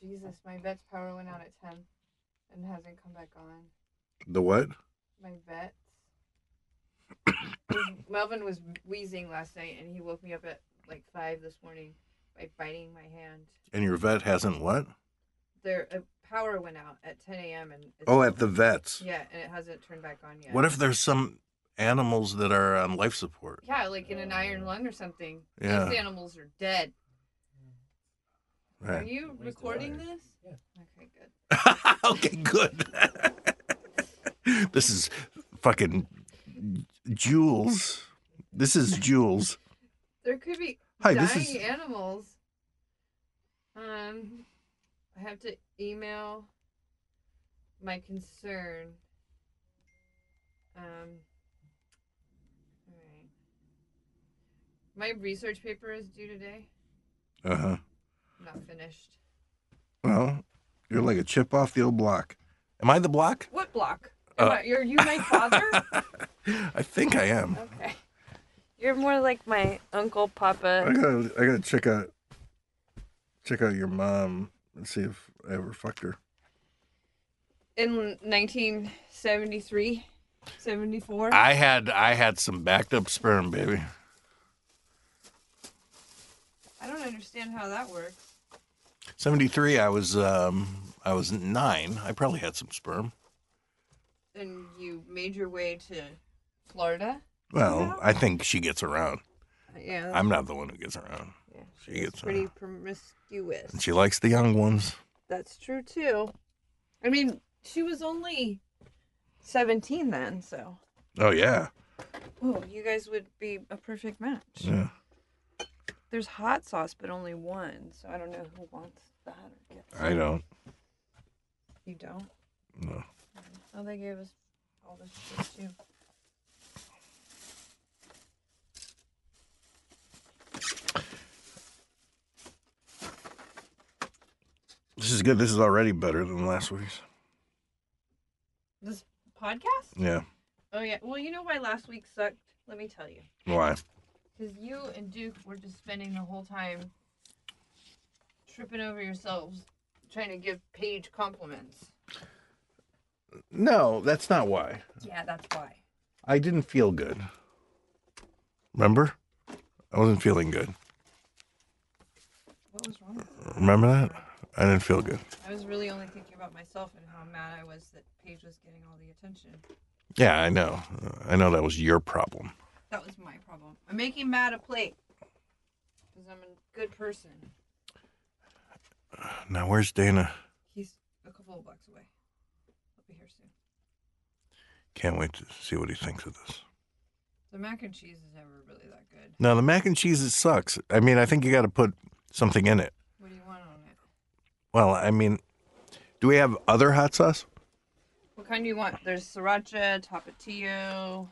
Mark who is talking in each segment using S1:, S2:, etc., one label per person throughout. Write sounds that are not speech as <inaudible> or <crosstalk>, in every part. S1: Jesus, my vet's power went out at 10 and hasn't come back on.
S2: The what?
S1: My vet. Melvin was <coughs> wheezing last night and he woke me up at like 5 this morning by biting my hand.
S2: And your vet hasn't what?
S1: Their uh, power went out at 10 a.m. and it's-
S2: Oh, at the vets.
S1: yeah, and it hasn't turned back on yet.
S2: What if there's some animals that are on life support?
S1: Yeah, like in an iron lung or something.
S2: Yeah.
S1: These animals are dead. Are
S2: Right.
S1: you
S3: Waste of
S1: recording
S3: wire.
S1: this?
S3: Yeah.
S1: Okay, good.
S2: <laughs> okay, good. this is fucking Jules. This is Jules.
S1: There could be
S2: Hi,
S1: dying
S2: this is
S1: animals. Um, I have to email my concern. Um, all right. My research paper is due today.
S2: uh huh.
S1: Not finished.
S2: Well, you're like a chip off the old block. Am I the block?
S1: What block? Am
S2: Uh.
S1: I- are you my father?
S2: <laughs> I think I am.
S1: okay. You're more like my uncle,
S2: I
S1: Papa.
S2: gotta I gotta check out check out your mom and see if I ever fucked her.
S1: In 1973, 74.
S2: I had I had some backed up sperm, baby.
S1: I don't understand how that works.
S2: Seventy three I was um I was nine. I probably had some sperm.
S1: And you made your way to Florida?
S2: Well, I think she gets around.
S1: Yeah. that's-
S2: I'm not the one who gets around.
S1: yeah.
S2: she
S1: She's
S2: gets
S1: pretty
S2: around.
S1: promiscuous.
S2: And she likes the young ones.
S1: That's true, too. I mean, she was only 17 then, so.
S2: Oh yeah.
S1: Oh, you guys would be a perfect match.
S2: Yeah.
S1: There's hot sauce, but only one, so I don't know who wants that or gets
S2: I don't
S1: You don't?
S2: know.
S1: Oh, they gave us all this shit too.
S2: This is good. This is already better than last week's.
S1: This podcast?
S2: Yeah.
S1: Oh yeah. Well, you know why last week sucked? Let me tell you.
S2: Why?
S1: Because you and Duke were just spending the whole time tripping over yourselves, trying to give Paige compliments.
S2: No, that's not why.
S1: Yeah, that's why.
S2: I didn't feel good. Remember? I wasn't feeling good.
S1: What was wrong? With that?
S2: Remember that? I didn't feel good.
S1: I was really only thinking about myself and how mad I was that Paige was getting all the attention.
S2: Yeah, I know. I know that was your problem.
S1: That was my problem. I'm making Matt a plate because I'm a good person.
S2: Now, where's Dana?
S1: He's a couple of blocks away. I'll be here soon.
S2: Can't wait to see what he thinks of this.
S1: The mac and cheese is never really that good.
S2: No, the mac and cheese, it sucks. I mean, I think you got to put something in it.
S1: What do you want on it?
S2: Well, I mean, do we have other hot sauce?
S1: What kind do you want? There's sriracha, tapatio,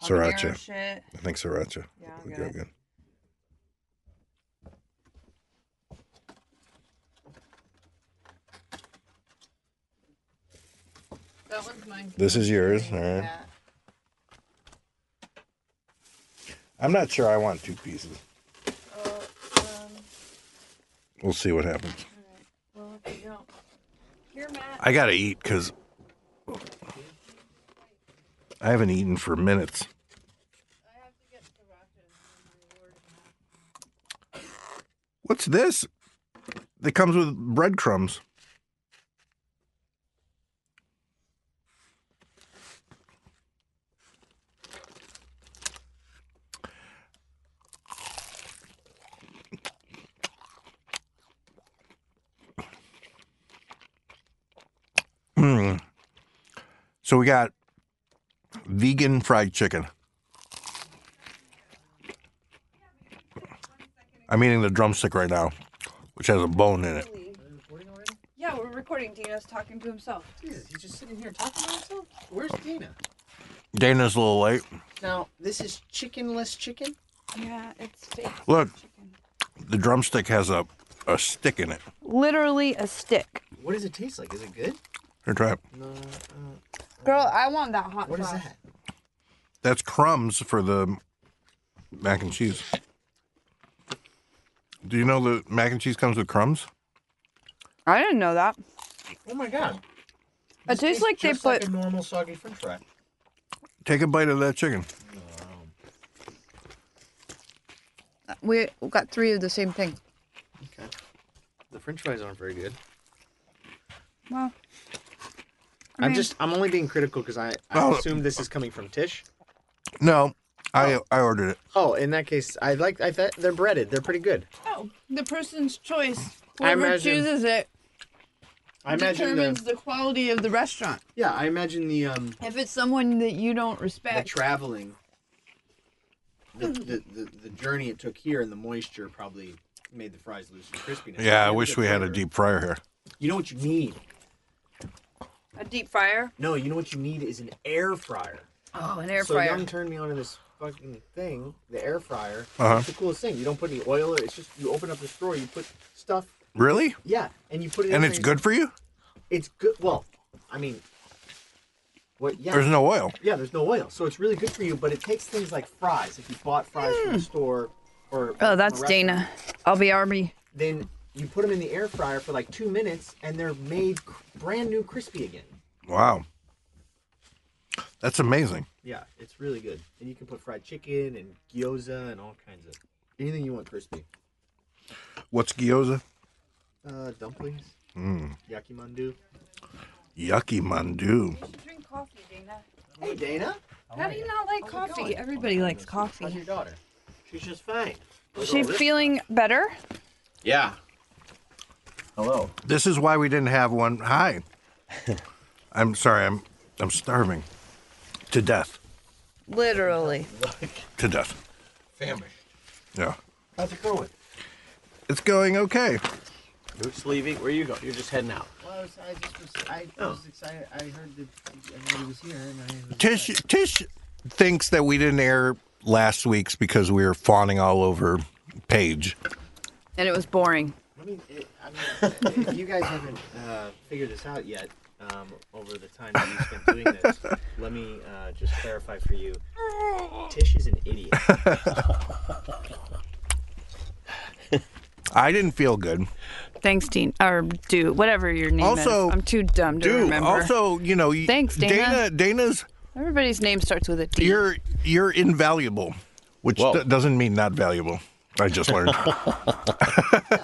S1: habanero
S2: Sriracha.
S1: shit.
S2: I think sriracha.
S1: Yeah, I'll
S2: would
S1: get
S2: go
S1: it.
S2: good.
S1: That one's mine.
S2: This is yours, all right. I'm not sure I want two pieces.
S1: Oh, um,
S2: We'll see what happens.
S1: well, if you don't. Here, Matt.
S2: I got to eat because I haven't eaten for minutes.
S1: I have to get sriracha. as my reward.
S2: What's this? That comes with breadcrumbs. Mm. So we got vegan fried chicken. I'm eating the drumstick right now, which has a bone in it.
S1: Really?
S3: Are we recording already?
S1: Yeah, we're recording. Dino's talking to himself.
S3: Jesus, he's just sitting here talking about himself. Where's Dana?
S2: Dana's a little late.
S3: Now, this is chickenless chicken.
S1: Yeah, it's fake
S2: Look,
S1: chicken.
S2: the drumstick has a, a stick in it.
S1: Literally a stick.
S3: What does it taste like? Is it good?
S2: Here, try it.
S3: No.
S1: Girl, I want that hot
S3: what is
S1: sauce.
S3: that?
S2: That's crumbs for the mac and cheese. Do you know the mac and cheese comes with crumbs?
S4: I didn't know that.
S3: Oh my god.
S4: It tastes like they
S3: just like a normal soggy French fry.
S2: Take a bite of that chicken.
S4: We got three of the same thing.
S3: Okay. The French fries aren't very good.
S4: Well, I
S3: I'm
S4: mean-
S3: just I'm only being critical because I, I
S2: Oh.
S3: assume this is coming from Tish.
S2: No, I I ordered it.
S3: Oh, in that case, I like I th- they're breaded. They're pretty good.
S1: Oh, the person's choice.
S3: I
S1: Whoever
S3: imagine-
S1: chooses it
S3: I imagine
S1: determines
S3: the
S1: the quality of the restaurant.
S3: yeah. I imagine the um
S1: If it's someone that you don't
S3: the
S1: respect,
S3: traveling, the the, the the journey it took here and the moisture probably made the fries lose some crispiness.
S2: Yeah, I
S3: You
S2: wish
S3: get
S2: we had a
S3: better.
S2: deep fryer here.
S3: You know what you need?
S4: a deep fryer.
S3: No, you know what you need is an air fryer.
S4: Oh, an air
S3: so
S4: fryer.
S3: Young turned me on to this fucking thing, the air fryer.
S2: Uh-huh.
S3: It's the coolest thing. You don't put any oil. It's just you open up the drawer, you put stuff.
S2: Really?
S3: Yeah, and you put it. in
S2: And
S3: there,
S2: it's
S3: you-
S2: good for you?
S3: It's good. Well, I mean, what? Yeah,
S2: There's no oil.
S3: yeah. There's no oil, so it's really good for you. But it takes things like fries. If you bought fries from
S2: Hmm.
S3: the store, or from
S4: Oh,
S3: a
S4: that's
S3: restaurant,
S4: Dana. I'll be army.
S3: Then you put them in the air fryer for like two minutes, and they're made cr- brand new, crispy again.
S2: Wow. That's amazing.
S3: Yeah, it's really good. And you can put fried chicken and gyoza and all kinds of anything you want crispy.
S2: What's gyoza?
S3: Uh, dumplings,
S2: Mm.
S3: yakimandu.
S2: Yucky mandu.
S4: You should drink coffee, Dana.
S3: Hey, Dana.
S4: How do you not like
S3: How's it Oh
S4: coffee?
S3: going?
S4: Everybody likes
S3: How's your
S4: coffee.
S3: daughter? She's just fine.
S4: Is she feeling better?
S3: Yeah. Hello.
S2: This is why we didn't have one. Hi. I'm sorry. I'm I'm starving to death.
S4: Literally.
S2: To death.
S5: famished.
S2: Yeah.
S3: <laughs> How's it going?
S2: It's going okay.
S5: Luke's leaving. Where you go? You're just heading out.
S6: Well, I, was, I just was, I
S3: Oh.
S6: was excited. I heard that everybody was here, and I was
S2: Tish Tish thinks that we didn't air last week's because we were fawning all over Paige.
S4: And it was boring.
S3: I mean, it, I mean,
S6: <laughs>
S3: if you guys haven't uh, figured this out yet um, over the time that you spent doing this, let me uh, just clarify for you. Tish is an idiot.
S2: I didn't feel good.
S4: Thanks, Dean. Or do whatever your name
S2: Also,
S4: is. I'm too dumb to
S2: Dude,
S4: remember.
S2: also, you know, y-
S4: Thanks,
S2: Dana
S4: Dana.
S2: Dana's
S4: Everybody's name starts with a D.
S2: you're you're invaluable, which
S5: Whoa.
S2: d- doesn't mean not valuable. I just <laughs> learned.
S3: But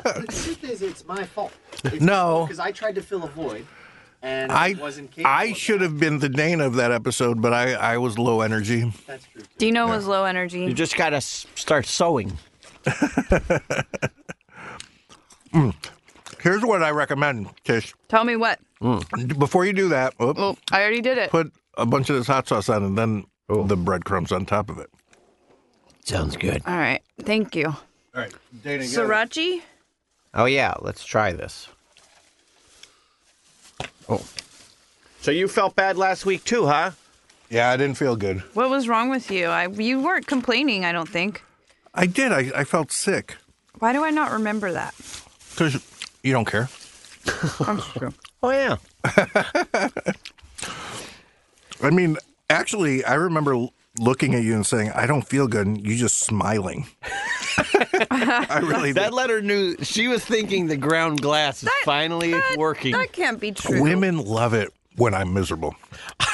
S3: the truth is, it's my fault. It's
S2: No.
S3: Because I tried to fill a void, and I
S2: I
S3: wasn't capable.
S2: I
S3: of
S2: should
S3: that.
S2: have been the Dana of that episode, but I I was low energy.
S3: That's true. Too.
S4: Dino was low energy.
S5: You just gotta s- start sewing.
S2: Here's what I recommend, Tish.
S4: Tell me what.
S2: Before you do that, oop,
S4: Well, I already did it.
S2: put a bunch of this hot sauce on and then the breadcrumbs on top of it.
S5: Sounds good.
S4: All right. Thank you.
S2: All right, Dana.
S4: Sriracha?
S5: Oh yeah, let's try this. Oh. So you felt bad last week too, huh?
S2: Yeah, I didn't feel good.
S4: What was wrong with you? I you weren't complaining, I don't think.
S2: I did. I, I felt sick
S4: Why do I not remember that?
S2: because you don't care.
S4: That's true.
S5: Oh yeah.
S2: <laughs> I mean, actually, I remember l- looking at you and saying, "I don't feel good," and you just smiling. <laughs> I really
S5: That letter knew she was thinking the ground glass is finally working.
S4: That can't be true.
S2: did. Women love it when I'm miserable.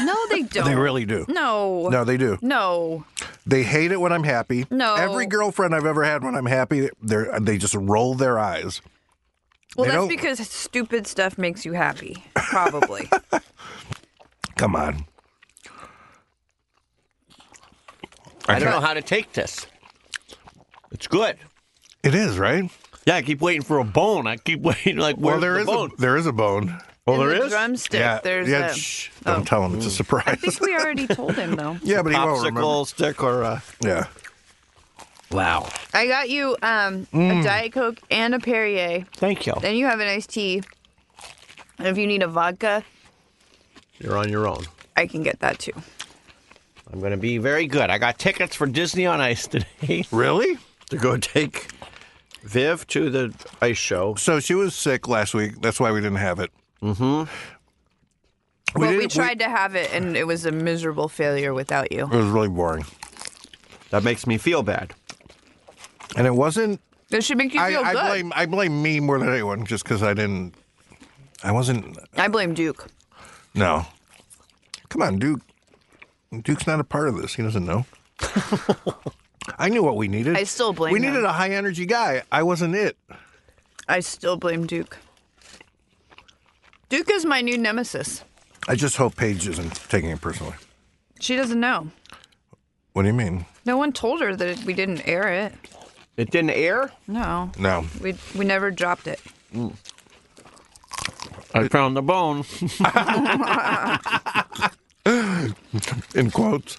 S4: No, they don't.
S2: They really do.
S4: No.
S2: No, they do.
S4: No.
S2: They hate it when I'm happy.
S4: No.
S2: Every girlfriend I've ever had when I'm happy, they they just roll their eyes.
S4: Well,
S2: They
S4: that's
S2: don't-
S4: because stupid stuff makes you happy, probably.
S2: Come on.
S5: I don't know how to take this. It's good.
S2: It is right.
S5: Yeah, I keep waiting for a bone. I keep <laughs> waiting like
S2: Well,
S5: where's
S2: there
S5: the
S2: is
S5: bone?
S2: a there is a bone.
S5: well,
S4: In
S5: there
S4: the
S5: is.
S4: drumstick.
S2: yeah.
S4: There's
S2: yeah.
S4: a-
S2: shh, don't tell him. It's a surprise.
S4: I
S2: <laughs>
S4: think we already told him though.
S2: yeah, but he won't remember.
S5: popsicle stick or uh, a
S2: Yeah.
S5: wow.
S4: I got you um, a diet coke and a Perrier.
S5: Thank you.
S4: Then you have an iced tea. And if you need a vodka,
S5: You're on your own.
S4: I can get that too.
S5: I'm going to be very good. I got tickets for Disney on Ice today <laughs>
S2: Really?
S5: to go take Viv to the ice show.
S2: So she was sick last week. That's why we didn't have it. Mm-hmm. We
S4: well,
S2: didn't,
S4: we tried to have it, and it was a miserable failure without you.
S2: it was really boring,
S5: That makes me feel bad.
S2: and it wasn't.
S4: It should make you
S2: I,
S4: feel
S2: I
S4: good.
S2: blame I blame me more than anyone, just because I didn't I wasn't.
S4: I blame Duke.
S2: No. Come on, Duke. Duke's not a part of this. He doesn't know. <laughs> I knew what we needed.
S4: I still blame
S2: We
S4: him.
S2: needed a high energy guy. I wasn't it.
S4: I still blame Duke. Duke is my new nemesis.
S2: I just hope Paige isn't taking it personally.
S4: She doesn't know.
S2: What do you mean?
S4: No one told her that we didn't air it.
S5: It didn't air.
S4: No,
S2: No.
S4: we we never dropped it.
S5: I found the bone.
S2: In quotes.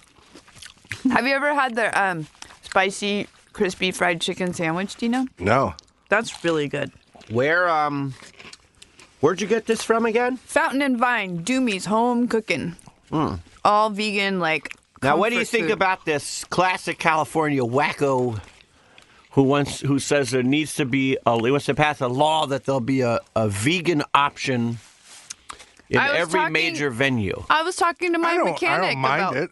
S4: Have you ever had the um, spicy crispy fried chicken sandwich, Dino?
S2: No.
S4: That's really good.
S5: Where um, where'd you get this from again?
S4: Fountain and Vine, Doomy's home cooking. All vegan, like.
S5: Hmm. Now, what do you
S4: comfort
S5: think
S4: food.
S5: about this classic California wacko who wants who says there needs to be a he wants to pass a law that there'll be a, a vegan option in
S4: I was
S5: every
S4: talking-
S5: major venue?
S4: I was talking to my
S2: I don't, I
S4: mechanic
S2: don't mind
S4: about.
S2: it.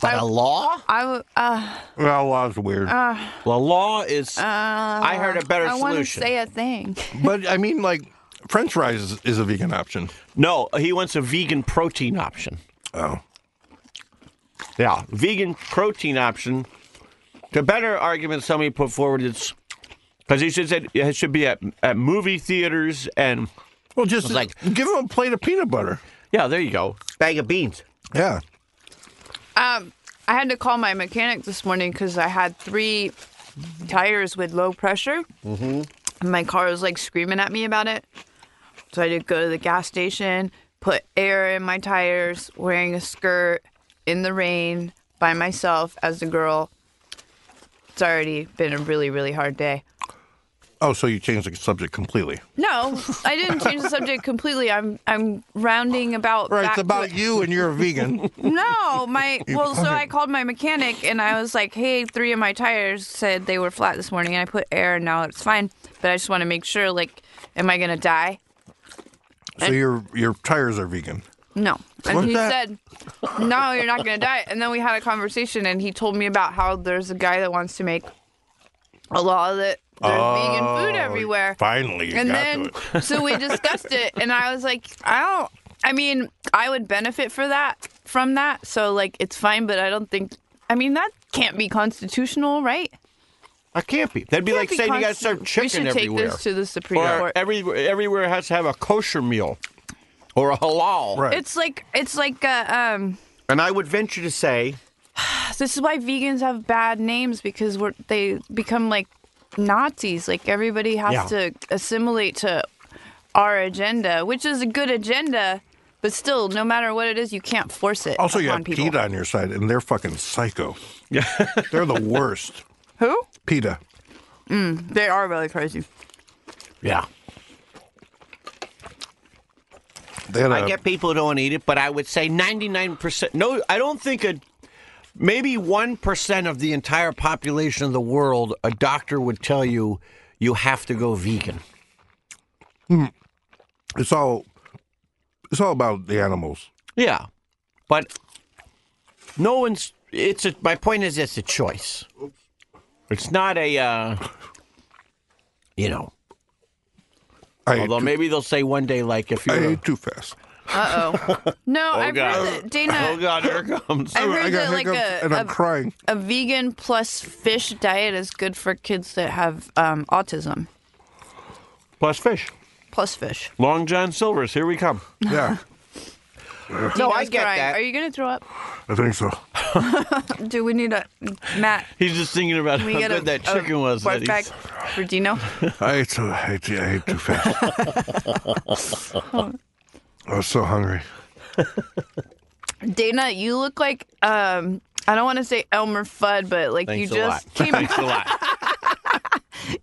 S5: But a law?
S4: I w- uh,
S2: Well, law's weird.
S5: The law is. Uh, I heard a better
S4: I want to
S5: solution.
S4: say a thing.
S2: <laughs> but I mean, like, french fries is, is a vegan option.
S5: no, he wants a vegan protein option.
S2: Oh.
S5: Yeah, vegan protein option. The better argument somebody put forward is because he should said it should be at at movie theaters and
S2: Well, just
S5: It's like-
S2: give them a plate of peanut butter.
S5: yeah, there you go, bag of beans.
S2: Yeah.
S4: Um, I had to call my mechanic this morning because I had three tires with low pressure. Mm-hmm. And my car was like screaming at me about it. So I did go to the gas station, put air in my tires, wearing a skirt in the rain by myself as a girl. It's already been a really, really hard day.
S2: Oh, so you changed the subject completely.
S4: No, I didn't change the subject completely. I'm I'm rounding about
S2: Right.
S4: back
S2: it's
S4: to
S2: about you and you're a <laughs> vegan.
S4: No, my well, so I called my mechanic and I was like, "Hey, three of my tires said they were flat this morning, and I put air, and now it's fine. But I just want to make sure, like, am I gonna die?
S2: so your your tires are vegan.
S4: No." And
S2: What's
S4: he
S2: that?
S4: said, "No, you're not gonna die." And then we had a conversation, and he told me about how there's a guy that wants to make a law that there's
S2: Oh,
S4: vegan food everywhere.
S2: Finally, you
S4: and
S2: got
S4: then
S2: to it.
S4: <laughs> so we discussed it and i was like i don't i mean i would benefit for that from that so like it's fine but i don't think i mean that can't be constitutional right
S5: I can't be. That'd be like
S4: Can't be
S5: saying you got to serve
S4: constitu- we
S5: chicken
S4: should
S5: everywhere,
S4: take this to the supreme
S5: or
S4: court
S5: every everywhere has to have a kosher meal or a halal.
S2: Right.
S4: it's like it's like uh, um
S5: And I would venture to <laughs> say,
S4: this is why vegans have bad names because we're they become like nazis like everybody has
S5: Yeah.
S4: to assimilate to our agenda which is a good agenda but still no matter what it is you can't force it
S2: Also, you
S4: upon
S2: have
S4: people
S2: PETA on your side, and they're fucking psycho. Yeah. they're the worst.
S4: <laughs> who
S2: PETA.
S4: They are really crazy.
S5: yeah,
S2: They had
S5: I
S2: a-
S5: get people who don't eat it, but I would say ninety nine percent. No, I don't think a maybe one percent of the entire population of the world, a doctor would tell you you have to go vegan.
S2: it's all it's all about the animals.
S5: Yeah, but no one's. It's a, my point is it's a choice. It's not a uh, you know.
S2: I ate
S5: Although
S2: too,
S5: maybe they'll say one day, like if
S2: I
S5: you're.
S2: ate too fast.
S4: Uh oh. No, I've
S5: God.
S4: heard that Dana.
S5: <laughs> Oh God! Here it comes.
S4: I've heard
S2: got
S4: that like
S2: hiccups and I'm
S4: a, <laughs>
S2: crying.
S4: a, a vegan plus fish diet is good for kids that have um, autism.
S5: Plus fish.
S4: Plus fish.
S5: Long John Silver's. Here we come.
S2: Yeah,
S5: No,
S4: Dana's
S5: I get
S4: crying.
S5: that.
S4: Are you gonna throw up?
S2: I think so.
S4: Do we need a Matt?
S5: He's just thinking about
S4: We
S5: how
S4: get
S5: good
S4: a,
S5: that chicken
S4: a
S5: was.
S4: barf
S5: that
S4: bag
S5: he's-
S4: for Dino. <laughs>
S2: I ate too. I ate, I ate too fast. I was so hungry.
S4: <laughs> Dana, you look like um, I don't want to say Elmer Fudd, but like
S5: Thanks
S4: you
S5: a lot. <laughs>
S4: just came.
S5: Thanks a lot.
S4: <laughs>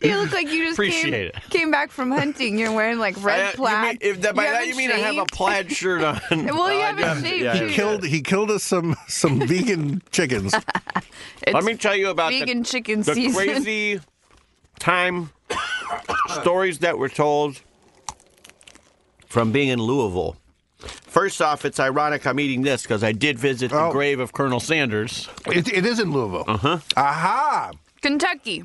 S4: You look like you just came,
S5: Appreciate it.
S4: came back from hunting. You're wearing like red
S5: I- uh, you
S4: plaid.
S5: mean- if that, by
S4: You
S5: that
S4: haven't
S5: you mean I have a
S4: shaved?
S5: plaid shirt on.
S4: <laughs> Well, you
S5: I
S4: haven't
S5: have-
S4: shaved
S5: yeah,
S4: either.
S5: yeah.
S2: Killed. He killed us some some vegan
S4: <laughs>
S2: chickens.
S5: Let me tell you about
S4: vegan
S5: the,
S4: chicken
S5: the
S4: season.
S5: crazy time stories that were told from being in Louisville. First off, it's ironic I'm eating this because I did visit the
S2: Oh.
S5: grave of Colonel Sanders. Uh-huh.
S2: It, it is in Louisville. Uh huh. Aha.
S4: Kentucky.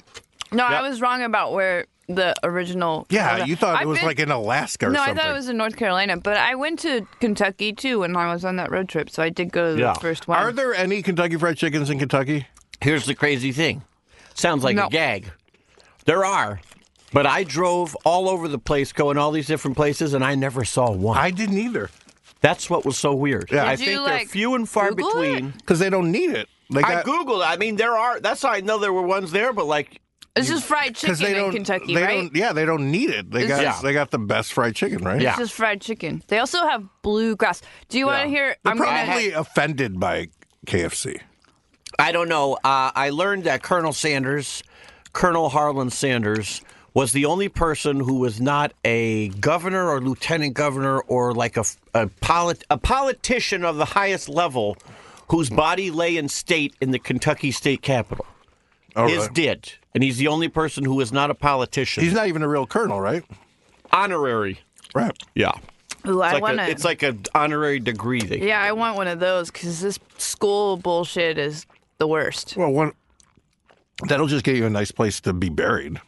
S4: No, I
S5: Yep.
S4: was wrong about where the original.
S2: Yeah, you thought it
S4: I've
S2: was
S4: been-
S2: like in Alaska or
S4: no,
S2: something.
S4: I thought it was in North Carolina, but I went to Kentucky too when I was on that road trip, so I did go to
S5: Yeah.
S4: the first one.
S2: Are there any Kentucky Fried Chickens in Kentucky?
S5: Here's the crazy thing. Sounds like
S4: No.
S5: a gag. There are, but I drove all over the place, going all these different places, and I never saw one.
S2: I didn't either
S5: That's what was so weird.
S2: Yeah. Did
S5: I
S4: you,
S5: think they're
S4: like,
S5: few and far
S4: Google it?
S5: between.
S2: because they don't need it. They
S5: I
S2: got-
S5: googled. I mean, there are. That's how I know there were ones there, but like,
S4: It's just fried chicken
S2: they
S4: in
S2: don't,
S4: Kentucky,
S2: they
S4: right?
S2: don't, yeah, they don't need it. They
S4: It's
S2: got
S5: just-
S2: they got the best fried chicken, right?
S5: Yeah.
S4: It's just fried chicken. They also have bluegrass. Do you want
S5: Yeah.
S4: to hear?
S2: they're
S4: I'm
S2: probably offended by KFC.
S5: I don't know. Uh, I learned that Colonel Sanders, Colonel Harlan Sanders, was the only person who was not a governor or lieutenant governor or like a a, polit- a politician of the highest level, whose body lay in state in the Kentucky state capitol.
S2: Oh,
S5: His
S2: really?
S5: did, and he's the only person who is not a politician.
S2: He's not even a real colonel, right?
S5: honorary.
S2: Right.
S5: Yeah,
S4: gonna. Ooh, I
S5: it's like
S4: want
S5: a,
S4: to.
S5: it's like an honorary degree. They
S4: yeah, I want one of those because this school bullshit is the worst.
S2: Well, one that'll just get you a nice place to be buried.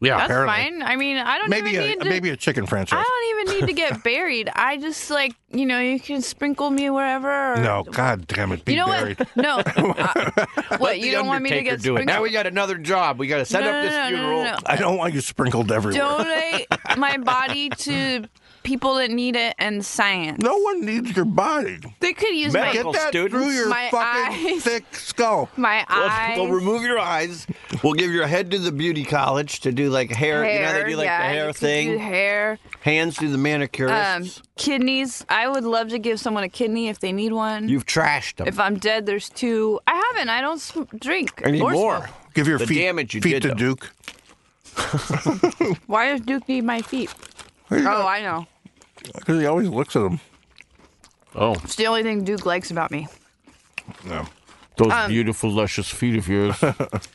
S5: yeah.
S4: That's
S2: apparently.
S4: fine. I mean, I don't
S2: Maybe
S4: even
S2: a
S4: need to.
S2: maybe a chicken
S4: I
S2: franchise.
S4: don't even need to
S5: <laughs>
S4: get buried. I just like you know you can sprinkle me wherever. Or,
S2: No, God damn it, be
S4: You know
S2: buried.
S4: what? No.
S5: <laughs>
S4: I- what
S5: The
S4: you don't want me to
S5: Undertaker
S4: get
S5: do it.
S4: sprinkled?
S5: Now we got another job. We got to set
S4: No,
S5: up
S4: no,
S5: this
S4: no, no, no,
S5: funeral.
S4: no.
S2: I don't want you sprinkled everywhere.
S4: donate my body to people that need it and science.
S2: No one needs your body.
S4: They could use
S5: Medical
S4: my
S2: Get that
S5: students.
S2: through your
S4: My
S2: fucking
S4: eyes.
S2: thick skull.
S4: my
S5: We'll-
S4: eyes.
S5: We'll remove your eyes. We'll give your head to the beauty college to do like hair. you know, they do like
S4: yeah,
S5: the
S4: you
S5: hair
S4: could do
S5: thing.
S4: hair,
S5: Hands to the
S4: um,
S5: manicurists.
S4: kidneys. I would love to give someone a kidney if they need one.
S5: You've trashed them.
S4: if I'm dead, there's two. I haven't. I don't sm- drink or
S5: Anymore.
S4: smoke.
S2: Give your
S5: The
S2: feet,
S5: damage you
S2: feet
S5: did,
S2: to
S5: though.
S2: Duke.
S4: Why does Duke need my feet? Oh, I know.
S2: Because he always looks at him.
S5: Oh,
S4: It's the only thing Duke likes about me.
S2: No.
S5: those
S4: Um,
S5: beautiful, luscious feet of <laughs> yours.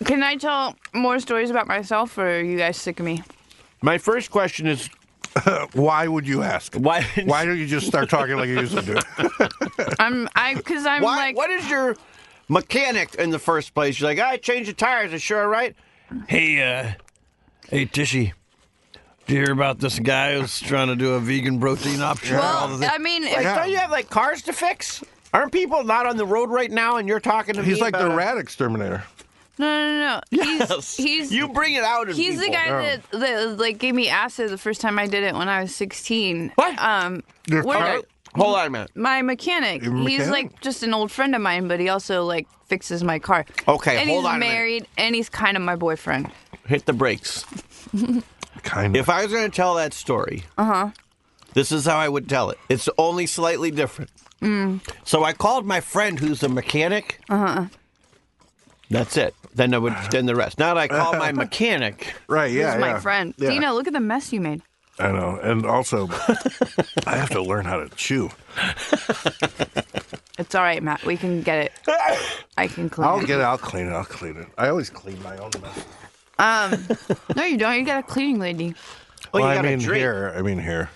S4: Can I tell more stories about myself, or are you guys sick of me?
S5: My first question is
S2: Why would you ask?
S5: Why- <laughs>
S2: Why don't you just start talking like you used to
S4: <laughs>
S2: do?
S4: I'm I because I'm
S5: why?
S4: like
S5: what is your mechanic in the first place? You're like, I changed the tires. Is sure all right? Hey, uh, hey, Tishy. Do you hear about this guy who's trying to do a vegan protein option? and all
S4: well,
S5: the thi-
S4: I mean, if-
S5: Like, uh, don't you have like cars to fix? Aren't people not on the road right now? And you're talking to me.
S2: He's like the
S5: about it?
S2: rat exterminator.
S4: no, no, no.
S5: Yes.
S4: He's, he's
S5: you bring it out. in
S4: He's the
S5: people. Oh.
S4: guy
S2: Yeah.
S4: that, that like gave me acid the first time I did it when I was 16.
S5: What?
S4: Um,
S2: Your
S4: where-
S2: car?
S5: All right, Hold on a minute.
S4: my mechanic.
S2: Your
S4: He's
S2: mechanic?
S4: like just an old friend of mine, but he also like fixes my car.
S5: Okay,
S4: and
S5: hold
S4: he's
S5: on a minute.
S4: married, and he's kind of my boyfriend.
S5: Hit the brakes.
S2: Kind of.
S5: If I was going to tell that story, uh huh. This is how I would tell it. It's only slightly different. So I called my friend who's a mechanic. Uh huh. That's it. Then I would then the rest. Now that I call my mechanic.
S2: right, yeah.
S4: He's my
S2: yeah.
S4: friend.
S2: Yeah.
S4: Dino, look at the mess you made.
S2: I know. And also, <laughs> I have to learn how to chew.
S4: It's all right, Matt. We can get
S2: <coughs>
S4: it. I can clean
S2: I'll
S4: it.
S2: get it. I'll clean it. I'll clean it. I always clean my own mess.
S4: no, you don't. You got a cleaning lady.
S5: Oh,
S2: Well,
S5: you
S2: I
S5: got a
S2: mean
S5: drink.
S2: here. I mean here.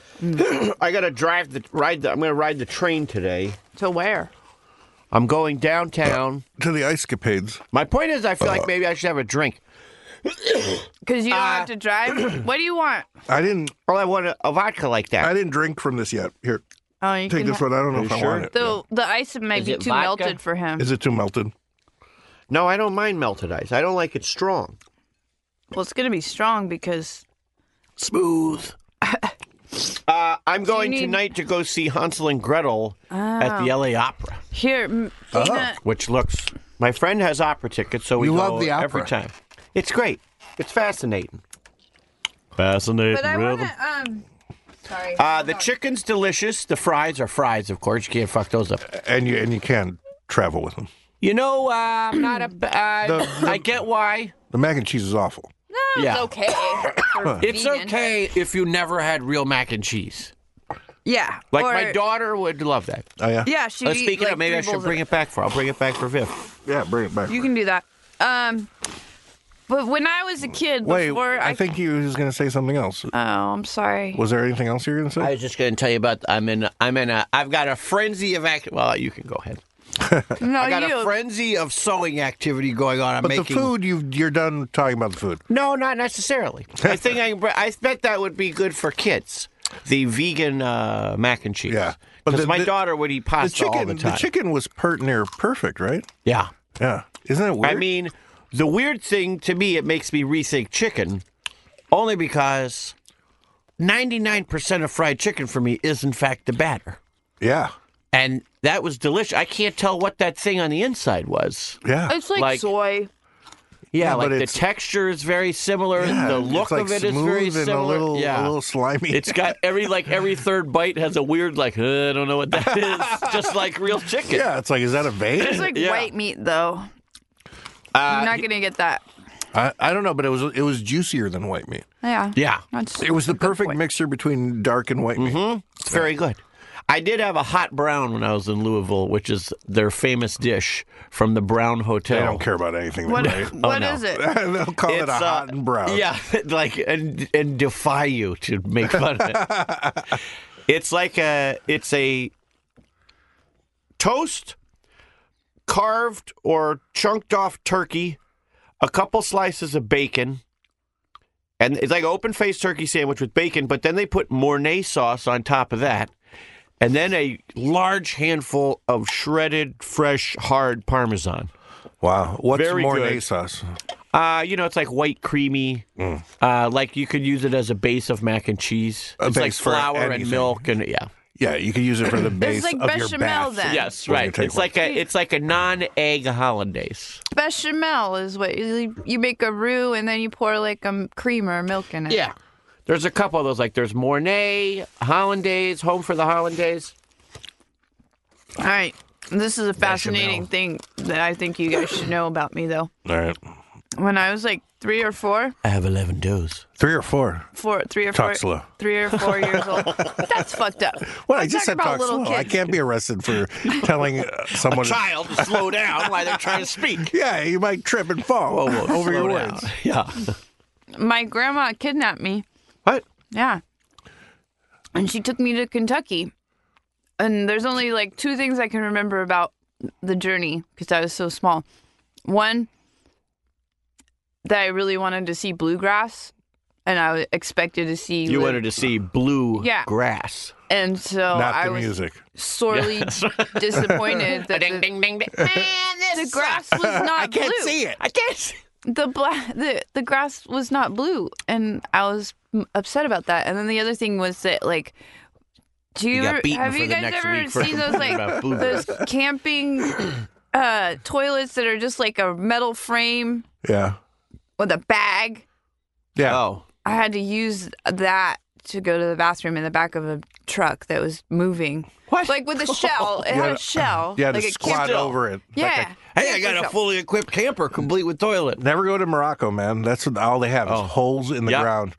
S5: I got to drive the ride. The, I'm going to ride the train today.
S4: To where?
S5: I'm going downtown.
S2: To the ice capades.
S5: My point is, I feel like maybe I should have a drink.
S4: Because you don't
S5: Uh,
S4: have
S2: <coughs>
S4: to drive. what do you want?
S2: I didn't.
S5: Oh, I want a, a vodka like that.
S2: I didn't drink from this yet. Here,
S4: Oh, you
S2: take
S4: can
S2: this
S4: ha-
S2: one. I don't know
S5: you
S2: if I
S5: sure?
S2: want it.
S4: The the ice might
S5: Is
S4: be
S5: it
S4: too
S5: vodka?
S4: melted for him.
S2: Is it too melted?
S5: No, I don't mind melted ice. I don't like it strong.
S4: well, it's gonna be strong because
S5: Smooth. uh, I'm going
S4: need-
S5: tonight to go see Hansel and Gretel at the LA Opera,
S4: Here, m-
S2: Ah.
S4: Dina,
S5: which looks. My friend has opera tickets, so we
S2: You
S5: go
S2: love the
S5: every
S2: opera.
S5: time. It's great. It's fascinating. Fascinating.
S4: but I want to. Um,
S1: Sorry.
S5: uh, the chicken's delicious. The fries are fries, of course. You can't fuck those up.
S2: And you and you can travel with them.
S5: You know, uh, I'm not a. b- Uh,
S2: The-
S5: I get why.
S2: The mac and cheese is awful.
S4: no,
S5: Yeah.
S4: it's
S2: <coughs>
S4: okay. for
S5: It's
S4: vegan.
S5: okay if you never had real mac and cheese.
S4: Yeah,
S5: Like
S4: or-
S5: my daughter would love that.
S2: Oh yeah.
S4: Yeah, she.
S5: Uh, speaking
S4: like,
S5: of, maybe I should bring it back for. I'll bring it back for Viv.
S2: Yeah. Bring it back.
S4: You can do that. Um, but when I was a kid,
S2: Wait.
S4: before
S2: I think you was going to say something else.
S4: Oh, I'm sorry.
S2: Was there anything else you were going to
S5: I
S2: say?
S5: was just going to tell you about. I'm in. I'm in a. I've got a frenzy of act. Well, you can go ahead.
S4: No,
S5: I got
S4: you.
S5: a frenzy of sewing activity going on. I'm
S2: But
S5: making
S2: the food, you you're done talking about the food.
S5: No,
S2: <laughs>
S5: not necessarily. I think I, can br- I bet that would be good for kids. The vegan uh, mac and cheese.
S2: Yeah. But
S5: because
S2: the-
S5: my
S2: the-
S5: daughter would eat
S2: The
S5: pasta all
S2: chicken,
S5: the
S2: the,
S5: time.
S2: chicken was pert near perfect, right?
S5: yeah,
S2: Yeah, isn't it weird?
S5: I mean, the weird thing to me, it makes me rethink chicken, only because ninety-nine percent of fried chicken for me is in fact the batter,
S2: yeah,
S5: and that was delicious. I can't tell what that thing on the inside was.
S2: yeah.
S4: It's like,
S5: Like-
S4: soy.
S5: Yeah,
S2: Yeah,
S5: like
S2: but
S5: the
S2: it's-
S5: texture is very similar.
S2: Yeah,
S5: the
S2: it's
S5: look
S2: like
S5: of it is
S2: smooth
S5: very
S2: and
S5: similar.
S2: A little,
S5: yeah,
S2: a little slimy. <laughs>
S5: It's got every like every third bite has a weird like "Uh, I don't know what that is. Just like real chicken.
S2: yeah, it's like is that a
S4: It's
S2: vein?
S4: like
S5: Yeah.
S4: white meat, though.
S2: Uh,
S4: You're not gonna get that.
S2: I, I don't know, but it was it was juicier than white meat.
S4: Yeah.
S5: Yeah.
S4: That's,
S2: It was the perfect mixture between dark and white meat.
S5: It's very good. I did have a hot brown when I was in Louisville, which is their famous dish from the Brown Hotel.
S2: I don't care about anything.
S4: What,
S2: That
S4: what
S2: way.
S4: is
S5: no.
S4: it?
S2: <laughs> They'll call it a
S5: uh,
S2: hot and brown.
S5: Yeah, <laughs> like and and defy you to make fun of it.
S2: <laughs>
S5: it's like a it's a toast, carved or chunked off turkey, a couple slices of bacon, and it's like an open faced turkey sandwich with bacon. But then they put Mornay sauce on top of that. And then a large handful of shredded, fresh, hard Parmesan.
S2: Wow. What's
S5: Very
S2: Mornay
S5: good.
S2: sauce?
S5: Uh, you know, it's like white creamy. Uh, like you could use it as a base of mac and cheese.
S2: A
S5: it's like
S2: base for
S5: flour and
S2: anything.
S5: milk and yeah.
S2: Yeah, you could use it for the base
S4: like
S2: of your
S4: bechamel,
S2: bath.
S4: then.
S5: Yes,
S2: When you
S5: right.
S2: take
S5: It's
S2: one.
S5: like a it's like a non-egg hollandaise.
S4: Bechamel is what you, you make a roux and then you pour like um, cream or milk in it.
S5: There's a couple of those like there's Mornay, hollandaise, home for the hollandaise.
S4: All right. This is a fascinating thing that I think you guys should know about me, though.
S2: All right.
S4: When I was like three or four,
S5: I have 11 doughs.
S2: Three or four.
S4: four, three or
S2: Talk
S4: four,
S2: slow.
S4: three or four years old,
S2: <laughs>
S4: that's fucked up.
S2: Well, I
S4: I'm
S2: just
S4: talking
S2: said
S4: about
S2: talk
S4: little
S2: slow. I
S4: kids.
S2: can't be arrested
S4: <laughs>
S2: for telling uh, someone.
S5: Child, <laughs> slow down while they're trying to <laughs> speak.
S2: Yeah, you might trip and fall over your
S5: down.
S2: words.
S5: Yeah.
S4: My grandma kidnapped me.
S5: What?
S4: Yeah. And she took me to Kentucky. And there's only like two things I can remember about the journey because I was so small. One, that I really wanted to see bluegrass and I expected to see.
S5: You
S4: li-
S5: wanted to see blue
S4: Yeah.
S5: grass.
S4: And so
S2: Not
S4: Oh, I
S2: the
S4: was
S2: music.
S4: sorely disappointed that
S5: Ding
S4: the,
S5: ding ding ding. Man,
S4: the
S5: this
S4: grass was not
S5: I can't
S4: blue.
S5: see it. I can't see
S4: the black the, the grass was not blue and i was m- upset about that and then the other thing was that like do you,
S5: You got
S4: ever-
S5: beaten
S4: have
S5: for
S4: you
S5: the
S4: guys
S5: next
S4: ever
S5: week for
S4: seen those
S5: complaining about
S4: like
S5: blue
S4: those
S5: <clears throat>
S4: camping uh toilets that are just like a metal frame
S2: Yeah.
S4: with a bag
S2: Yeah.
S5: Oh.
S4: i had to use that to go to the bathroom in the back of a truck that was moving
S5: What?
S4: like with a shell it
S2: You
S4: had
S2: had
S4: a shell
S2: You had
S4: like
S2: to
S4: a
S2: squat
S4: camp-
S2: over it.
S4: yeah
S5: Hey, I
S4: camping
S5: got a
S4: shell.
S5: fully equipped camper complete with toilet.
S2: Never go to Morocco, man. That's what, all they have
S5: Oh.
S2: is holes in the
S5: Yeah.
S2: ground.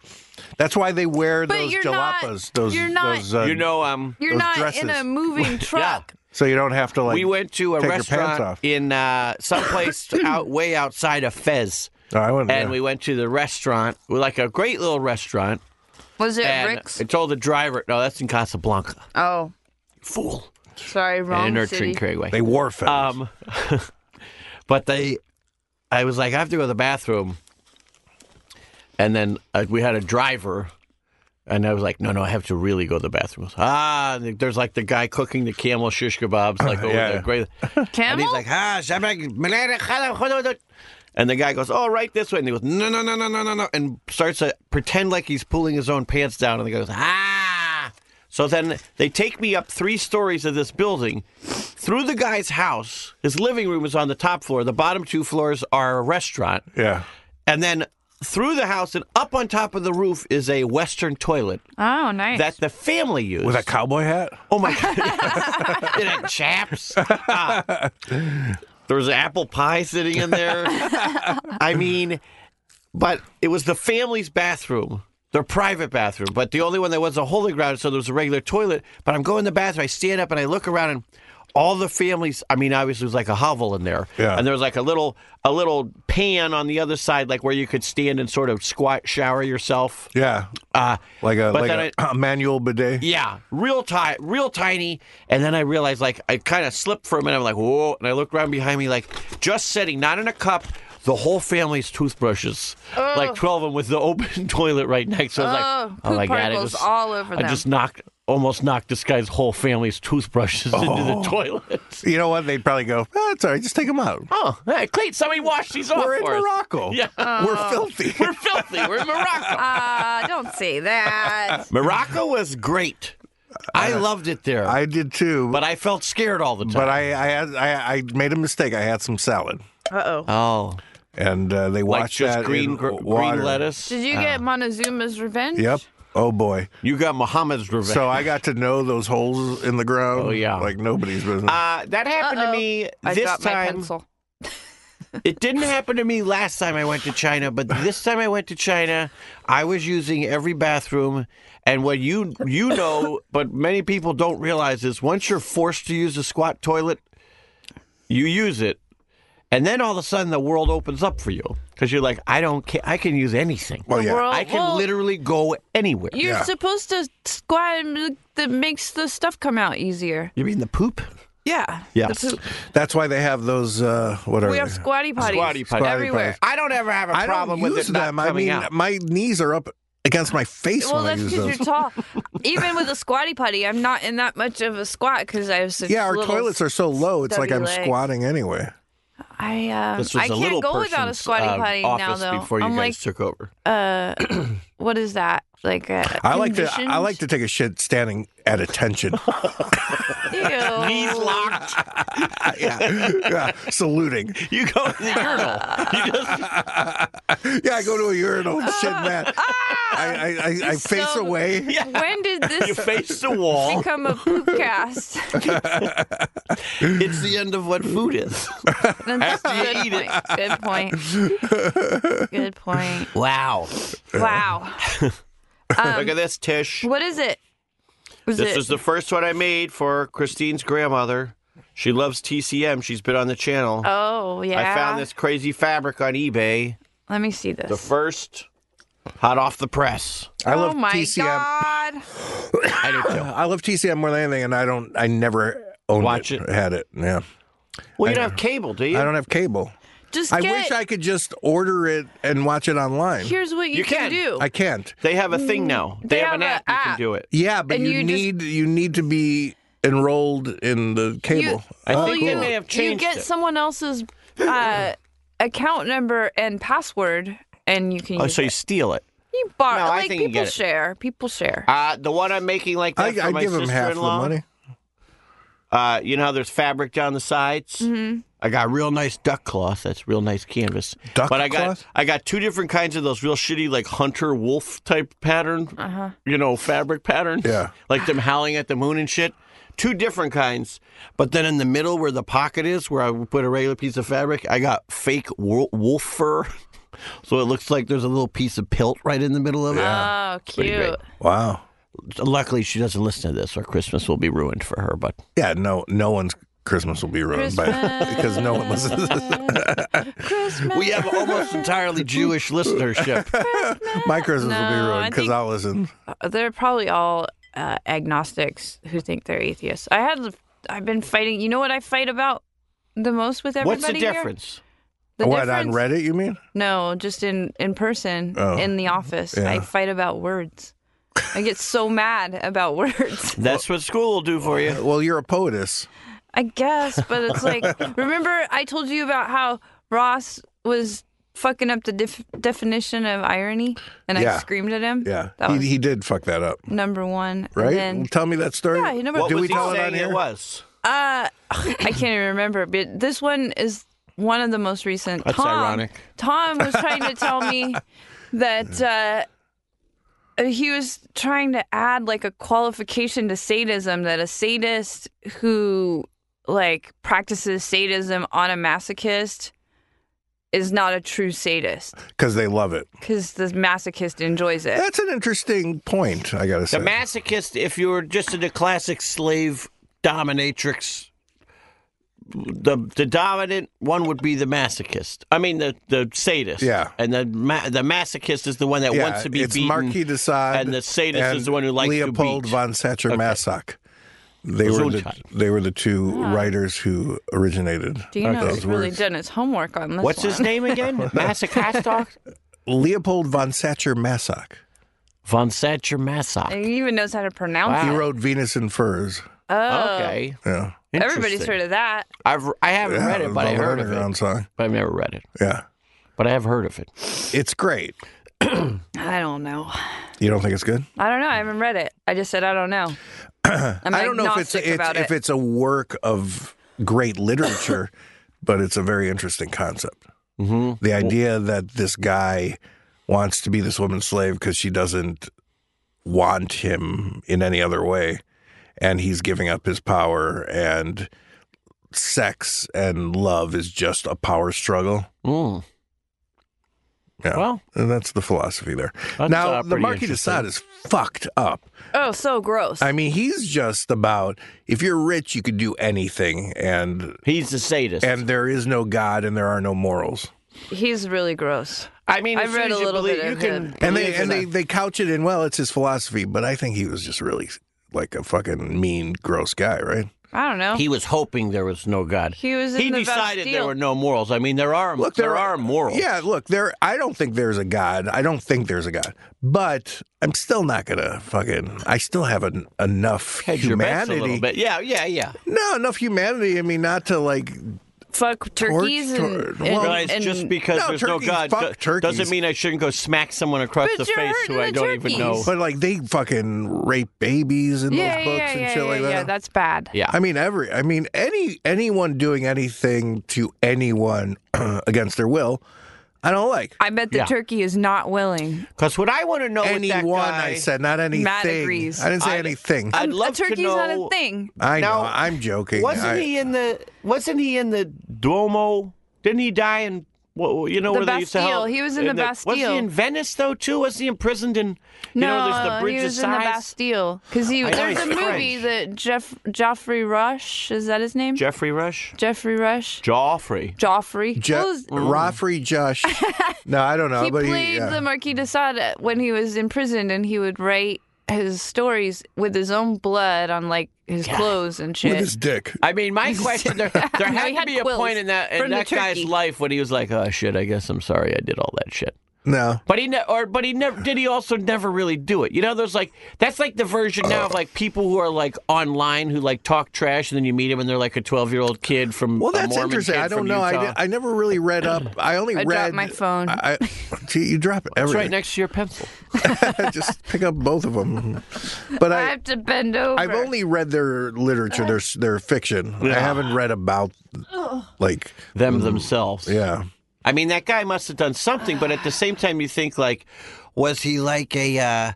S2: That's why they wear
S4: But
S2: those
S4: you're not-
S2: jalapas. those,
S4: you're not-
S2: those uh,
S5: You know, um,
S4: you're
S2: those
S4: not in
S2: dresses.
S5: <laughs>
S4: a moving truck
S2: so you don't have to like.
S5: we went to a
S2: take your pants
S5: restaurant
S2: off.
S5: in uh, someplace
S2: <coughs>
S5: out way outside of Fez,
S2: Oh, I went.
S5: and
S2: yeah.
S5: we went to the restaurant, like a great little restaurant.
S4: was it
S5: and
S4: rick's
S5: I told the driver, "No, that's in Casablanca."
S4: oh
S5: Fool,
S4: Sorry, wrong
S5: and nurturing
S4: city.
S5: Craigway.
S2: They wore feathers.
S5: Um, <laughs> but they, I was like, I have to go to the bathroom. And then uh, we had a driver, and I was like, no, no, I have to really go to the bathroom. I was, ah, and there's like the guy cooking the camel shish
S2: <laughs>
S5: kebabs, like over
S2: Yeah.
S5: the great. And
S4: Camel?
S5: he's like, ah, shabak- malala khala khududud." and the guy goes, oh, right this way. And he goes, no, no, no, no, no, no, no. And starts to pretend like he's pulling his own pants down. And he goes, ah. So then they take me up three stories of this building through the guy's house. His living room is on the top floor. The bottom two floors are a restaurant.
S2: yeah.
S5: And then through the house and up on top of the roof is a Western toilet
S4: oh, nice. <laughs>
S5: that the family used.
S2: With a cowboy hat.
S5: Oh my god! it had chaps. Ah. there was apple pie sitting in <laughs> there. I mean, but it was the family's bathroom, their private bathroom, but the only one that was a holy ground, so there was a regular toilet. But I'm going to the bathroom. I stand up and I look around, and all the families. I mean, obviously, it was like a hovel in there,
S2: Yeah.
S5: and there was like a little a little pan on the other side, like where you could stand and sort of squat, shower yourself.
S2: Yeah.
S5: Uh,
S2: Like a
S5: But
S2: like
S5: then
S2: a,
S5: it-
S2: a <clears throat> manual bidet.
S5: yeah, real tight, real tiny. And then I realized, like, I kind of slipped for a minute. I'm like, whoa. And I looked around behind me, like, just sitting, not in a cup, the whole family's toothbrushes. Like 12 of them with the <laughs> open toilet right next. So I was
S4: Oh,
S5: like, oh
S4: poop
S5: my God. I
S4: particles
S5: just,
S4: all over
S5: I
S4: them.
S5: just knocked, almost knocked this guy's whole family's toothbrushes into the toilet. <laughs>
S2: You know what? They'd probably go, oh, it's all right. Just take them out.
S5: Oh, hey, Cleet, somebody washed these off
S2: We're in
S5: for us.
S2: Morocco.
S5: <laughs> Yeah.
S2: We're filthy.
S5: <laughs> We're filthy. We're in
S4: <laughs>
S5: Morocco.
S4: Ah, don't say that.
S5: Morocco was great. I loved it there.
S2: I did too.
S5: but I felt scared all the time.
S2: But I, I, had, I, I made a mistake. I had some salad,
S4: Uh oh.
S5: oh.
S2: and uh, they
S5: like
S2: watched
S5: just
S2: that
S5: green
S2: in
S5: gr-
S2: water.
S5: green lettuce.
S4: Did you get Montezuma's revenge?
S2: Yep. Oh boy.
S5: You got Muhammad's revenge.
S2: So I got to know those holes in the ground.
S5: Oh, yeah.
S2: like nobody's business.
S5: uh, that happened
S4: Uh-oh.
S5: to me
S4: I
S5: this
S4: dropped my
S5: time.
S4: pencil.
S5: <laughs> It didn't happen to me last time I went to China, but this time I went to China, I was using every bathroom. And what you you
S4: <laughs>
S5: know, but many people don't realize is once you're forced to use a squat toilet, you use it, and then all of a sudden the world opens up for you because you're like, I don't care, I can use anything.
S2: well, Oh, yeah.
S4: World-
S5: I can
S4: well,
S5: literally go anywhere.
S4: You're
S2: Yeah.
S4: supposed to squat and look- that makes the stuff come out easier.
S5: You mean the poop?
S4: Yeah.
S5: Yes.
S4: The poop.
S2: That's why they have those. Uh, what are
S4: We
S2: they?
S4: have squatty potties.
S5: Squatty potties.
S4: Everywhere.
S5: I don't ever have a
S2: I
S5: problem
S2: don't
S5: with
S2: use
S5: it
S2: them.
S5: not
S2: I
S5: coming
S2: mean,
S5: out.
S2: my knees are up against my face
S4: Well,
S2: when I
S4: that's
S2: use
S4: because you're
S2: those.
S4: tall. Even with a squatty potty, I'm not in that much of a squat because I have such.
S2: Yeah, our
S4: little-
S2: toilets are so low. It's like
S4: stubby
S2: I'm
S4: legs.
S2: squatting anyway.
S4: I um,
S5: This was
S4: I
S5: a little
S4: can't go without a
S5: person's,
S4: squatty
S5: uh,
S4: potty now
S5: office
S4: though.
S5: Before you
S4: I'm
S5: guys
S4: like,
S5: took over,
S4: uh, what is that? Like a
S2: I like to. I like to take a shit standing at
S5: <laughs>
S2: attention.
S5: Oh,
S4: Ew.
S5: knees locked.
S2: yeah. <laughs> yeah, saluting.
S5: You go in the <laughs> urinal. You just
S2: Yeah, I go to a urinal and
S4: <laughs>
S2: shit in that. I, I, I, I face
S4: So- <laughs>
S2: away.
S4: When
S5: <laughs>
S4: did
S5: you
S4: this
S5: face the wall.
S4: become a poop
S5: <laughs>
S4: cast?
S5: It's the end of what food is.
S4: That's
S5: After you
S4: good
S5: eat it.
S4: point. Good point.
S2: <laughs>
S4: Good point.
S5: <laughs> Wow.
S4: Wow.
S5: Look at this, Tish.
S4: What is it? Was
S5: This
S4: it?
S5: is the first one I made for Christine's grandmother. She loves TCM. She's been on the channel.
S4: oh yeah.
S5: I found this crazy fabric on eBay.
S4: Let me see this.
S5: The first, hot off the press.
S2: I
S4: oh
S2: love
S4: my
S2: TCM.
S4: god.
S5: I do too.
S2: I love TCM more than anything, and I don't. I never owned
S5: Watch it.
S2: Had it. Yeah.
S5: Well, you don't have cable, do you?
S2: I don't have cable.
S4: Just
S2: I
S4: get.
S2: wish I could just order it and watch it online.
S4: Here's what you,
S5: You can.
S4: can, do.
S2: I can't.
S5: They have a thing now. They,
S4: They
S5: have,
S4: have
S5: an
S4: a
S5: app, you
S4: app.
S5: can do it.
S2: Yeah, but
S4: And
S2: you,
S4: you just-
S2: need you need to be enrolled in the cable.
S5: I
S2: Oh,
S5: think
S2: cool.
S5: they may have
S4: you
S5: changed
S4: get
S5: it.
S4: someone else's uh, account number and password, and you can.
S5: Oh,
S4: use
S5: so you
S4: it.
S5: steal it.
S4: you borrow.
S5: No, I
S4: like
S5: think you
S4: people
S5: get it.
S4: share. People share.
S5: Uh, the one I'm making like
S2: I,
S5: that for
S2: I
S5: my
S2: give him half the
S5: sister-in-law,
S2: money.
S5: Uh, you know how there's fabric down the sides? Mm-hmm. I got real nice duck cloth. That's real nice canvas.
S2: Duck
S5: but I got
S2: cloth?
S5: I got two different kinds of those real shitty like hunter wolf type pattern, uh-huh. you know, fabric patterns.
S2: Yeah.
S5: like them howling at the moon and shit. Two different kinds. But then in the middle where the pocket is, where I would put a regular piece of fabric, I got fake wol- wolf fur. <laughs> So it looks like there's a little piece of pelt right in the middle of it.
S4: oh, cute.
S5: great.
S2: Wow.
S5: Luckily, she doesn't listen to this, or Christmas will be ruined for her. But
S2: Yeah. No. No one's Christmas will be ruined by because no one
S4: <laughs>
S2: listens.
S4: Christmas.
S5: we have almost entirely Jewish listenership.
S2: My Christmas will be
S4: No, I
S2: ruined because
S4: think-
S2: I'll listen.
S4: Uh, They're probably all uh, agnostics who think they're atheists. I had. I've been fighting. You know what I fight about the most with everybody?
S5: What's the
S4: here?
S5: difference?
S4: The
S2: what
S4: difference?
S2: on Reddit? You mean?
S4: No, just in in person,
S2: Oh,
S4: in the office.
S2: yeah.
S4: I fight about words. I get
S2: <laughs>
S4: so mad about words.
S5: That's what school will do for you.
S2: Well, you're a poetess.
S4: I guess, but
S2: <laughs>
S4: it's like, remember I told you about how Ross was fucking up the def- definition of irony, and I
S2: Yeah.
S4: screamed at him.
S2: Yeah.
S4: that
S2: he,
S4: was
S2: he did fuck that up,
S4: number one. And
S2: right?
S4: then-
S2: Tell me that story.
S4: Yeah, he never-
S5: What
S2: Do
S5: was
S2: we
S5: he
S2: tell it on
S5: saying
S2: here?
S5: it was?
S4: uh, <sighs> I can't even remember, but this one is one of the most recent.
S5: That's
S4: Tom,
S5: ironic.
S4: Tom was trying to tell
S5: <laughs>
S4: me that. Uh, uh, he was trying to add like a qualification to sadism that a sadist who like practices sadism on a masochist is not a true sadist
S2: Because they love it.
S4: because the masochist enjoys it.
S2: That's an interesting point. I gotta
S5: The
S2: say.
S5: masochist, if you were just in a classic slave dominatrix the the dominant one would be the masochist. I mean the the sadist.
S2: Yeah.
S5: And the ma- the masochist is the one that
S2: Yeah,
S5: wants to be
S2: it's
S5: beaten.
S2: Marquis de Sade
S5: and the sadist
S2: and
S5: is the one who likes
S2: Leopold
S5: to beat.
S2: von Sacher Masoch. They were the,
S5: Gesundheit.
S2: they were the two writers who originated
S4: Dino's
S2: those
S4: really
S2: words.
S4: done his homework on this.
S5: What's his
S4: one.
S5: name
S4: <laughs>
S5: again? Masochist
S2: Leopold von Sacher Masoch.
S5: von Sacher Masoch.
S4: He even knows how to pronounce
S2: He
S5: Wow.
S4: it.
S2: wrote Venus in Furs.
S5: Okay.
S2: Yeah,
S4: Everybody's
S5: Interesting.
S4: heard of that.
S5: I've I haven't
S2: yeah
S5: read it, but I
S2: Velvet
S5: heard of
S2: Underground
S5: it.
S2: song.
S5: But I've never read it.
S2: Yeah,
S5: But I have heard of it.
S2: it's great.
S4: I don't know.
S2: You don't think it's good?
S4: I don't know. I haven't read it. I just said I
S5: <clears throat>
S4: don't know. I'm
S2: I don't know if it's,
S4: agnostic
S2: it's
S4: about
S2: if
S4: it.
S2: it's a work of great
S4: <laughs>
S2: literature, but it's a very interesting concept. Mm-hmm. The idea that this guy wants to be this woman's slave because she doesn't want him in any other way, and he's giving up his power and sex and love is just a power struggle.
S5: Mm.
S2: Yeah.
S5: Well,
S2: And that's the philosophy there.
S5: That's,
S2: now,
S5: uh,
S2: the
S5: pretty
S2: Marquis de
S5: interesting.
S2: Sade is fucked up.
S4: oh, so gross.
S2: I mean, he's just about if you're rich, you could do anything, and
S5: he's the sadist.
S2: and there is no God and there are no morals.
S4: He's really gross.
S5: I mean,
S4: I
S5: as soon
S4: read
S5: as
S4: a
S5: you
S4: little
S5: believe,
S4: bit
S5: you
S4: of
S5: can
S4: him.
S2: And they
S5: believe
S2: and
S5: in
S2: they,
S5: a-
S2: they couch it in well, it's his philosophy, but I think he was just really like a fucking mean, gross guy, right?
S4: I don't know.
S5: He was hoping there was no God.
S4: He was
S5: He
S4: in the
S5: decided there
S4: Bastille.
S5: were no morals. I mean, there are
S2: Look,
S5: there, are, morals.
S2: Yeah, look, there. I don't think there's a God. I don't think there's a God, but I'm still not gonna fucking. I still have an, enough
S5: Hedge your bets a
S2: humanity.
S5: little bit. Yeah, yeah, yeah.
S2: No, enough humanity. I mean, not to like
S4: Fuck turkeys
S2: tor-
S4: and,
S2: well,
S4: and-
S5: Realize
S4: and-
S5: just because
S2: No,
S5: there's
S2: turkeys,
S5: no God
S2: fuck
S5: do-
S2: turkeys.
S5: doesn't mean I shouldn't go smack someone across the
S4: But you're
S5: face who
S4: hurting
S5: I
S4: the
S5: don't even know.
S4: turkeys.
S2: But like they fucking rape babies in
S4: yeah,
S2: those
S4: yeah,
S2: books
S4: yeah,
S2: and
S4: yeah,
S2: shit like
S4: yeah,
S2: that.
S4: yeah, that's bad.
S5: Yeah.
S2: I mean every I mean any anyone doing anything to anyone <clears throat> against their will, I don't like.
S4: I bet the
S5: Yeah.
S4: turkey is not willing.
S5: Because what I want to know with that
S2: anyone
S5: guy,
S2: I said, not anything.
S4: agrees.
S2: I didn't say
S5: I-
S2: anything. I,
S5: I'd love
S4: Um, a turkey's
S5: to know.
S4: not a thing.
S2: know,
S5: Now,
S2: I'm joking.
S5: Wasn't
S2: I-
S5: he in the? Wasn't he in the Duomo? Didn't he die in? Well, you know
S4: The
S5: where they used to
S4: Bastille.
S5: help-
S4: He was in the
S5: Was he
S4: Bastille.
S5: in Venice though too? Was he imprisoned in? You
S4: no,
S5: know, there's the Bridge
S4: he
S5: of
S4: was in the
S5: Sighs?
S4: Bastille because he.
S5: I know
S4: There's a
S5: he's
S4: movie
S5: French.
S4: that Jeff Joffrey Rush is that his name?
S5: Jeffrey Rush,
S4: Jeffrey Rush.
S5: Joffrey.
S4: Joffrey.
S2: Je-
S4: What was-
S2: Raffrey Josh. no, I don't know.
S4: he
S2: Uh, but
S4: played
S2: he, yeah.
S4: the Marquis de Sade when he was in prison, and he would write his stories with his own blood on like his clothes and shit.
S2: with his dick.
S5: I mean,
S4: <laughs>
S5: my question there, there
S4: No,
S5: had
S4: he
S5: to
S4: had
S5: be a
S4: quills
S5: point in that in
S4: from the
S5: that guy's
S4: turkey.
S5: life when he was like, "Oh shit, I guess I'm sorry, I did all that shit."
S2: No.
S5: But he ne- or but he never did. He also never really do it. You know, there's like that's like the version now of like people who are like online who like talk trash, and then you meet them and they're like a 12 year old kid from
S2: Well,
S5: a
S2: that's
S5: Mormon
S2: interesting.
S5: kid
S2: I don't
S5: from
S2: know. I,
S5: Utah.
S2: di- I never really read up. I only
S4: I
S2: read.
S4: dropped my phone.
S2: I, see, you drop it.
S5: it's right
S2: Everything.
S5: next to your pencil.
S2: <laughs> Just pick up both of them. But
S4: I
S2: I,
S4: have to bend over.
S2: I've only read their literature, their their fiction. I haven't read about like
S5: Them themselves.
S2: yeah.
S5: Mm-hmm. I mean, that guy must have done something, but at the same time, you think like, was he like a, uh,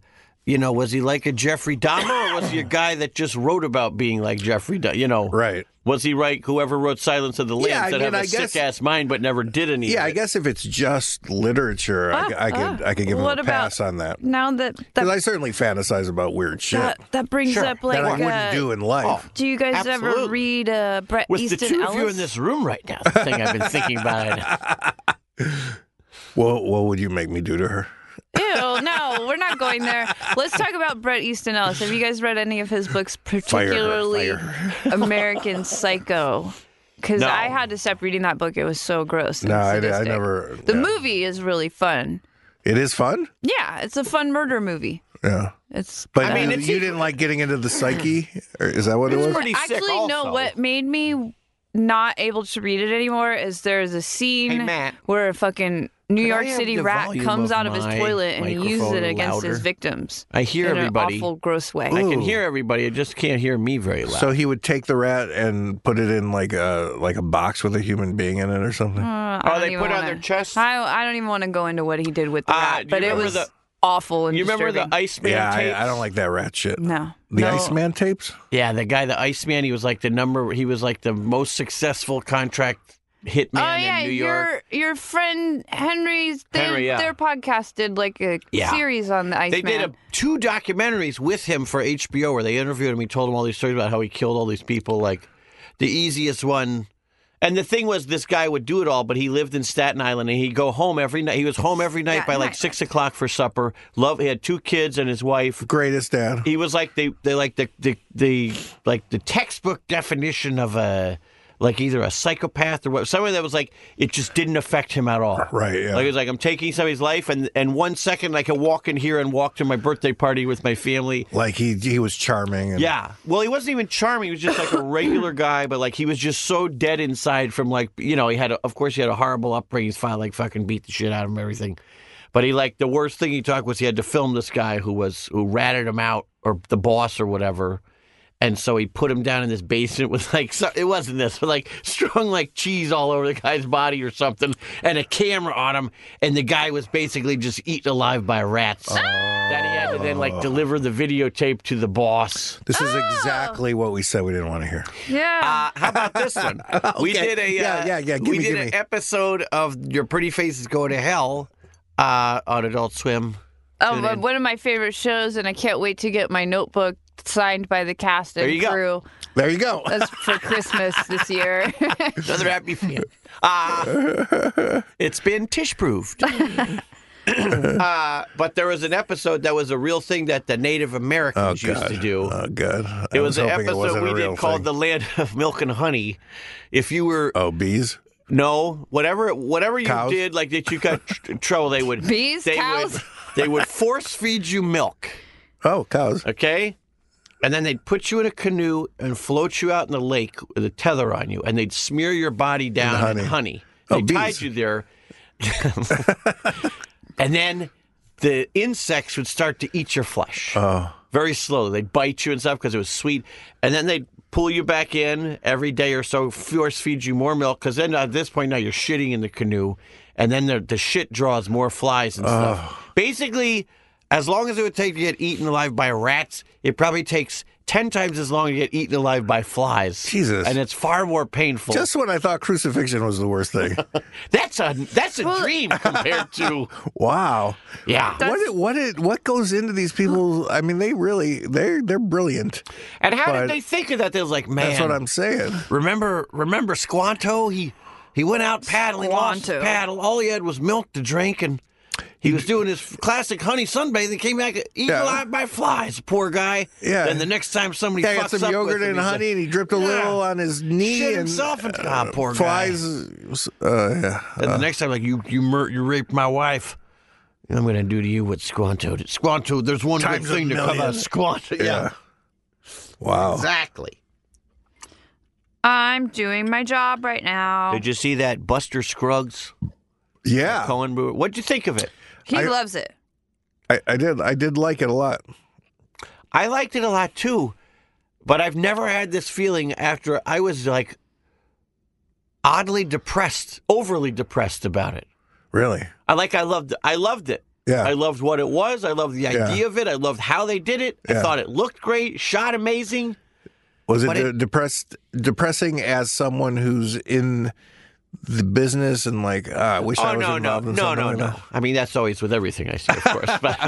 S5: you know, was he like a Jeffrey Dahmer, or was he a guy that just wrote about being like Jeffrey? Dah- you know,
S2: Right.
S5: Was he right? Whoever wrote Silence of the Lambs
S2: Yeah, I
S5: that
S2: mean,
S5: had a
S2: I guess-
S5: sick ass mind but never did any.
S2: Yeah,
S5: of
S2: I
S5: it.
S2: guess if it's just literature, I, I could I could give
S4: Ah, What
S2: him a
S4: about-
S2: pass on that
S4: now that
S2: because
S4: that,
S2: I certainly fantasize about weird shit
S4: that that brings
S5: Sure.
S4: up like
S2: that I wouldn't
S4: uh,
S2: do in life.
S4: Do you guys
S5: Absolutely.
S4: ever read uh, Brett
S5: With
S4: Easton
S5: the two
S4: Ellis?
S5: of you in this room right now, the thing I've
S2: <laughs>
S5: been thinking about.
S2: Well, what would you make me do to her?
S4: Ew, no, we're not going there. Let's talk about Brett Easton Ellis. Have you guys read any of his
S2: <laughs>
S4: books,
S2: Fire
S4: particularly
S2: her. Fire <laughs> her.
S4: American Psycho? Because
S5: No.
S4: I had to stop reading that book. It was so gross. and
S2: No, I, I
S4: sadistic.
S2: never.
S4: The
S2: yeah.
S4: movie is really fun.
S2: It is fun.
S4: Yeah, it's a fun murder movie.
S2: Yeah,
S4: It's
S2: but
S5: I mean,
S2: you,
S5: it's
S2: you
S5: even-
S2: didn't like getting into the psyche, or is that what it
S5: It's
S2: was?
S5: pretty sick.
S4: actually no.
S5: also.
S4: What made me not able to read it anymore is there's a scene
S5: Hey, Matt.
S4: where a fucking New
S5: Could I
S4: York
S5: have
S4: City
S5: the
S4: rat
S5: volume
S4: comes
S5: of
S4: out of his
S5: my
S4: toilet and he uses
S5: microphone
S4: it against his
S5: louder?
S4: victims.
S5: I hear
S4: in
S5: everybody.
S4: An awful, gross way.
S5: I can hear everybody. I just can't hear me very loud.
S2: So he would take the rat and put it in like a like a box with a human being in it or something.
S4: Uh,
S5: Oh,
S4: I don't
S5: they
S4: even
S5: put it on
S4: wanna-
S5: their chest?
S4: I, I don't even want to go into what he did with the
S5: Uh, do
S4: rat,
S5: you
S4: but it
S5: remember
S4: was
S5: the-
S4: awful and
S5: you remember the
S4: disturbing.
S5: Iceman
S2: yeah,
S5: tapes?
S2: I, I don't like that rat shit.
S4: No.
S2: The
S4: no.
S2: Iceman tapes?
S5: Yeah, the guy, the Iceman, he was like the number, he was like the most successful contract hitman
S4: Oh yeah,
S5: in New York.
S4: your your friend Henry's their,
S5: Henry, yeah.
S4: their podcast did like a
S5: Yeah.
S4: series on the
S5: They
S4: Iceman.
S5: did a, two documentaries with him for HBO where they interviewed him. He told him all these stories about how he killed all these people. Like the easiest one And the thing was, this guy would do it all, but he lived in Staten Island, and he'd go home every night. He was home every night by
S4: Staten
S5: like
S4: Island.
S5: six o'clock for supper. Love, he had two kids and his wife.
S2: Greatest dad.
S5: He was like the, the like the, the the like the textbook definition of a like either a psychopath or what. Someone that was like it just didn't affect him at all.
S2: Right, yeah.
S5: Like it was like I'm taking somebody's life, and and one second I can walk in here and walk to my birthday party with my family.
S2: Like he he was charming. And,
S5: Yeah. Well, he wasn't even charming. He was just like a regular guy, but like he was just so dead inside from like you know he had a, of course he had a horrible upbringing. His father like fucking beat the shit out of him, and everything. But he like the worst thing he talked was he had to film this guy who was who ratted him out or the boss or whatever. And so he put him down in this basement with like so, it wasn't this, but like strung like cheese all over the guy's body or something, and a camera on him, and the guy was basically just eaten alive by rats. That he had to then like deliver the videotape to the boss.
S2: This is exactly what we said we didn't want to hear.
S4: Yeah.
S5: Uh, how about this one? We
S2: <laughs> Okay.
S5: did a
S2: Yeah,
S5: uh,
S2: yeah, yeah. Give
S5: we
S2: me,
S5: did
S2: give
S5: an
S2: me.
S5: episode of Your Pretty Faces Go to Hell uh, on Adult Swim.
S4: oh,
S5: uh, tune
S4: but
S5: in.
S4: one of my favorite shows, and I can't wait to get my notebook signed by the cast
S5: There
S4: and
S5: you go.
S4: crew.
S2: There you go.
S5: <laughs>
S4: That's for Christmas this <laughs> year.
S5: Another
S2: <laughs>
S5: happy fan. Uh, it's been
S2: <laughs>
S5: Tish proved. uh, but there was an episode that was a real thing that the Native Americans
S2: Oh,
S5: used
S2: God.
S5: to do.
S2: Oh, God. I
S5: it was, an
S2: hoping it
S5: episode
S2: wasn't a
S5: we
S2: real
S5: did called
S2: thing.
S5: "The Land <laughs> of Milk and Honey." If you were
S2: Oh, bees?
S5: No, whatever, whatever you
S2: Cows?
S5: did, like that you got tr- trouble. They would
S4: Bees?
S5: they
S4: Cows?
S5: would they would force feed you milk,
S2: Oh, cows.
S5: okay, and then they'd put you in a canoe and float you out in the lake with a tether on you, and they'd smear your body down
S2: honey.
S5: in honey. They
S2: Oh, bees.
S5: tied
S2: <laughs>
S5: you there, <laughs> and then the insects would start to eat your flesh
S2: Uh-huh.
S5: very slow. They'd bite you and stuff because it was sweet, and then they'd pull you back in every day or so, force feed you more milk because then at this point now you're shitting in the canoe, and then the, the shit draws more flies and stuff. Basically, as long as it would take to get eaten alive by rats, it probably takes ten times as long to get eaten alive by flies.
S2: Jesus.
S5: and it's far more painful.
S2: Just when I thought crucifixion was the worst
S5: <laughs>
S2: thing.
S5: that's a that's a dream
S2: <laughs>
S5: compared to
S2: wow.
S5: yeah.
S2: What it, what it, what goes into these people? I mean, they really they're they're brilliant.
S5: And how
S2: But-
S5: did they think of that? They was like, man,
S2: That's what I'm saying.
S5: Remember, remember Squanto? He he went out paddling, lost his
S4: Squanto.
S5: paddle. All he had was milk to drink, and he was doing his classic honey sunbathing. Came back eaten
S2: Yeah.
S5: alive by flies. Poor guy.
S2: Yeah.
S5: Then the next time somebody
S2: Yeah, I
S5: fucks
S2: got some
S5: up
S2: yogurt
S5: with him,
S2: and
S5: he's like,
S2: honey, and he dripped a
S5: "Yeah."
S2: little on his knee
S5: Shit
S2: and
S5: himself and- Ah, poor guy.
S2: flies. Uh, yeah.
S5: And the next time, like you, you, mur- you raped my wife. I'm gonna do to you what Squanto did. Squanto, there's one good
S2: Times a
S5: thing to come
S2: million.
S5: out of Squanto. Yeah,
S2: Yeah. Wow.
S5: <laughs> exactly.
S4: I'm doing my job right now.
S5: Did you see that Buster Scruggs
S2: Yeah,
S5: Cohen movie? What'd you think of it?
S4: he
S2: I-
S4: loves it.
S2: I, I did. I did like it a lot.
S5: I liked it a lot too, but I've never had this feeling after I was like oddly depressed, overly depressed about it.
S2: Really.
S5: I like I loved I loved it.
S2: Yeah.
S5: I loved what it was. I loved the
S2: Yeah.
S5: idea of it. I loved how they did it. I
S2: Yeah.
S5: thought it looked great, shot amazing.
S2: Was it,
S5: But it-
S2: de- depressed? Depressing as someone who's in the business and like, ah, I wish I
S5: Oh
S2: was
S5: no, no,
S2: involved in
S5: no,
S2: something
S5: no,
S2: like
S5: no.
S2: that.
S5: I mean that's always with everything I see, of course.
S2: <laughs>
S5: But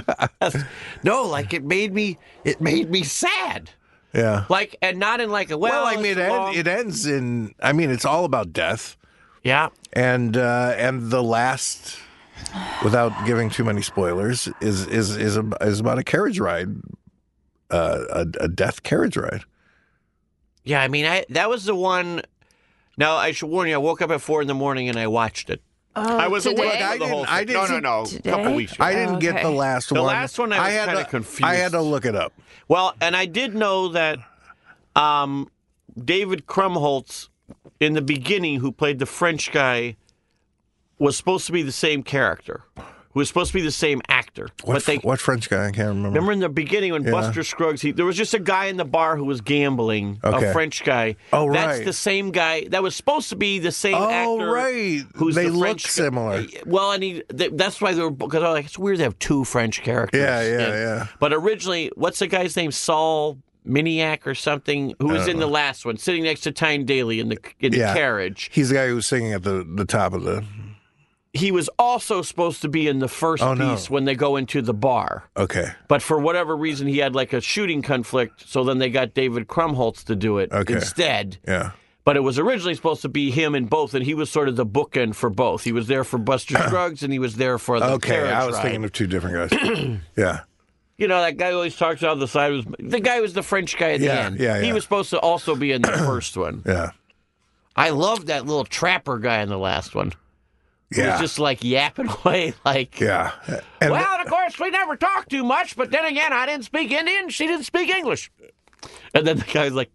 S5: that's- no, like it made me it made me sad.
S2: Yeah.
S5: Like and not in like a well,
S2: Well, I mean,
S5: it's
S2: it, end,
S5: long-
S2: it ends in. I mean, it's all about death,
S5: yeah.
S2: and uh, and the last, without giving too many spoilers, is is is a, is about a carriage ride, uh, a, a death carriage ride.
S5: Yeah, I mean, I that was the one. Now I should warn you. I woke up at four in the morning and I watched it. I was
S4: today?
S5: awake.
S2: I
S5: for the whole
S2: didn't- I
S5: thing.
S2: didn't
S5: No, no, no.
S4: Today?
S5: A couple weeks. Ago.
S2: I didn't get
S4: Okay.
S2: the last
S5: The
S2: one.
S5: last one I was
S2: had
S5: kinda
S2: to- I
S5: confused.
S2: had to look it up.
S5: Well, and I did know that um, David Krumholtz in the beginning, who played the French guy, was supposed to be the same character, who was supposed to be the same actor.
S2: What,
S5: but they
S2: fr- what French guy? I can't remember.
S5: remember in the beginning when Buster Scruggs, he, there was just a guy in the bar who was gambling,
S2: Okay.
S5: a French guy.
S2: Oh,
S5: That's
S2: right.
S5: the same guy that was supposed to be the same
S2: oh,
S5: actor.
S2: right.
S5: who's
S2: they
S5: the
S2: look
S5: French guy.
S2: similar.
S5: Well, and he, th- that's why they were because I was like it's weird to have two French characters.
S2: Yeah, yeah,
S5: in-
S2: yeah.
S5: But originally, what's the guy's name? Saul Miniac or something, who was in the last one, sitting next to Tyne Daly in the in the
S2: Yeah.
S5: carriage.
S2: He's the guy who was singing at the, the top of the.
S5: He was also supposed to be in the first
S2: Oh, no.
S5: piece when they go into the bar,
S2: Okay.
S5: but for whatever reason, he had like a shooting conflict, so then they got David Krumholtz to do it
S2: Okay.
S5: instead.
S2: Yeah.
S5: But it was originally supposed to be him in both, and he was sort of the bookend for both. He was there for Buster
S2: <clears throat>
S5: Scruggs, and he was there for the
S2: Okay,
S5: Terror
S2: I was
S5: Tribe.
S2: thinking of two different guys. <clears throat> yeah.
S5: You know that guy who always talks out the side was the guy who was the French guy at the
S2: Yeah,
S5: end.
S2: yeah,
S5: He
S2: yeah.
S5: was supposed to also be
S2: <clears throat>
S5: in the first one.
S2: Yeah.
S5: I love that little trapper guy in the last one. He
S2: Yeah.
S5: was just like yapping <laughs> away, like
S2: yeah. And
S5: well, and of course, we never talked too much, but then again, I didn't speak Indian. She didn't speak English. And then the guy's like,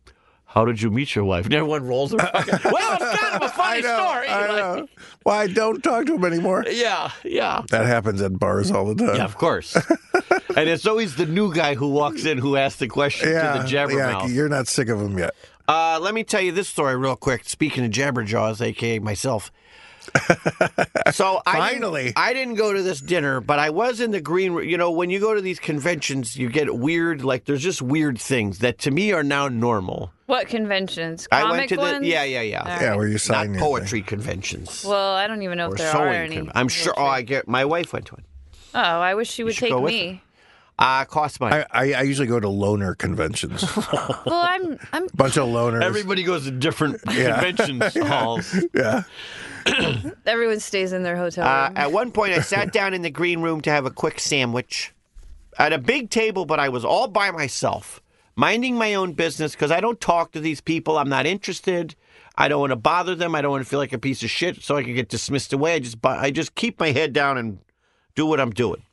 S5: How did you meet your wife? And everyone rolls their fucking. well, it's kind
S2: <laughs>
S5: of a
S2: I
S5: funny
S2: know,
S5: story.
S2: I
S5: Like,
S2: know. Well, I don't talk to him anymore.
S5: yeah, yeah.
S2: That happens at bars all the time.
S5: Yeah, of course. <laughs> and it's always the new guy who walks in who asks the question to the jabbermouth.
S2: yeah, you're not sick of him yet.
S5: Uh, let me tell you this story real quick. Speaking of Jabberjaws,
S2: <laughs>
S5: aka myself. so I didn't-
S2: Finally.
S5: I didn't go to this dinner, but I was in the green room. You know, when you go to these conventions, you get weird. Like there's just weird things that to me are now normal.
S4: What conventions? Comic
S5: I went to
S4: ones?
S5: the yeah, yeah, yeah.
S4: All
S2: Yeah, where you
S5: Not
S2: sign your
S5: poetry conventions
S4: Well, I don't even know
S5: or
S4: if there
S5: sewing.
S4: are any.
S5: con- I'm sure. Oh, I get my wife went to one.
S4: Oh, I wish she would
S5: should
S4: take
S5: go with
S4: me.
S5: Uh, cost money.
S2: thing. I, I, I usually go to loner
S5: <laughs>
S2: conventions.
S4: Well, I'm I'm
S2: Bunch of loners.
S5: Everybody goes to
S2: <laughs>
S5: different conventions halls.
S2: yeah.
S4: everyone stays in their hotel
S5: Uh,
S4: room.
S5: at one point, I sat down in the green room to have a quick sandwich at a big table, but I was all by myself, minding my own business because I don't talk to these people. I'm not interested. I don't want to bother them. I don't want to feel like a piece of shit, so I can get dismissed away. I just, bu- I just keep my head down and do what I'm doing.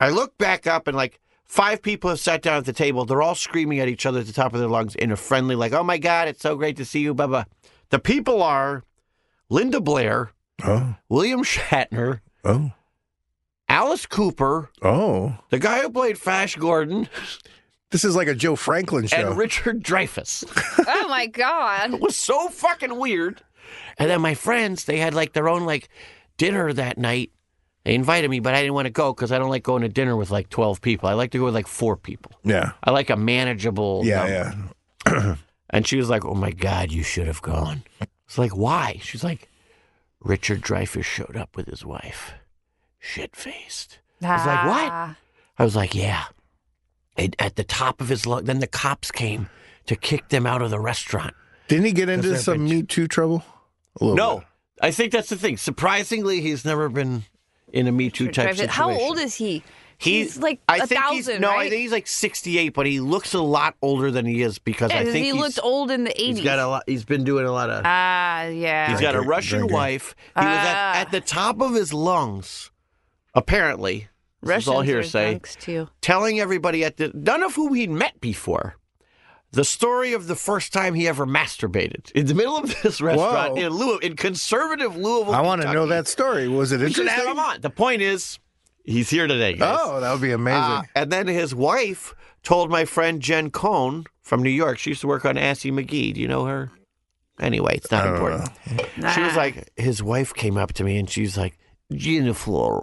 S5: I look back up and like five people have sat down at the table. They're all screaming at each other at the top of their lungs in a friendly, like, "Oh my god, it's so great to see you, blah blah." The people are Linda Blair.
S2: Oh,
S5: William Shatner,
S2: oh,
S5: Alice Cooper,
S2: oh.
S5: the guy who played Flash Gordon,
S2: This is like a Joe Franklin show.
S5: and Richard Dreyfuss. <laughs>
S4: oh my god.
S5: It was so fucking weird. And then my friends, they had like their own like dinner that night. They invited me, but I didn't want to go because I don't like going to dinner with like twelve people. I like to go with like four people.
S2: yeah.
S5: I like a manageable.
S2: Yeah,
S5: number.
S2: yeah.
S5: And she was like, "Oh my God, you should have gone." It's like, "Why?" She's like, "Richard Dreyfuss showed up with his wife, shit faced." I was like, "What?"
S4: Ah.
S5: I was like, yeah. It, at the top of his lung, then the cops came to kick them out of the restaurant.
S2: Didn't he get into
S5: That's
S2: some
S5: average.
S2: Me Too trouble? A little
S5: No,
S2: bit.
S5: I think that's the thing. Surprisingly, he's never been in a Me Too type
S4: Drive it.
S5: situation.
S4: How old is he? He's like
S5: I
S4: a
S5: think he's-
S4: thousand,
S5: No, I
S4: right?
S5: think he's like sixty-eight, but he looks a lot older than he is because
S4: Yeah,
S5: I
S4: 'cause
S5: think
S4: he
S5: he's-
S4: looked old in the
S5: He's
S4: eighties.
S5: got a lot. He's been doing a lot of.
S4: Ah, yeah.
S5: He's got a
S2: Drinking-
S5: Russian
S2: drinking.
S5: wife. He was at,
S4: Ah.
S5: at the top of his lungs, apparently. This is all
S4: Russians are
S5: hearsay.
S4: drunks, too.
S5: telling everybody at the none of whom he'd met before the story of the first time he ever masturbated in the middle of <laughs> this restaurant
S2: Whoa.
S5: in Louis, in conservative Louisville.
S2: I want to know
S5: Kentucky.
S2: that story. Was it
S5: We should
S2: interesting?
S5: have him on. The point is, he's here today, guys.
S2: Oh, that would be amazing.
S5: Uh, and then his wife told my friend Jen Cohn from New York. She used to work on Assy McGee. Do you know her? Anyway, it's not important. She was like, his wife came up to me and she's like, Jennifer,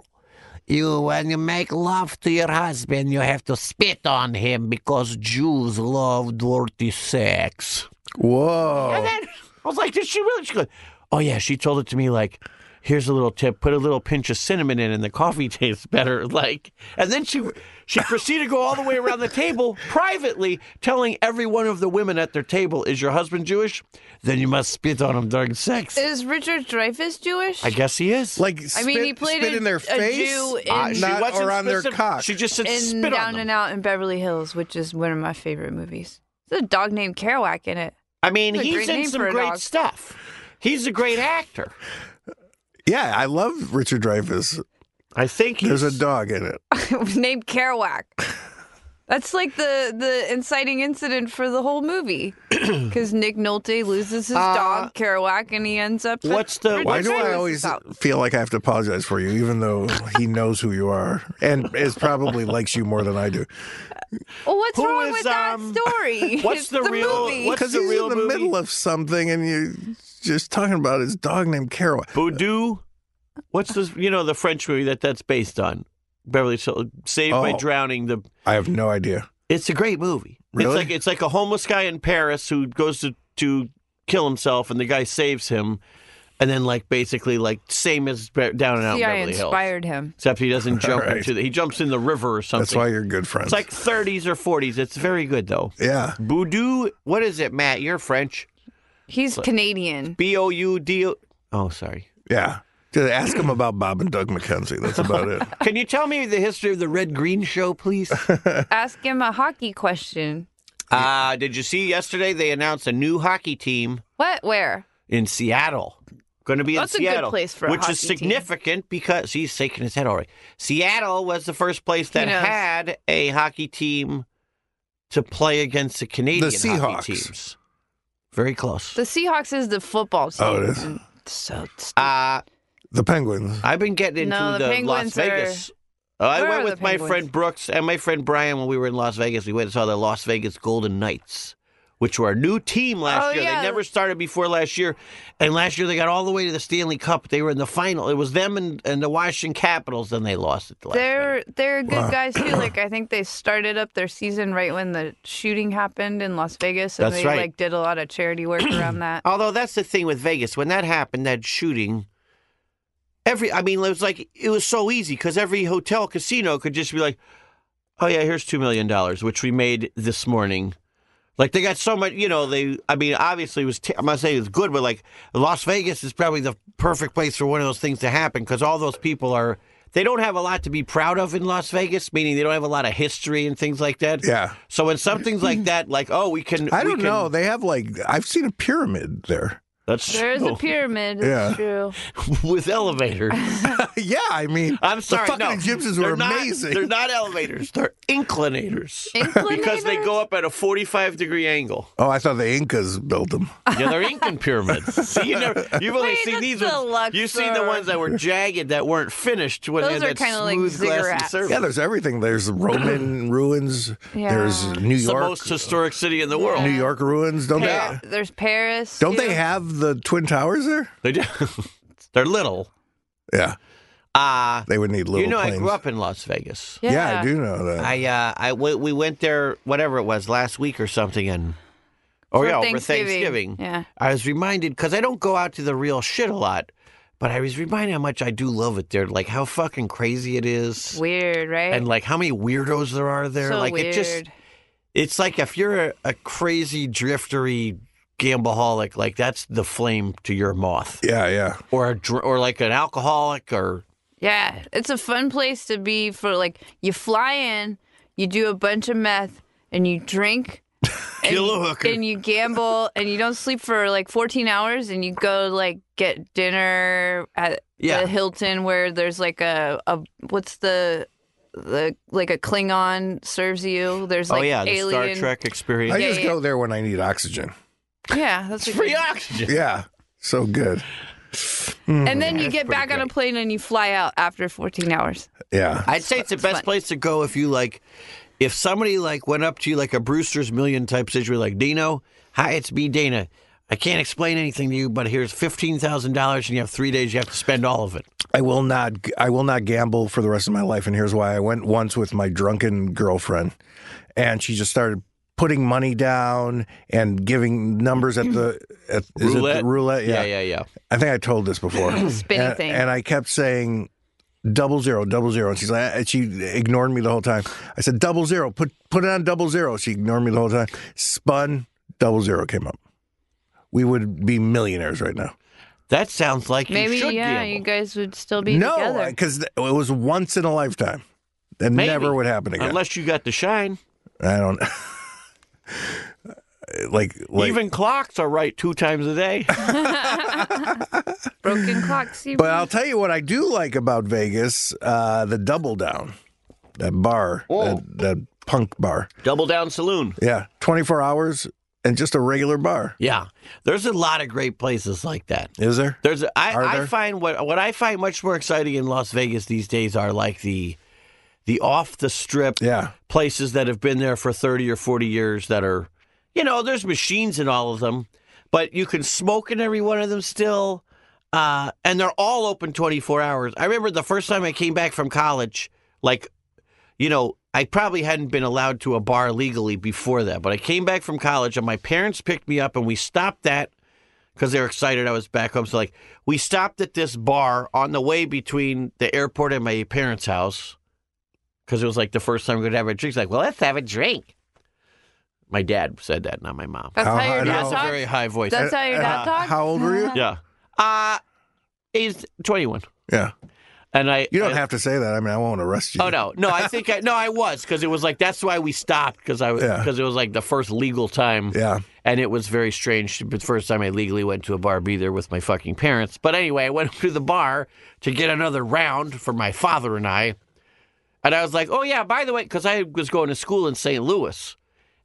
S5: you when you make love to your husband, you have to spit on him because Jews love dirty sex. And
S2: Whoa.
S5: then I was like, did she really? She goes, oh yeah, she told it to me like, here's a little tip: put a little pinch of cinnamon in, and the coffee tastes better. <laughs> Like, and then she she proceeded to go all the way around the table privately, telling every one of the women at their table, "Is your husband Jewish? Then you must spit on him during sex."
S4: Is Richard Dreyfus Jewish?
S5: I guess he is.
S2: Like,
S4: I
S2: spit,
S4: mean, he played
S2: spit
S4: a-
S2: in their
S4: a
S2: face?
S4: Jew in-
S5: Uh, she
S2: Not-
S5: wasn't
S2: or on their
S5: specific-
S2: cock.
S5: She just said
S4: in
S5: spit on
S4: Down
S5: them.
S4: and Out in Beverly Hills, which is one of my favorite movies. There's a dog named Kerouac in it. <laughs>
S5: I mean,
S4: That's a
S5: he's
S4: great
S5: in
S4: name
S5: some
S4: for a
S5: great
S4: dog.
S5: stuff. He's a great actor.
S2: yeah, I love Richard Dreyfuss.
S5: I think he's
S2: There's a dog in it.
S4: named Kerouac. That's like the the inciting incident for the
S5: <clears throat>
S4: whole movie, because Nick Nolte loses his dog Kerouac, and he ends up. at
S5: Uh, What's the-
S4: Richard
S2: Why do I
S4: Dreyfuss's
S2: always
S4: house.
S2: feel like I have to apologize for you, even though he knows who you are and is probably likes you more than I do?
S4: Well, what's
S5: Who
S4: wrong
S5: is,
S4: with that
S5: um,
S4: story?
S5: what's
S4: It's
S5: the real-
S4: movie.
S5: what's-
S2: Because
S5: the
S2: he's
S5: real
S2: in the
S5: movie?
S2: middle of something and you're just talking about his dog named Carol.
S5: Boudou. What's this? You know the French movie that that's based on. Beverly Hills Saved by
S2: Oh.
S5: Drowning. The
S2: I have no idea.
S5: it's a great movie. It's
S2: Really?
S5: like it's like a homeless guy in Paris who goes to to kill himself, and the guy saves him, and then like basically like same as Be- Down and Out in
S4: See, I
S5: Beverly Hills,
S4: inspired him.
S5: except he doesn't jump
S2: Right.
S5: into the he jumps in the river or something.
S2: That's why you're good friends.
S5: it's like 30s or 40s. It's very good though.
S2: yeah.
S5: Boudou, what is it, Matt? You're French.
S4: He's Canadian.
S5: B O U D. Oh, sorry.
S2: Yeah. Just ask him about Bob and Doug McKenzie. That's about
S5: <laughs>
S2: it.
S5: Can you tell me the history of the Red Green Show, please?
S4: Ask him a hockey question.
S5: uh, did you see yesterday they announced a new hockey team
S4: What? Where?
S5: in Seattle? Going to be
S4: That's a
S5: in
S4: good
S5: Seattle,
S4: place for a
S5: which is
S4: hockey team.
S5: significant because he's shaking his head already. Seattle was the first place that
S4: knows?
S5: had a hockey team to play against the Canadian hockey
S2: Seahawks.
S5: teams. Very close.
S4: The Seahawks is the football team. Mm,
S2: Oh, it is?
S4: So it's-
S5: Uh,
S2: The Penguins.
S5: I've been getting into
S4: No, the
S5: the, Las
S4: Penguins are-
S5: Vegas. Uh, I
S4: Where
S5: went
S4: are
S5: with
S4: the
S5: my
S4: Penguins?
S5: friend Brooks and my friend Brian when we were in Las Vegas. We went and saw the Las Vegas Golden Knights, which were a new team last
S4: Oh,
S5: year.
S4: yeah.
S5: They never started before last year, and last year they got all the way to the Stanley Cup. They were in the final. It was them and, and the Washington Capitals. Then they lost it. The last minute.
S4: they're they're good guys too. Like I think they started up their season right when the shooting happened in Las Vegas, and
S5: That's
S4: they
S5: right.
S4: like did a lot of
S5: <clears throat>
S4: charity work around that.
S5: Although that's the thing with Vegas, when that happened, that shooting, every I mean, it was like it was so easy because every hotel casino could just be like, "Oh yeah, here's two million dollars, which we made this morning." Like they got so much, you know. They, I mean, obviously it was. T- I'm not saying it was good, but like Las Vegas is probably the perfect place for one of those things to happen because all those people are. They don't have a lot to be proud of in Las Vegas, meaning they don't have a lot of history and things like that.
S2: Yeah.
S5: So when something's like that, like oh, we can.
S2: I
S5: we
S2: don't
S5: can-
S2: know. They have like I've seen a pyramid there. <laughs>
S5: That's
S4: There is a
S5: true.
S4: pyramid.
S2: Yeah.
S4: It's true.
S5: <laughs> with elevators.
S2: yeah, I mean
S5: I'm sorry,
S2: the fucking
S5: no,
S2: Egyptians
S5: they're
S2: were
S5: not-
S2: amazing.
S5: They're not elevators; they're inclinators because they
S4: Inclinators?
S5: go up at a 45 degree angle.
S2: oh, I thought the Incas built them.
S5: Yeah, they're Incan
S4: <laughs>
S5: pyramids. See, you never, you've only
S4: Wait,
S5: seen
S4: that's
S5: these
S4: the
S5: ones. You've seen the
S4: Luxor.
S5: ones that
S4: <laughs>
S5: were jagged, that weren't finished when
S4: Those
S5: they
S4: are
S5: had that
S4: kinda like
S5: smooth glassy
S4: ziggurats.
S5: surface.
S2: Yeah, there's everything. There's
S5: <clears throat>
S2: Roman ruins.
S4: Yeah.
S2: There's New
S5: it's the
S2: York.
S5: most historic city in the world.
S2: New York ruins. Don't
S5: Yeah.
S2: they?
S4: There's Paris.
S2: Don't
S4: too.
S2: they have the Twin Towers there?
S5: They do. <laughs> they're little.
S2: Yeah,
S5: Uh,
S2: they would need little.
S5: you know,
S2: planes.
S5: I grew up in Las Vegas.
S2: Yeah, I do know that.
S5: I uh, I we, we went there whatever it was last week or something, and oh
S4: For
S5: yeah, over
S4: Thanksgiving.
S5: Thanksgiving.
S4: Yeah.
S5: I was reminded because I don't go out to the real shit a lot, but I was reminded how much I do love it there. Like how fucking crazy it is,
S4: Weird, right?
S5: and like how many weirdos there are there.
S4: so
S5: like
S4: weird.
S5: it just it's like if you're a, a crazy driftery gambaholic, like that's the flame to your moth,
S2: yeah, yeah.
S5: or a dr- or like an alcoholic, or
S4: Yeah, it's a fun place to be for like you fly in, you do a bunch of meth, and you
S5: <laughs>
S4: drink. and
S5: Kill
S4: you-
S5: a hooker.
S4: And you gamble, and you don't sleep for like 14 hours, and you go like get dinner at
S5: Yeah.
S4: the Hilton where there's like a, a what's the the like a Klingon serves you. There's like
S5: oh yeah, the Star
S4: alien.
S5: Trek experience.
S2: I
S4: Yeah,
S2: just
S4: yeah.
S2: go there when I need oxygen.
S4: <laughs> Yeah, that's a
S5: Free
S4: good-
S5: oxygen.
S2: Yeah, so good.
S5: Mm-hmm.
S4: And then you get back on a plane and you fly out after 14 hours.
S2: Yeah,
S5: I'd say it's the best
S4: fun.
S5: place to go if you like, if somebody like went up to you like a Brewster's Million type situation, like Dino, hi, it's me, Dana. I can't explain anything to you, but here's fifteen thousand dollars, and you have three days. You have to spend all of it.
S2: I will not. I will not gamble for the rest of my life, and here's why. I went once with my drunken girlfriend, and she just started putting money down and giving numbers at the at is it the
S5: Roulette?
S2: roulette. Yeah.
S5: yeah, yeah.
S2: I think I told this before.
S4: <clears throat> Spinny
S2: and,
S4: thing.
S2: and I kept saying double zero, double zero, and she's like, and she ignored me the whole time. I said double zero, put put it on double zero. She ignored me the whole time. Spun double zero came up. We would be millionaires right now.
S5: That sounds like
S4: Maybe
S5: you should
S4: yeah, you
S5: gamble.
S4: guys would still be together.
S2: no, because it was once in a lifetime. That
S5: Maybe.
S2: never would happen again.
S5: unless you got to shine.
S2: I don't <laughs> like like.
S5: Even clocks are right two times a day.
S4: <sighs> Broken clock. See,
S2: but I'll tell you what I do like about Vegas: uh, the double down, that bar,
S5: Oh.
S2: that, that punk bar.
S5: Double down saloon.
S2: Yeah, 24 hours and just a regular bar.
S5: Yeah, there's a lot of great places like that.
S2: Is there?
S5: There's a- I,
S2: Are
S5: I
S2: there?
S5: find what what I find much more exciting in Las Vegas these days are like the the off the strip
S2: Yeah.
S5: places that have been there for 30 or 40 years that are you know there's machines in all of them but you can smoke in every one of them still uh, and they're all open 24 hours i remember the first time i came back from college like you know i probably hadn't been allowed to a bar legally before that but i came back from college and my parents picked me up and we stopped that because they were excited I was back home. So like we stopped at this bar on the way between the airport and my parents' house because it was like the first time we could have a drink. It's like, well, let's have a drink. My dad said that, not my mom.
S4: That's
S2: How
S4: how your
S2: high-
S5: He
S4: dad
S5: has a
S4: talks?
S5: very high voice.
S4: That's how your dad talks?
S2: Uh, How old were you?
S4: <laughs>
S5: yeah. Uh he's 21.
S2: Yeah.
S5: And I
S2: You don't
S5: I-
S2: have to say that. I mean, I won't arrest you.
S5: Oh no, no! I think I no, I was because it was like that's why we stopped because I was
S2: Yeah.
S5: because it was like the first legal time,
S2: Yeah.
S5: and it was very strange. The first time I legally went to a bar, be there with my fucking parents. But anyway, I went <laughs> to the bar to get another round for my father and I, and I was like, oh yeah, by the way, because I was going to school in St. Louis,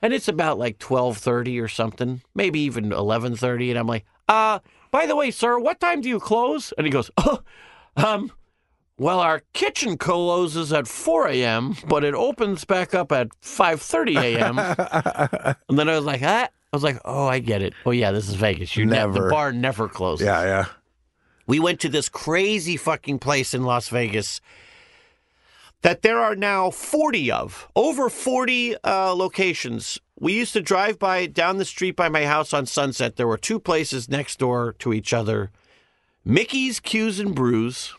S5: and it's about like twelve thirty or something, maybe even eleven thirty, and I'm like, uh, by the way, sir, what time do you close? And he goes, <laughs> oh, um. Well, our kitchen closes at 4 a.m., but it opens back up at 5:30 a.m. and then I was like, ah. I was like, oh, I get it. Oh yeah, this is Vegas. You never.
S2: Never.
S5: the bar never closes.
S2: Yeah. Yeah.
S5: We went to this crazy fucking place in Las Vegas that there are now 40 of, over 40 uh, locations. We used to drive by down the street by my house on Sunset. There were two places next door to each other Mickey's Q's and Brews.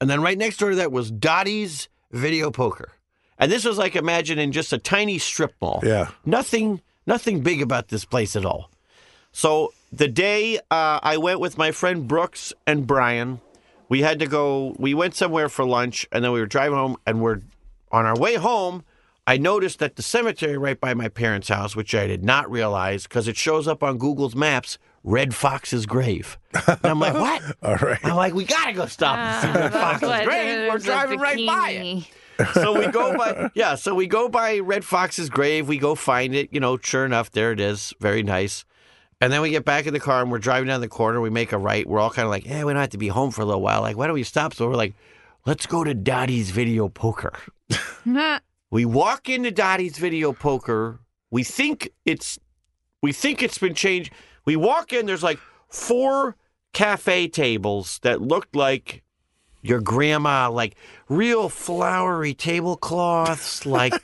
S5: And then right next door to that was Dottie's Video Poker. And this was like, imagine in just a tiny strip mall.
S2: Yeah.
S5: Nothing, nothing big about this place at all. So the day uh, I went with my friend Brooks and Brian, we had to go. We went somewhere for lunch, and then we were driving home. And we're on our way home. I noticed that the cemetery right by my parents' house, which I did not realize because it shows up on Google's Maps, Red Fox's grave. And I'm like, what?
S2: <laughs> All right.
S5: I'm like, we gotta go stop and see Red Fox's grave. We're driving right by it
S4: <laughs>
S5: so we go by yeah so we go by red fox's grave we go find it you know sure enough there it is very nice and then we get back in the car and we're driving down the corner we make a right we're all kind of like yeah we don't have to be home for a little while like why don't we stop so we're like let's go to dottie's video poker
S4: it.
S5: we walk into Dottie's video poker. We think it's we think it's been changed. We walk in, there's like four cafe tables that looked like your grandma, like real flowery tablecloths,
S2: <laughs>
S5: like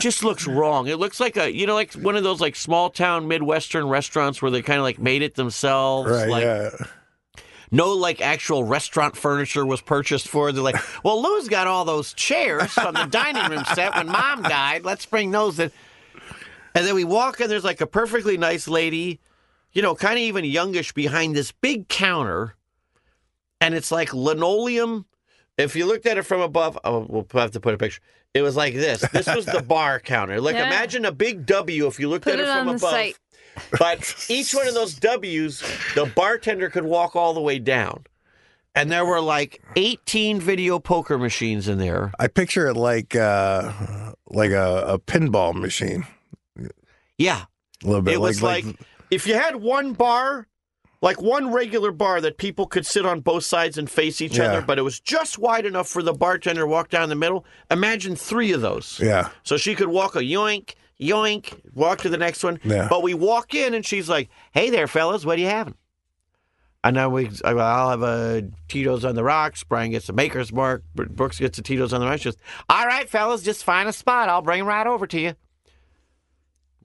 S5: just looks wrong. It looks like a you know, like one of those like small town Midwestern restaurants where they kind of like made it themselves.
S2: Right.
S5: like
S2: yeah.
S5: no like actual restaurant furniture was purchased for. it. They're like, <laughs> well, Lou's got all those chairs from the dining room set when mom died. Let's bring those in. And then we walk in, there's like a perfectly nice lady, you know, kind of even youngish behind this big counter. And it's like linoleum. If you looked at it from above, oh, we'll have to put a picture. It was like this. This was the bar counter. Like
S4: Yeah.
S5: imagine a big W if you looked
S4: Put
S5: at it,
S4: it
S5: from
S4: on the
S5: above.
S4: site.
S5: But each one of those W's, the bartender could walk all the way down. And there were like 18 video poker machines in there.
S2: I picture it like uh, like a, a pinball machine.
S5: Yeah.
S2: A little bit.
S5: It was like, if you had one bar, like one regular bar that people could sit on both sides and face each
S2: Yeah.
S5: other, but it was just wide enough for the bartender to walk down the middle. Imagine three of those.
S2: Yeah.
S5: So she could walk a yoink, yoink, walk to the next one.
S2: Yeah.
S5: But we walk in and she's like, "Hey there, fellas, what are you having?" And then we, I go, I'll have a Tito's on the rocks. Brian gets a Maker's Mark. Br- Brooks gets a Tito's on the rocks. She goes, "All right, fellas, just find a spot. I'll bring 'em right over to you."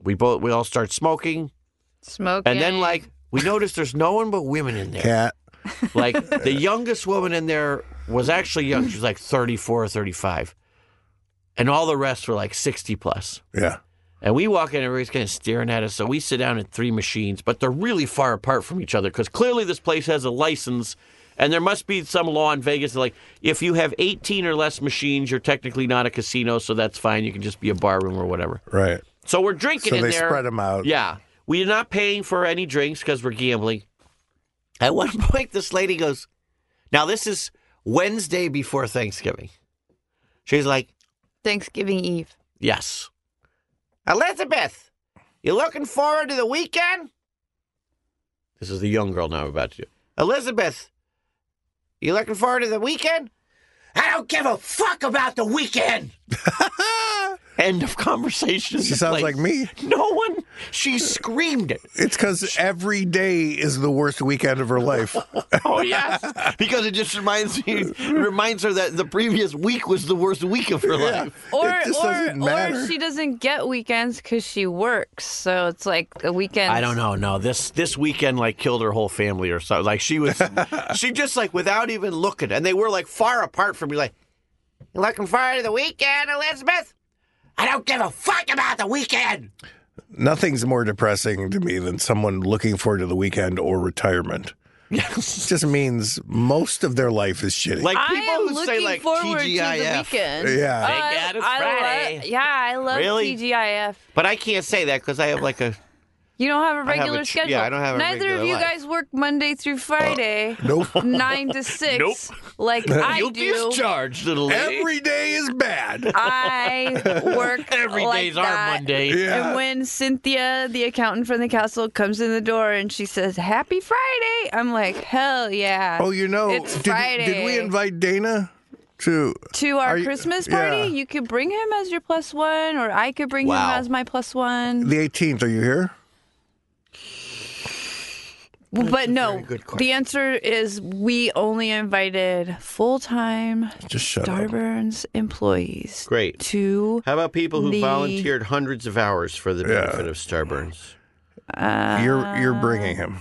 S5: We both we all start smoking,
S4: Smoking.
S5: and then like we notice there's no one but women in there.
S2: Cat.
S5: Like the youngest woman in there was actually young. She was like 34 or 35. And all the rest were like 60 plus.
S2: Yeah.
S5: And we walk in, everybody's kind of staring at us. So we sit down at three machines, but they're really far apart from each other because clearly this place has a license. And there must be some law in Vegas that, like, if you have 18 or less machines, you're technically not a casino, so that's fine. You can just be a bar room or whatever.
S2: Right.
S5: So we're drinking
S2: So
S5: in
S2: they
S5: there.
S2: spread them out.
S5: Yeah. We're not paying for any drinks because we're gambling. At one <laughs> point, this lady goes, Now, this is Wednesday before Thanksgiving. She's like,
S4: Thanksgiving Eve.
S5: Yes. Elizabeth, you looking forward to the weekend? This is the young girl now I'm about to do. Elizabeth, you looking forward to the weekend? I don't give a fuck about the weekend. <laughs> End of conversation.
S2: She sounds like me.
S5: No one. She screamed it.
S2: It's because every day is the worst weekend of her
S5: <laughs>
S2: life. <laughs>
S5: Oh yes, because it just reminds me reminds her that the previous week was the worst week of her life.
S4: Or
S2: It just
S4: or
S2: doesn't matter.
S4: or she doesn't get weekends because she works, so it's like a weekend.
S5: I don't know. No, this this weekend like killed her whole family or something. Like she <laughs> was, she just like without even looking, and they were like far apart from me. Like, you looking forward to the weekend, Elizabeth? I don't give a fuck about the weekend.
S2: Nothing's more depressing to me than someone looking forward to the weekend or retirement. Yes. Just means most of their life is shitty.
S5: Like
S4: I
S5: people
S4: am
S5: who
S4: looking
S5: say like
S4: forward to the
S5: TGIF.
S4: weekend.
S2: yeah.
S5: Thank God it's
S4: I lo-
S5: Friday.
S4: yeah, I love
S5: Really?
S4: TGIF.
S5: But I can't say that because I have like a
S4: You don't have a
S5: have a
S4: regular
S5: tr- yeah,
S4: schedule.
S5: I don't have a
S4: Neither
S5: regular
S4: of you
S5: life.
S4: guys work Monday through Friday,
S2: <laughs>
S5: <laughs>
S2: nope.
S4: nine to six, like I
S5: you'll be
S4: do.
S5: discharged, little lady.
S2: Every day is
S5: <laughs>
S2: bad.
S4: Oh, I work
S5: Every
S4: like
S5: day's
S4: that.
S5: our Monday.
S4: And
S2: Yeah.
S4: when Cynthia, the accountant from the castle, comes in the door and she says, "Happy Friday," I'm like, "Hell yeah!"
S2: Oh, you know,
S4: It's
S2: did, did we
S4: Friday.
S2: invite Dana to?
S4: to our
S2: Are you-
S4: Christmas
S2: yeah.
S4: party, you could bring him as your plus one, or I could bring
S5: Wow.
S4: him as my plus one.
S2: The 18th, are you here?
S4: but no,
S5: good
S4: the
S5: question.
S4: answer is we only invited full time
S2: Just shut up.
S4: Starburns employees.
S5: Great.
S4: To
S5: How about people who
S4: The-
S5: volunteered hundreds of hours for the benefit of Starburns?
S2: You're you're bringing him.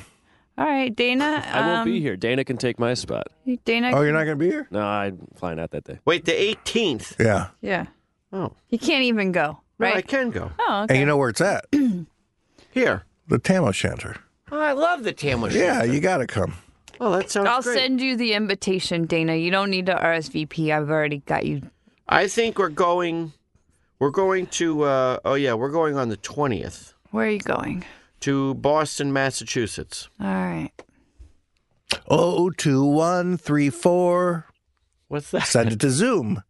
S4: all right, Dana.
S7: I won't be
S4: um,
S7: here. Dana can take my spot.
S4: Dana.
S2: Oh, you're not gonna be here?
S7: No, I'm flying out that day.
S5: Wait, the 18th.
S2: Yeah.
S4: yeah,
S5: Oh,
S4: he can't even go.
S5: right. I
S4: Right.
S5: can go.
S4: Oh,
S2: And
S4: okay.
S2: you know where it's at?
S5: Here.
S2: The Tam O'Shanter.
S5: Oh, I love the Tamil
S2: Yeah, you gotta come.
S5: Oh, that sounds
S4: I'll
S5: great.
S4: send you the invitation, Dana. You don't need to RSVP. I've already got you.
S5: I think we're going. We're going to. Uh, oh yeah, we're going on the 20th
S4: Where are you going?
S5: to Boston, Massachusetts.
S4: All right.
S2: Oh two one three four.
S5: What's that?
S2: Send it to Zoom.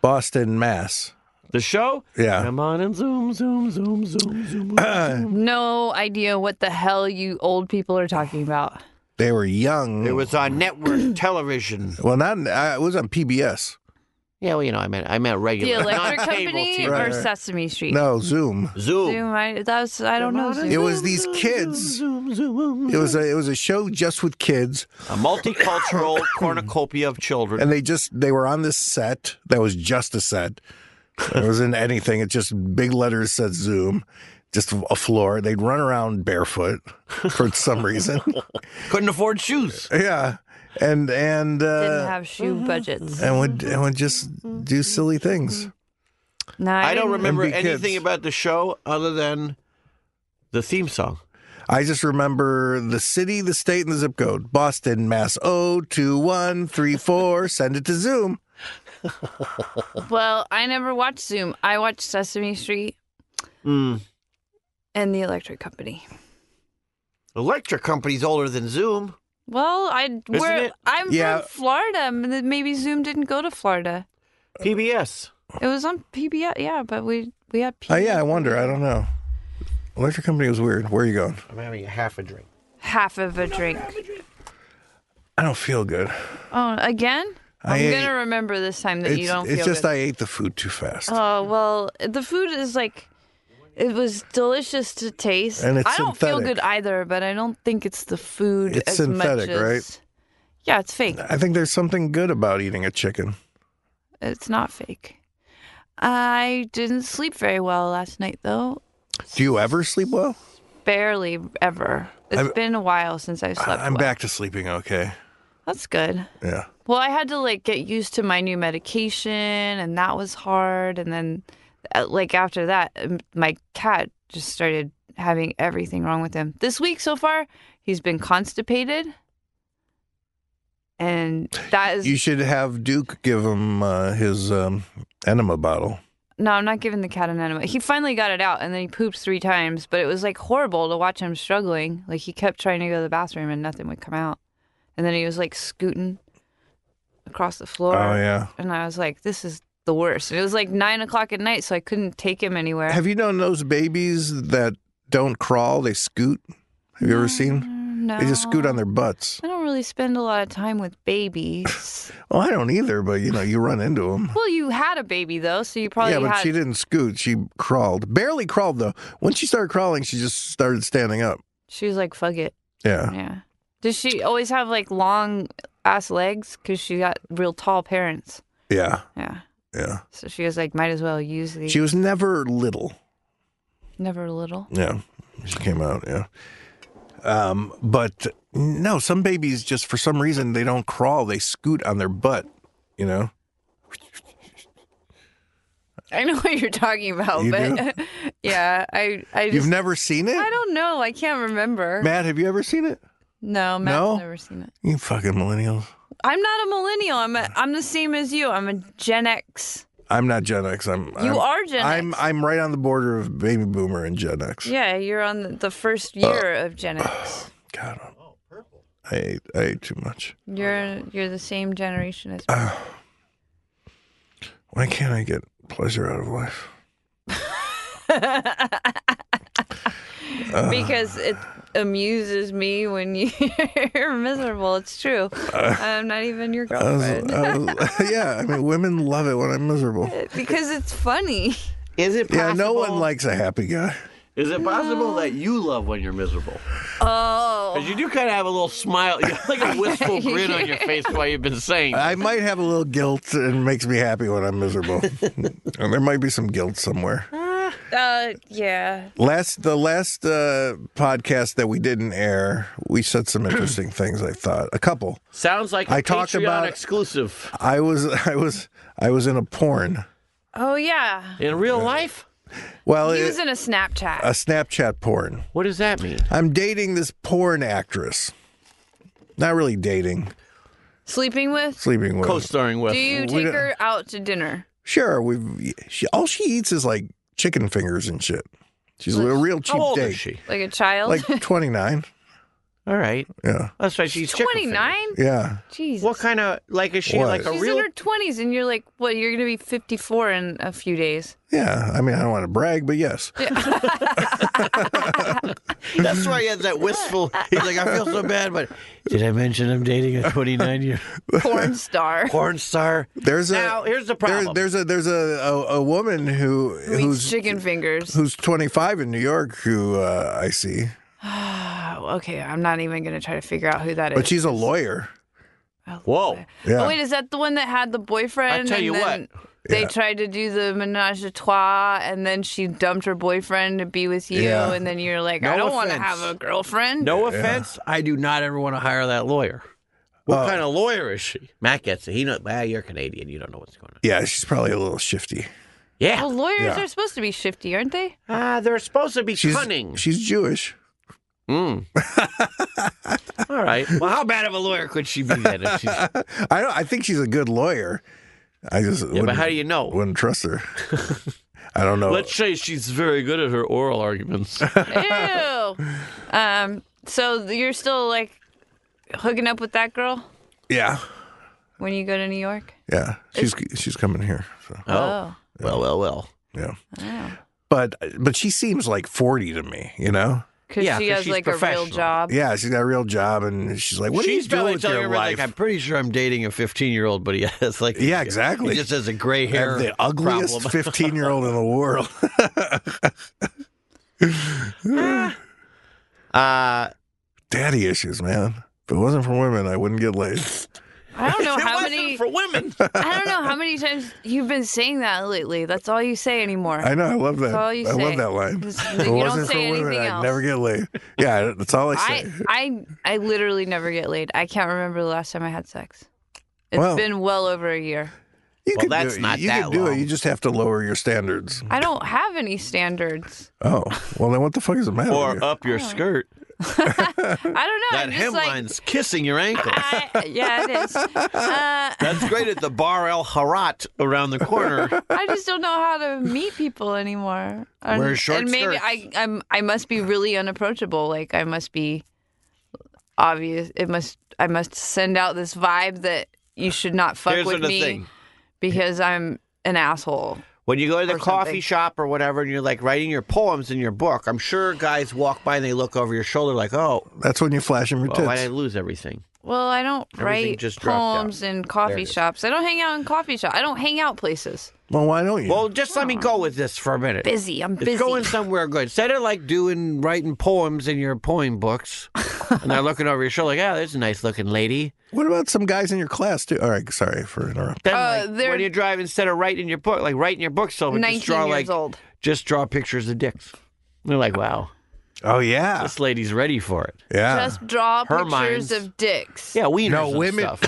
S2: Boston, Mass.
S7: The show?
S2: Yeah.
S7: Come on and zoom, zoom, zoom, zoom, zoom.
S4: No idea what the hell you old people are
S2: <laughs>
S4: talking about.
S2: <clears throat> They were young.
S5: It was on network <clears throat> television.
S2: well not I, it was on PBS.
S5: Yeah, well, you know, I meant I meant
S4: The
S5: regular,
S4: Electric
S5: not cable
S4: Company
S5: TV.
S4: or
S2: Right, right.
S4: Sesame Street?
S2: <laughs> No, Zoom.
S5: Zoom.
S4: Zoom. I, that's I don't know. Zoom.
S2: It was these kids. It was a it was a show just with kids
S5: A <laughs> multicultural cornucopia of children.
S2: and they just they were on this set that was just a set it wasn't anything it just big letters said zoom just a floor they'd run around barefoot for some
S4: <laughs>
S2: reason
S5: Couldn't afford shoes.
S2: yeah and and
S4: Didn't
S2: uh
S4: have Mm-hmm. shoe budgets.
S2: and would and would just do silly things
S4: Mm-hmm. No,
S5: I don't
S4: didn't-
S5: remember
S2: And be
S5: anything
S2: kids.
S5: about the show other than the theme song.
S2: i just remember the city the state and the zip code boston mass 02134 send it to zoom
S4: Well, I never watched Zoom. I watched Sesame Street
S2: Mm.
S4: and The Electric Company.
S5: Electric Company's older than Zoom.
S4: Well, I where
S5: it?
S4: I'm
S2: Yeah.
S4: from Florida. and then Maybe Zoom didn't go to Florida.
S5: PBS.
S4: It was on PBS. Yeah, but we we had.
S2: oh
S4: PBS.
S2: yeah i wonder i don't know electric company was weird where are you going
S5: I'm having a half a drink.
S4: half of a drink.
S2: i don't feel good
S4: Oh, again?
S2: I
S4: I am
S2: ate-
S4: gonna remember this time that you don't feel
S2: it's just
S4: good.
S2: I ate the food too fast.
S4: Oh well, the food is like, it was delicious to taste.
S2: And it's
S4: I don't feel
S2: synthetic.
S4: good either, but I don't think it's the food
S2: It's
S4: as
S2: synthetic,
S4: much as.
S2: right?
S4: Yeah, it's fake.
S2: I think there's something good about eating a chicken.
S4: It's not fake. I didn't sleep very well last night though.
S2: Do you ever sleep well?
S4: Barely ever. It's
S2: I'm-
S4: been a while since I slept.
S2: I'm
S4: well.
S2: back to sleeping okay.
S4: That's good.
S2: Yeah.
S4: Well, I had to like get used to my new medication, and that was hard. And then, uh, like after that, um, my cat just started having everything wrong with him. This week so far, he's been constipated, and that is
S2: You should have Duke give him uh, his um, enema bottle.
S4: no. I'm not giving the cat an enema. He finally got it out, and then he pooped three times. But it was like horrible to watch him struggling. Like he kept trying to go to the bathroom, and nothing would come out. And then he was like scooting across the floor.
S2: Oh yeah.
S4: and I was like, "This is the worst." It was like nine o'clock at night, so I couldn't take him anywhere.
S2: Have you known those babies that don't crawl? They scoot. Have you ever seen?
S4: Mm, no,
S2: They just scoot on their butts.
S4: I don't really spend a lot of time with
S2: <laughs>
S4: babies.
S2: Well, I don't either, but you know, you run into them.
S4: well, you had a baby though, so you probably
S2: yeah, but
S4: had.
S2: she didn't scoot. She crawled. Barely crawled though. When she started crawling, she just started standing up.
S4: She was like, "Fuck it."
S2: Yeah.
S4: Yeah. Does she always have like long ass legs? Because she got real tall parents.
S2: Yeah.
S4: Yeah.
S2: Yeah.
S4: So she was like, might as well use these.
S2: She was never little.
S4: Never little. <laughs>
S2: Yeah, she came out. Yeah, um, but no, some babies just for some reason they don't crawl; they scoot on their butt. You know,
S4: I know what you're talking about,
S2: You
S4: but <laughs> Yeah, I I just
S2: You've never seen it?
S4: I don't know. I can't remember.
S2: Matt, have you ever seen it?
S4: no, Matt's
S2: No?
S4: never seen it.
S2: You fucking millennials.
S4: I'm not a millennial. I'm a, I'm the same as you. I'm a Gen X.
S2: I'm not Gen X. I'm I'm,
S4: You are Gen
S2: I'm
S4: X.
S2: I'm right on the border of baby boomer and Gen X.
S4: Yeah, you're on the, the first
S2: Uh.
S4: year of Gen X.
S2: God, I'm- I ate I ate too much.
S4: You're you're the same generation as me.
S2: Why can't I get pleasure out of life? Uh.
S4: because it amuses me when <laughs> you're miserable. It's true.
S2: Uh.
S4: I'm not even your
S2: I was-
S4: girlfriend.
S2: I was- <laughs> yeah, I mean, women love it when I'm miserable.
S4: because it's funny.
S5: Is it possible?
S2: Yeah, no one likes a happy guy.
S5: Is it possible that you love when you're miserable?
S4: Oh.
S5: Because you do kind of have a little smile, <laughs> you have like a wistful grin on your face while you've been saying.
S2: I might have a little guilt and makes me happy when I'm miserable. and there might be some guilt somewhere.
S4: Uh, yeah.
S2: Last the last uh, podcast that we didn't air, we said some interesting things. I thought a couple.
S5: Sounds like a
S2: I talked
S5: Patreon
S2: about-
S5: exclusive
S2: I was I was I was in a porn.
S4: Oh, yeah.
S5: in real life.
S2: Well,
S4: He
S2: it-
S4: was in a Snapchat.
S2: a Snapchat porn.
S5: What does that mean?
S2: I'm dating this porn actress. Not really dating,
S4: Sleeping with?
S2: sleeping with.
S5: Co-starring with.
S4: Do you
S2: we
S4: take
S2: don't-
S4: her out to dinner?
S2: Sure, we've. She, all she eats is like chicken fingers and shit. She's a real cheap
S5: How old
S2: date.
S5: is she?
S4: Like a child?
S5: <laughs>
S2: Like 29.
S5: All right,
S2: yeah,
S5: that's right. She's chicken fingered.
S4: 29?
S2: yeah.
S4: Jesus.
S5: What kind of like is she
S2: What?
S5: like a
S4: She's
S5: real?
S4: in her 20s, and you're like, what? You're going to be 54 in a
S2: <laughs>
S4: few days.
S2: Yeah, I mean, I don't want to brag, but yes.
S5: That's why he has that
S4: <laughs>
S5: wistful. He's like, I feel so
S2: <laughs>
S5: bad, but did I mention I'm dating <laughs> a 29 year
S4: Porn star.
S5: porn star?
S2: There's a
S5: Now here's
S2: there-
S5: the problem.
S2: there's a there's a, a, a woman who
S4: Who eats
S2: who's
S4: chicken fingers.
S2: who's 25 in New York who uh, I see,
S4: Oh, okay, I'm not even going to try to figure out who that is.
S2: but she's a lawyer.
S5: Whoa.
S2: Yeah.
S4: Oh, wait, is that the one that had the boyfriend?
S5: I tell
S4: and
S5: you
S4: then
S5: what.
S4: They tried to do the menage a trois, and then she dumped her boyfriend to be with you,
S2: Yeah.
S4: and then you're like,
S5: No
S4: I don't want to
S5: offense.
S4: have a girlfriend.
S5: No offense, I do not ever want to hire that lawyer. What
S2: Well-
S5: kind of lawyer is she? Oh. Matt gets it. He knows. Well, you're Canadian. You don't know what's going on.
S2: Yeah, she's probably a little shifty.
S5: Yeah.
S4: Well, lawyers
S2: Yeah.
S4: are supposed to be shifty,
S2: <laughs>
S4: aren't they?
S5: Ah, they're supposed to be
S2: She's
S5: cunning.
S2: She's Jewish.
S5: Mm. <laughs> All right. Well, how bad of a lawyer could she be then? If <laughs> she's... Yeah,
S2: I don't. I think she's a good lawyer. I just wouldn't,
S5: but how do you know?
S2: wouldn't trust
S5: <laughs>
S2: her. I don't know.
S7: Let's say she's very good at her
S5: <laughs>
S7: oral
S5: Oh.
S7: arguments.
S4: Ew. um. So you're still like hooking up with that girl
S2: yeah,
S4: when you go to New York?
S2: yeah. She's she's coming here. So
S5: Oh. Well, well, well.
S2: yeah.
S4: Oh.
S2: But but she seems like 40 to me. You know.
S4: Because
S5: Yeah,
S4: she
S5: 'cause
S4: has
S5: she's
S4: like a real
S5: professional.
S4: job.
S2: Yeah, she's got a real job, and she's like, "What are you
S5: She's
S2: doing
S5: probably
S2: with
S5: telling
S2: your
S5: her,
S2: life?"
S5: like, I'm pretty sure I'm dating a 15 year old, but he has like
S2: yeah, exactly.
S5: He just has a gray hair.
S2: And the ugliest
S5: <laughs> problem.
S2: 15 year old in the world. <laughs>
S5: Uh,
S2: Daddy issues, man. If it wasn't for women, I wouldn't get
S5: <laughs>
S2: laid.
S4: I
S2: <laughs>
S4: don't know
S5: it
S4: how
S5: wasn't
S4: many.
S5: for <laughs> women.
S4: I don't know how many times you've been saying that lately. That's all you say anymore.
S2: I know. I love that.
S4: all you
S2: I
S4: say.
S2: love that
S5: <laughs>
S2: line.
S4: Just-
S2: If
S4: you
S2: it
S4: don't
S2: wasn't
S4: say
S2: for women,
S4: anything
S2: I'd
S4: else.
S2: never get laid. Yeah, that's all I say. <laughs>
S4: I I I literally never get laid. I can't remember the last time I had sex. It's
S2: Well-
S4: been well over a year.
S2: you
S5: Well,
S2: could
S5: that's
S2: do it.
S5: not
S2: You
S5: that
S2: could do
S5: long.
S2: it. You just have to lower your standards.
S4: I don't have any standards.
S2: Oh, well, then what the fuck is the matter? with
S7: or
S5: uh,
S2: you?
S7: up your skirt.
S4: I don't know.
S5: That
S4: I'm Oh. just like, Ah.
S5: hemline's kissing your ankle.
S4: I, yeah, it <laughs> is. Uh,
S5: That's great at the Bar El Harat around the
S2: <laughs>
S5: corner.
S4: I just don't know how to meet people anymore. And,
S5: Wear short
S4: and maybe
S5: skirts.
S4: I I'm I must be really unapproachable. Like I must be obvious. It must I must send out this vibe that you should not fuck
S5: Here's
S4: with
S5: the
S4: me
S5: thing.
S4: because I'm an asshole.
S5: When you go to the
S4: Or
S5: coffee
S4: something.
S5: shop or whatever, and you're like writing your poems in your book, I'm sure guys walk by and they look over your shoulder like, "Oh,
S2: That's when you flash them your
S5: well, why did I
S2: tits.
S5: lose everything?"
S4: Well, I don't
S5: Everything
S4: write
S5: just dropped out.
S4: poems in
S5: There
S4: coffee
S5: it is.
S4: shops. I don't hang out in coffee shops. I don't hang out places.
S2: Well, why don't you?
S5: Well, just let me go with this for a minute.
S4: Busy. I'm
S5: It's
S4: busy.
S5: going somewhere good. Instead of like doing writing poems in your poem books, and they're looking over your shoulder like, "Yeah, there's a nice looking lady."
S2: what about some guys in your class too? All right, sorry for interrupting.
S5: Then
S4: Uh,
S5: like,
S4: they're-
S5: when you drive, instead of writing your book, like writing your book, so just
S4: 19
S5: draw
S4: years
S5: like
S4: old.
S5: just draw pictures of dicks. And they're like, "Wow,
S2: Oh yeah,
S5: this lady's ready for it."
S2: yeah.
S4: Just draw
S5: Her
S4: pictures
S5: mind's-
S4: of dicks.
S5: Yeah, we
S2: No, women-
S5: Stuff.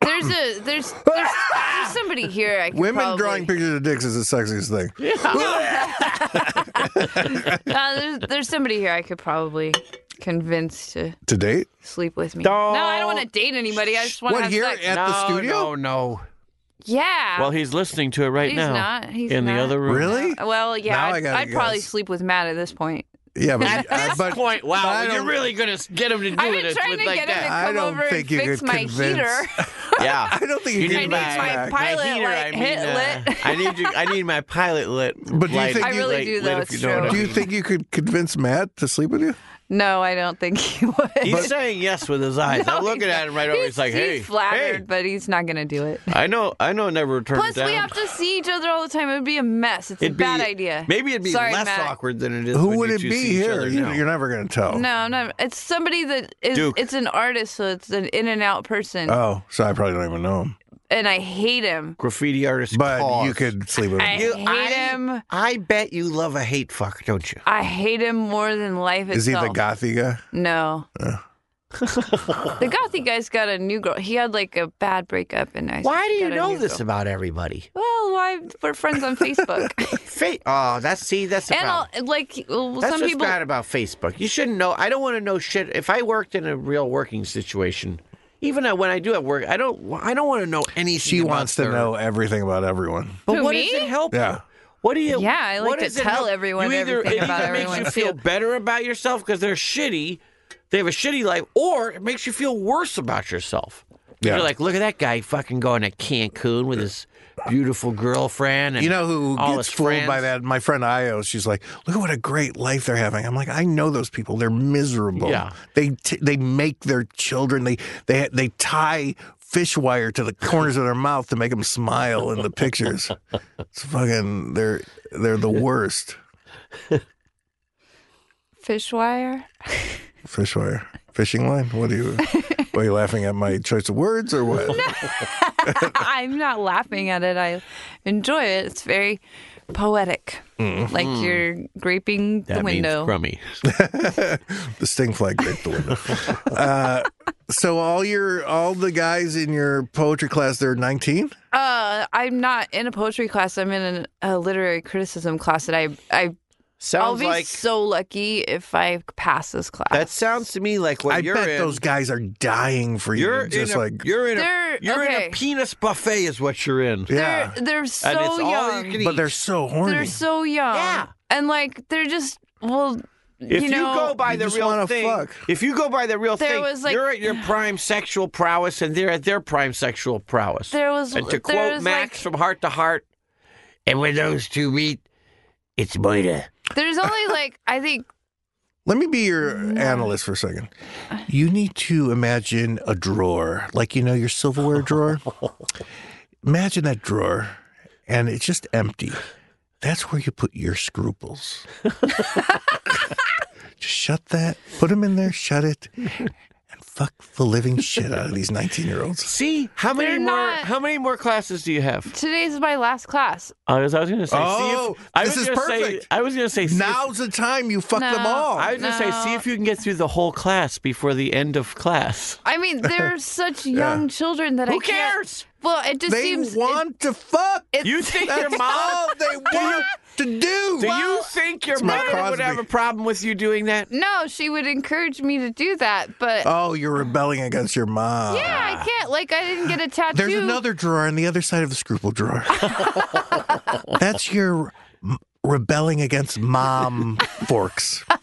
S4: There's a there's there's, there's somebody here. I could
S2: Women
S4: probably-
S2: drawing pictures of dicks is the sexiest thing.
S4: <laughs> Uh, there's, there's somebody here I could probably convince to
S2: to date?
S4: sleep with me. No, I don't want to date anybody. I just want to
S2: What
S4: have
S2: here
S4: sex.
S2: at the studio?
S5: No, no.
S4: Yeah.
S7: Well, he's listening to it right
S4: He's
S7: now.
S4: not. He's
S7: in the
S4: not. Uh,
S7: other room.
S2: Really?
S4: well, yeah.
S2: Now I
S4: I'd,
S2: gotta
S4: I'd probably
S2: guess.
S4: sleep with Matt at this point.
S2: Yeah, but, I- but
S7: Point.
S2: but
S7: Wow,
S2: I
S7: you're
S2: don't-
S7: really gonna s- get
S2: <laughs>
S7: him to do
S4: I've
S7: it
S4: been trying
S7: with
S4: to
S7: like
S4: get him to
S7: that.
S2: I
S4: come
S2: don't
S4: over
S2: think you
S4: and fix
S2: could
S4: my
S2: convince- <laughs>
S4: heater.
S2: I
S7: yeah.
S2: don't think you
S7: You
S2: can
S4: I need
S7: back.
S4: my
S2: back.
S4: pilot
S7: heater,
S4: light
S7: I mean,
S4: hit
S7: uh,
S4: lit.
S5: I need you. I need my pilot lit.
S2: But do you
S5: light-
S2: think
S4: I
S2: you-
S4: really
S5: light-
S4: do
S5: lit
S4: though.
S5: if
S4: It's
S5: you know what I
S4: true.
S2: Do you think you could convince Matt to sleep with you?
S4: No, I don't think he <laughs> would.
S5: He's saying yes with his eyes. I'm looking at him right over. He's like,
S4: he's
S5: "Hey,
S4: flattered,
S5: hey."
S4: but he's not gonna do it.
S7: I know. I know. Never turn
S4: Plus,
S7: it down.
S4: we have to see each other all the time. It would be a mess. It's
S5: It'd
S4: a
S5: be-
S4: bad idea.
S5: Maybe it'd be
S4: Sorry,
S5: less
S4: Matt.
S5: awkward than it is.
S2: Who
S5: when
S2: would
S5: you
S2: it
S5: two
S2: be
S5: see each
S2: here?
S5: other
S2: You,
S5: now.
S2: are never going to tell.
S4: No, no, it's somebody that is.
S5: Duke.
S4: It's an artist, so it's an in and out person,
S5: Uh.
S2: Oh, so I probably don't even know him.
S4: and I hate him.
S5: graffiti artist.
S2: But
S5: Cause.
S2: you could sleep with
S4: I
S2: him.
S5: You-
S4: hate
S5: I-
S4: him.
S5: I bet you love a hate fuck, don't you?
S4: I hate him more than life
S2: Is he
S4: itself.
S2: the gothy guy?
S5: <laughs>
S4: No. the gothy guy's got a new girl. He had like a bad breakup, and I.
S5: Why do
S4: got
S5: you
S4: a
S5: know
S4: new
S5: this
S4: girl.
S5: about everybody?
S4: Well, why we're friends on Facebook,
S5: Fa- oh, <laughs> that's see, that's the
S4: and I'll,
S5: problem.
S4: like well,
S5: That's
S4: some
S5: what's
S4: people.
S5: bad about Facebook. You shouldn't know. I don't want to know shit. If I worked in a real working situation, even I- when I do at work, I don't. I don't want to know anything.
S2: She
S5: about
S2: wants to
S5: their-
S2: know everything about everyone.
S5: But
S4: Who,
S5: what
S4: me?
S5: does it help?
S2: Yeah.
S5: You? What do you?
S4: Yeah, I like
S5: what
S4: to
S5: does it
S4: tell
S5: help-
S4: everyone
S5: you either,
S4: everything
S5: it
S4: about
S5: either
S4: everyone,
S5: makes you feel
S4: too.
S5: better about yourself because they're shitty, they have a shitty life, or it makes you feel worse about yourself.
S2: Yeah.
S5: You're like, look at that guy fucking going to Cancun with his beautiful girlfriend. And
S2: You know who
S5: all
S2: gets
S5: his
S2: fooled by
S5: friends.
S2: that? My friend Io. She's like, "Look at what a great life they're having." I'm like, "I know those people. They're miserable.
S5: Yeah.
S2: They t- they make their children. They they they tie fish wire to the corners of their mouth to make them smile in the pictures. It's fucking. They're they're the worst.
S4: Fishwire. <laughs>
S2: Fish wire, fishing line. What are you? Are you laughing at my choice of words or what?
S4: I'm not laughing at it. I enjoy it. It's very poetic. Like you're graping
S5: Mm-hmm.
S4: the
S5: that means
S4: window.
S5: crummy.
S4: <laughs>
S2: The sting flag break the window. uh, so all your all the guys in your poetry class, they're 19.
S4: Uh, I'm not in a poetry class. I'm in an, a literary criticism class, and I, I, I'll
S5: Sounds
S4: be
S5: like
S4: so lucky if I pass this class.
S5: that sounds to me like what
S2: I
S5: you're
S2: bet
S5: in.
S2: those guys are dying for you.
S5: you're in
S2: just
S5: a,
S2: like
S5: you're in a
S4: They're-
S5: you're
S4: okay.
S5: in a penis buffet is what you're in.
S2: yeah,
S4: they're they're so
S5: and it's
S4: young.
S5: all you can eat.
S2: but they're so horny.
S4: they're so young.
S5: Yeah.
S4: and like they're just well.
S5: If you,
S4: you know,
S5: go by
S2: You
S5: the
S2: just
S5: real
S2: wanna
S5: thing,
S2: fuck.
S5: if you go by the real
S4: There
S5: thing,
S4: was, like-
S5: you're at your prime sexual prowess, and they're at their prime sexual prowess.
S4: there was
S5: and to
S4: there
S5: quote
S4: was,
S5: Max
S4: like,
S5: from Heart to Heart, and when those two meet, it's murder.
S4: there's only like I think
S2: Let me be your analyst for a second. You need to imagine a drawer, like you know your silverware
S5: <laughs>
S2: drawer. imagine that drawer, and it's just empty. That's where you put your
S5: <laughs>
S2: scruples. just shut that. Put them in there. Shut it. And fuck the living shit out of these nineteen-year-olds.
S5: See how many
S4: They're
S5: more
S4: not-
S5: how many more classes do you have?
S4: today's my last class.
S7: I was, I was gonna say.
S2: Oh,
S7: see if, I
S2: this
S7: was
S2: is
S7: gonna
S2: perfect.
S7: Say, I was gonna say. see if-
S2: Now's the time you fuck them
S4: No.
S2: all.
S7: I was gonna say. See
S4: No.
S7: if you can get through the whole class before the end of class.
S5: <laughs>
S4: I mean, they're such young children that I
S5: Who
S4: can't-
S5: cares?
S4: Well, it just
S2: they
S4: seems it-
S2: want to fuck. <laughs>
S5: <laughs> You think your
S2: That's
S5: mom?
S2: all
S4: <laughs>
S2: they want to do.
S5: Do you think your
S2: it's Matt
S5: mother would
S2: Crosby.
S5: have a problem with you doing that?
S4: no, she would encourage me to do that, but
S5: Uh,
S2: Oh, you're rebelling against your mom.
S4: yeah, I can't. Like, I didn't get a tattoo.
S2: There's another drawer on the other side of the scruple
S7: <laughs>
S2: drawer. That's your m- rebelling against mom forks.
S4: I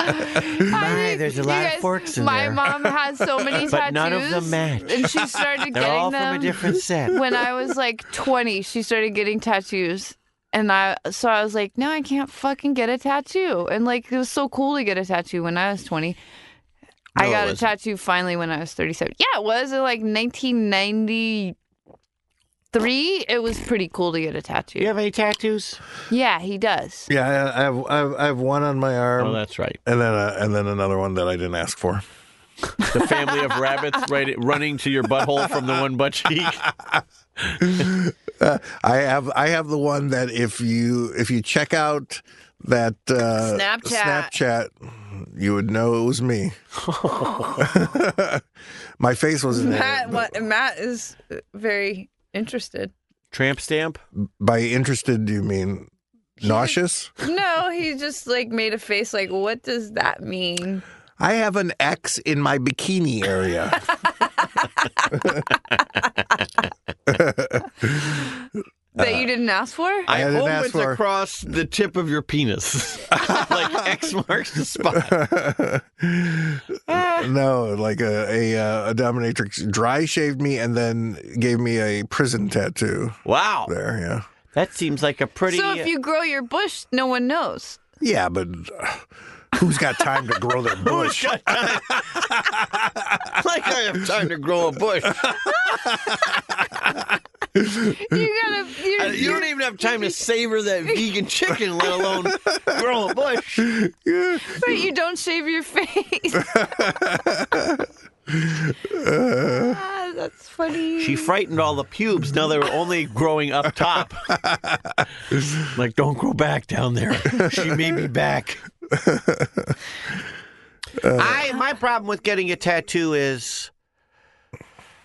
S5: My,
S4: think-
S5: there's a
S4: you
S5: lot of
S4: guys-
S5: forks in
S4: my
S5: there.
S4: mom has
S5: <laughs>
S4: so many
S5: But
S4: tattoos,
S5: none of them match.
S4: and she started
S5: <laughs> They're all
S4: getting um,
S5: from a
S4: them
S5: different set.
S4: <laughs> when I was like 20. She started getting tattoos, and I so I was like, no, I can't fucking get a tattoo. And like, it was so cool to get a tattoo when I was 20.
S5: No,
S4: I
S5: it
S4: got a
S5: wasn't.
S4: tattoo finally when I was 37. Yeah, it was in like 1993. It was pretty cool to get a tattoo.
S5: You have any tattoos?
S4: Yeah, he does.
S2: Yeah, I, I, have, I, have, I have one on my arm,
S7: Oh, that's right.
S2: and then uh, and then another one that I didn't ask for.
S7: The family of rabbits right running to your butthole from the one
S2: <laughs>
S7: butt cheek.
S2: Uh, I have I have the one that if you if you check out that uh,
S4: Snapchat.
S2: Snapchat, you would know it was me. <laughs> my face wasn't
S4: <laughs>
S2: in it,
S4: Matt, what, Matt is very interested.
S7: Tramp stamp.
S2: By interested, do you mean Nauseous?
S4: No, he just like made a face like, what does that mean?
S2: I have an X in my bikini area.
S4: That you didn't ask for?
S2: I
S5: Uh, I
S2: didn't
S5: hope
S2: ask
S5: it's
S2: for-
S5: across the tip of your
S2: <laughs>
S5: penis, <laughs> like X marks the spot.
S2: <laughs> no, like a a, uh, a dominatrix dry shaved me and then gave me a prison tattoo.
S5: Wow,
S2: There, yeah,
S5: that seems like a pretty.
S4: So if you grow your bush, no one knows.
S2: yeah, but uh, who's got time to grow
S5: <laughs>
S2: their bush?
S5: <laughs> like I have time to grow a bush.
S4: You gotta. You're,
S5: <laughs> Uh, You don't even have time to savor that vegan chicken, let <laughs> alone grow a bush.
S4: but you don't shave
S5: <laughs>
S4: your <laughs> face. ah, that's funny.
S5: She frightened all the pubes. Now they were only growing up
S2: <laughs>
S5: top. like, don't grow back down there. She may be back.
S2: Uh.
S5: I my problem with getting a tattoo is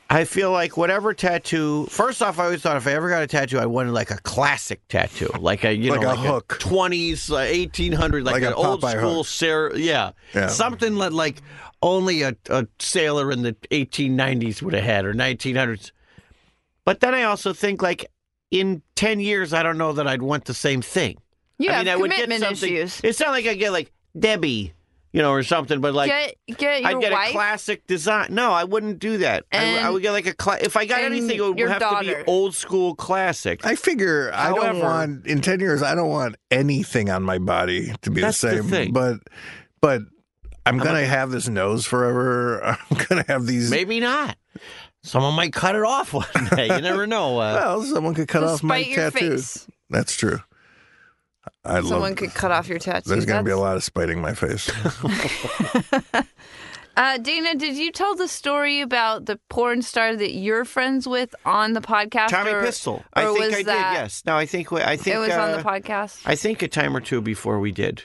S5: I feel like whatever tattoo. First off, I always thought if I ever got a tattoo, I wanted like a classic tattoo, like a you
S2: Like
S5: know,
S2: a
S5: like
S2: hook.
S5: twenties, uh, eighteen hundred, like,
S2: Like a
S5: an old
S2: Popeye
S5: school
S2: hook.
S5: Sarah, yeah.
S2: Yeah.
S5: something that like only a, a sailor in the 1890s would have had or 1900s. But then I also think like in 10 years, I don't know that I'd want the same thing.
S4: You
S5: I
S4: have
S5: mean, I would get
S4: commitment
S5: something.
S4: issues.
S5: It's not like I get like Debbie, you know, or something, but like.
S4: get get your
S5: I'd get
S4: wife.
S5: a classic design. No, I wouldn't do that. I w- I,
S4: And-
S5: would get like a cla- if I got
S4: and
S5: anything, it would
S4: your
S5: have to be
S4: daughter.
S5: old school classic.
S2: I figure I don't
S5: However-
S2: want in ten years. I don't want anything on my body to be
S5: That's
S2: the
S5: the
S2: same.
S5: thing.
S2: But but I'm gonna have this nose forever. <laughs> I'm gonna have these.
S5: Maybe not. Someone might cut it off one day. You never know. Uh,
S2: Well, someone could cut off my
S4: Despite your
S2: tattoos.
S4: face,
S2: That's true. I
S4: someone
S2: love.
S4: could cut off your tattoo.
S2: There's gonna be a
S4: That's-
S2: lot of spiting my face.
S4: Uh, Dana, did you tell the story about the porn star that you're friends with on the podcast?
S5: Tommy
S4: or-
S5: Pistol.
S4: Or
S5: I think
S4: was
S5: I
S4: that,
S5: did. Yes. No, I think we- I think
S4: it was on
S5: uh,
S4: the podcast,
S5: I think a time or two before we did.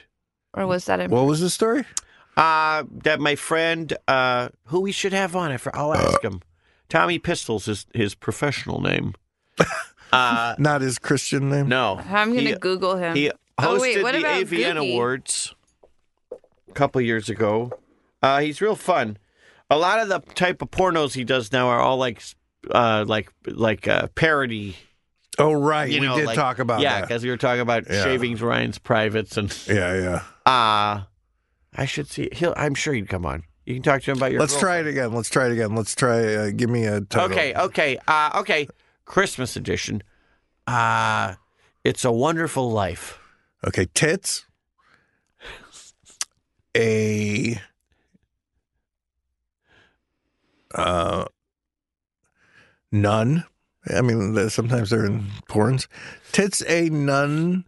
S4: or was that in?
S2: what was the story?
S5: Uh, that my friend, uh, who we should have on, I for- I'll ask him. Tommy Pistols is his professional
S4: <laughs>
S5: name. Uh,
S2: Not his Christian name.
S5: no.
S4: I'm gonna
S5: He-
S4: Google him.
S5: He hosted
S4: Oh, wait, what
S5: the
S4: about
S5: AVN
S4: Googie?
S5: Awards a couple years ago. Uh, he's real fun. A lot of the type of pornos he does now are all like, uh, like, like uh, parody.
S2: Oh right,
S5: You
S2: we
S5: know,
S2: did
S5: like-
S2: talk about
S5: yeah,
S2: that.
S5: because we were talking about
S2: Yeah.
S5: shavings Ryan's privates and
S2: Yeah, yeah.
S5: uh I should see. He'll. I'm sure he'd come on. You can talk to him about your.
S2: Let's try it again. Let's try it again. Let's try. Uh, give me a title.
S5: Okay. Okay. Uh, okay. Christmas edition. Uh it's a wonderful life.
S2: Okay. Tits. A. Uh. Nun. I mean, the- sometimes they're in porns. Tits a nun.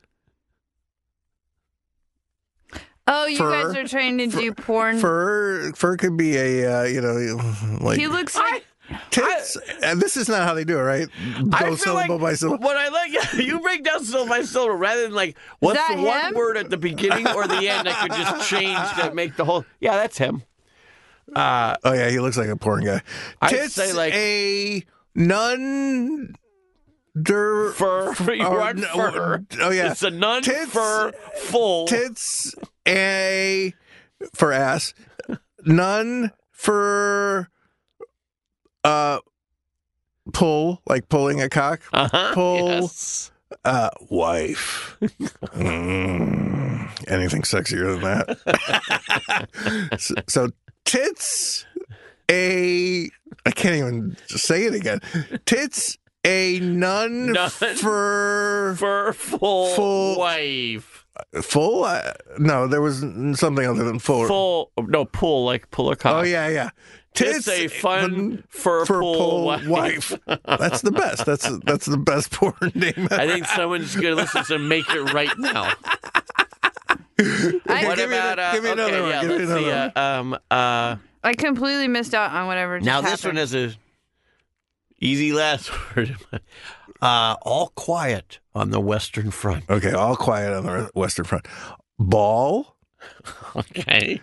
S4: oh, you
S2: Fur.
S4: guys are trying to do porn.
S2: Fur fur could be a uh, you know like
S4: he
S5: <laughs>
S4: looks like
S2: tits. and this is not how they do it, right?
S5: I
S2: Go
S5: feel
S2: syllable
S5: like
S2: by syllable.
S5: What I like, <laughs> you break down syllable by syllable rather than like what's
S4: that
S5: the one
S4: him?
S5: word at the beginning or the end I could just change that make the whole. Yeah, that's him. Uh,
S2: Oh yeah, he looks like a porn guy.
S5: I'd
S2: Tits
S5: say, like-
S2: a nun. Der,
S5: fur. <laughs> You
S2: or
S5: want
S2: n-
S5: fur.
S2: Oh yeah,
S5: It's a nun
S2: Tits-
S5: fur full.
S2: tits a for ass. Nun for uh pull like pulling a cock.
S5: Uh-huh.
S2: pull.
S5: Yes.
S2: Uh, wife. Mm, anything sexier than that? <laughs> so, so tits a. I can't even say it again. Tits a nun,
S5: <laughs> Nun.
S2: for
S5: for full,
S2: Full-
S5: wife.
S2: full. Uh, no, there was n- something other than full.
S5: Full no pull like pull a cock.
S2: Oh yeah, yeah.
S5: Tits a fun fur
S2: for
S5: pull
S2: pull
S5: wife.
S2: wife. That's the best. That's that's the best <laughs> porn name.
S5: <laughs> I think someone's gonna listen to make it right
S2: <laughs>
S5: now.
S4: I,
S5: what
S2: give me
S5: about
S2: the-
S5: uh,
S2: give me
S5: okay,
S2: another one,
S5: yeah,
S2: give me
S5: let's
S2: another
S5: see, uh, um uh
S4: I completely missed out on whatever. Just
S5: now this one
S4: happened.
S5: is a easy last <laughs> word. uh all quiet on the western front. <laughs>
S2: okay, all quiet on the Western Front. Ball.
S5: Okay.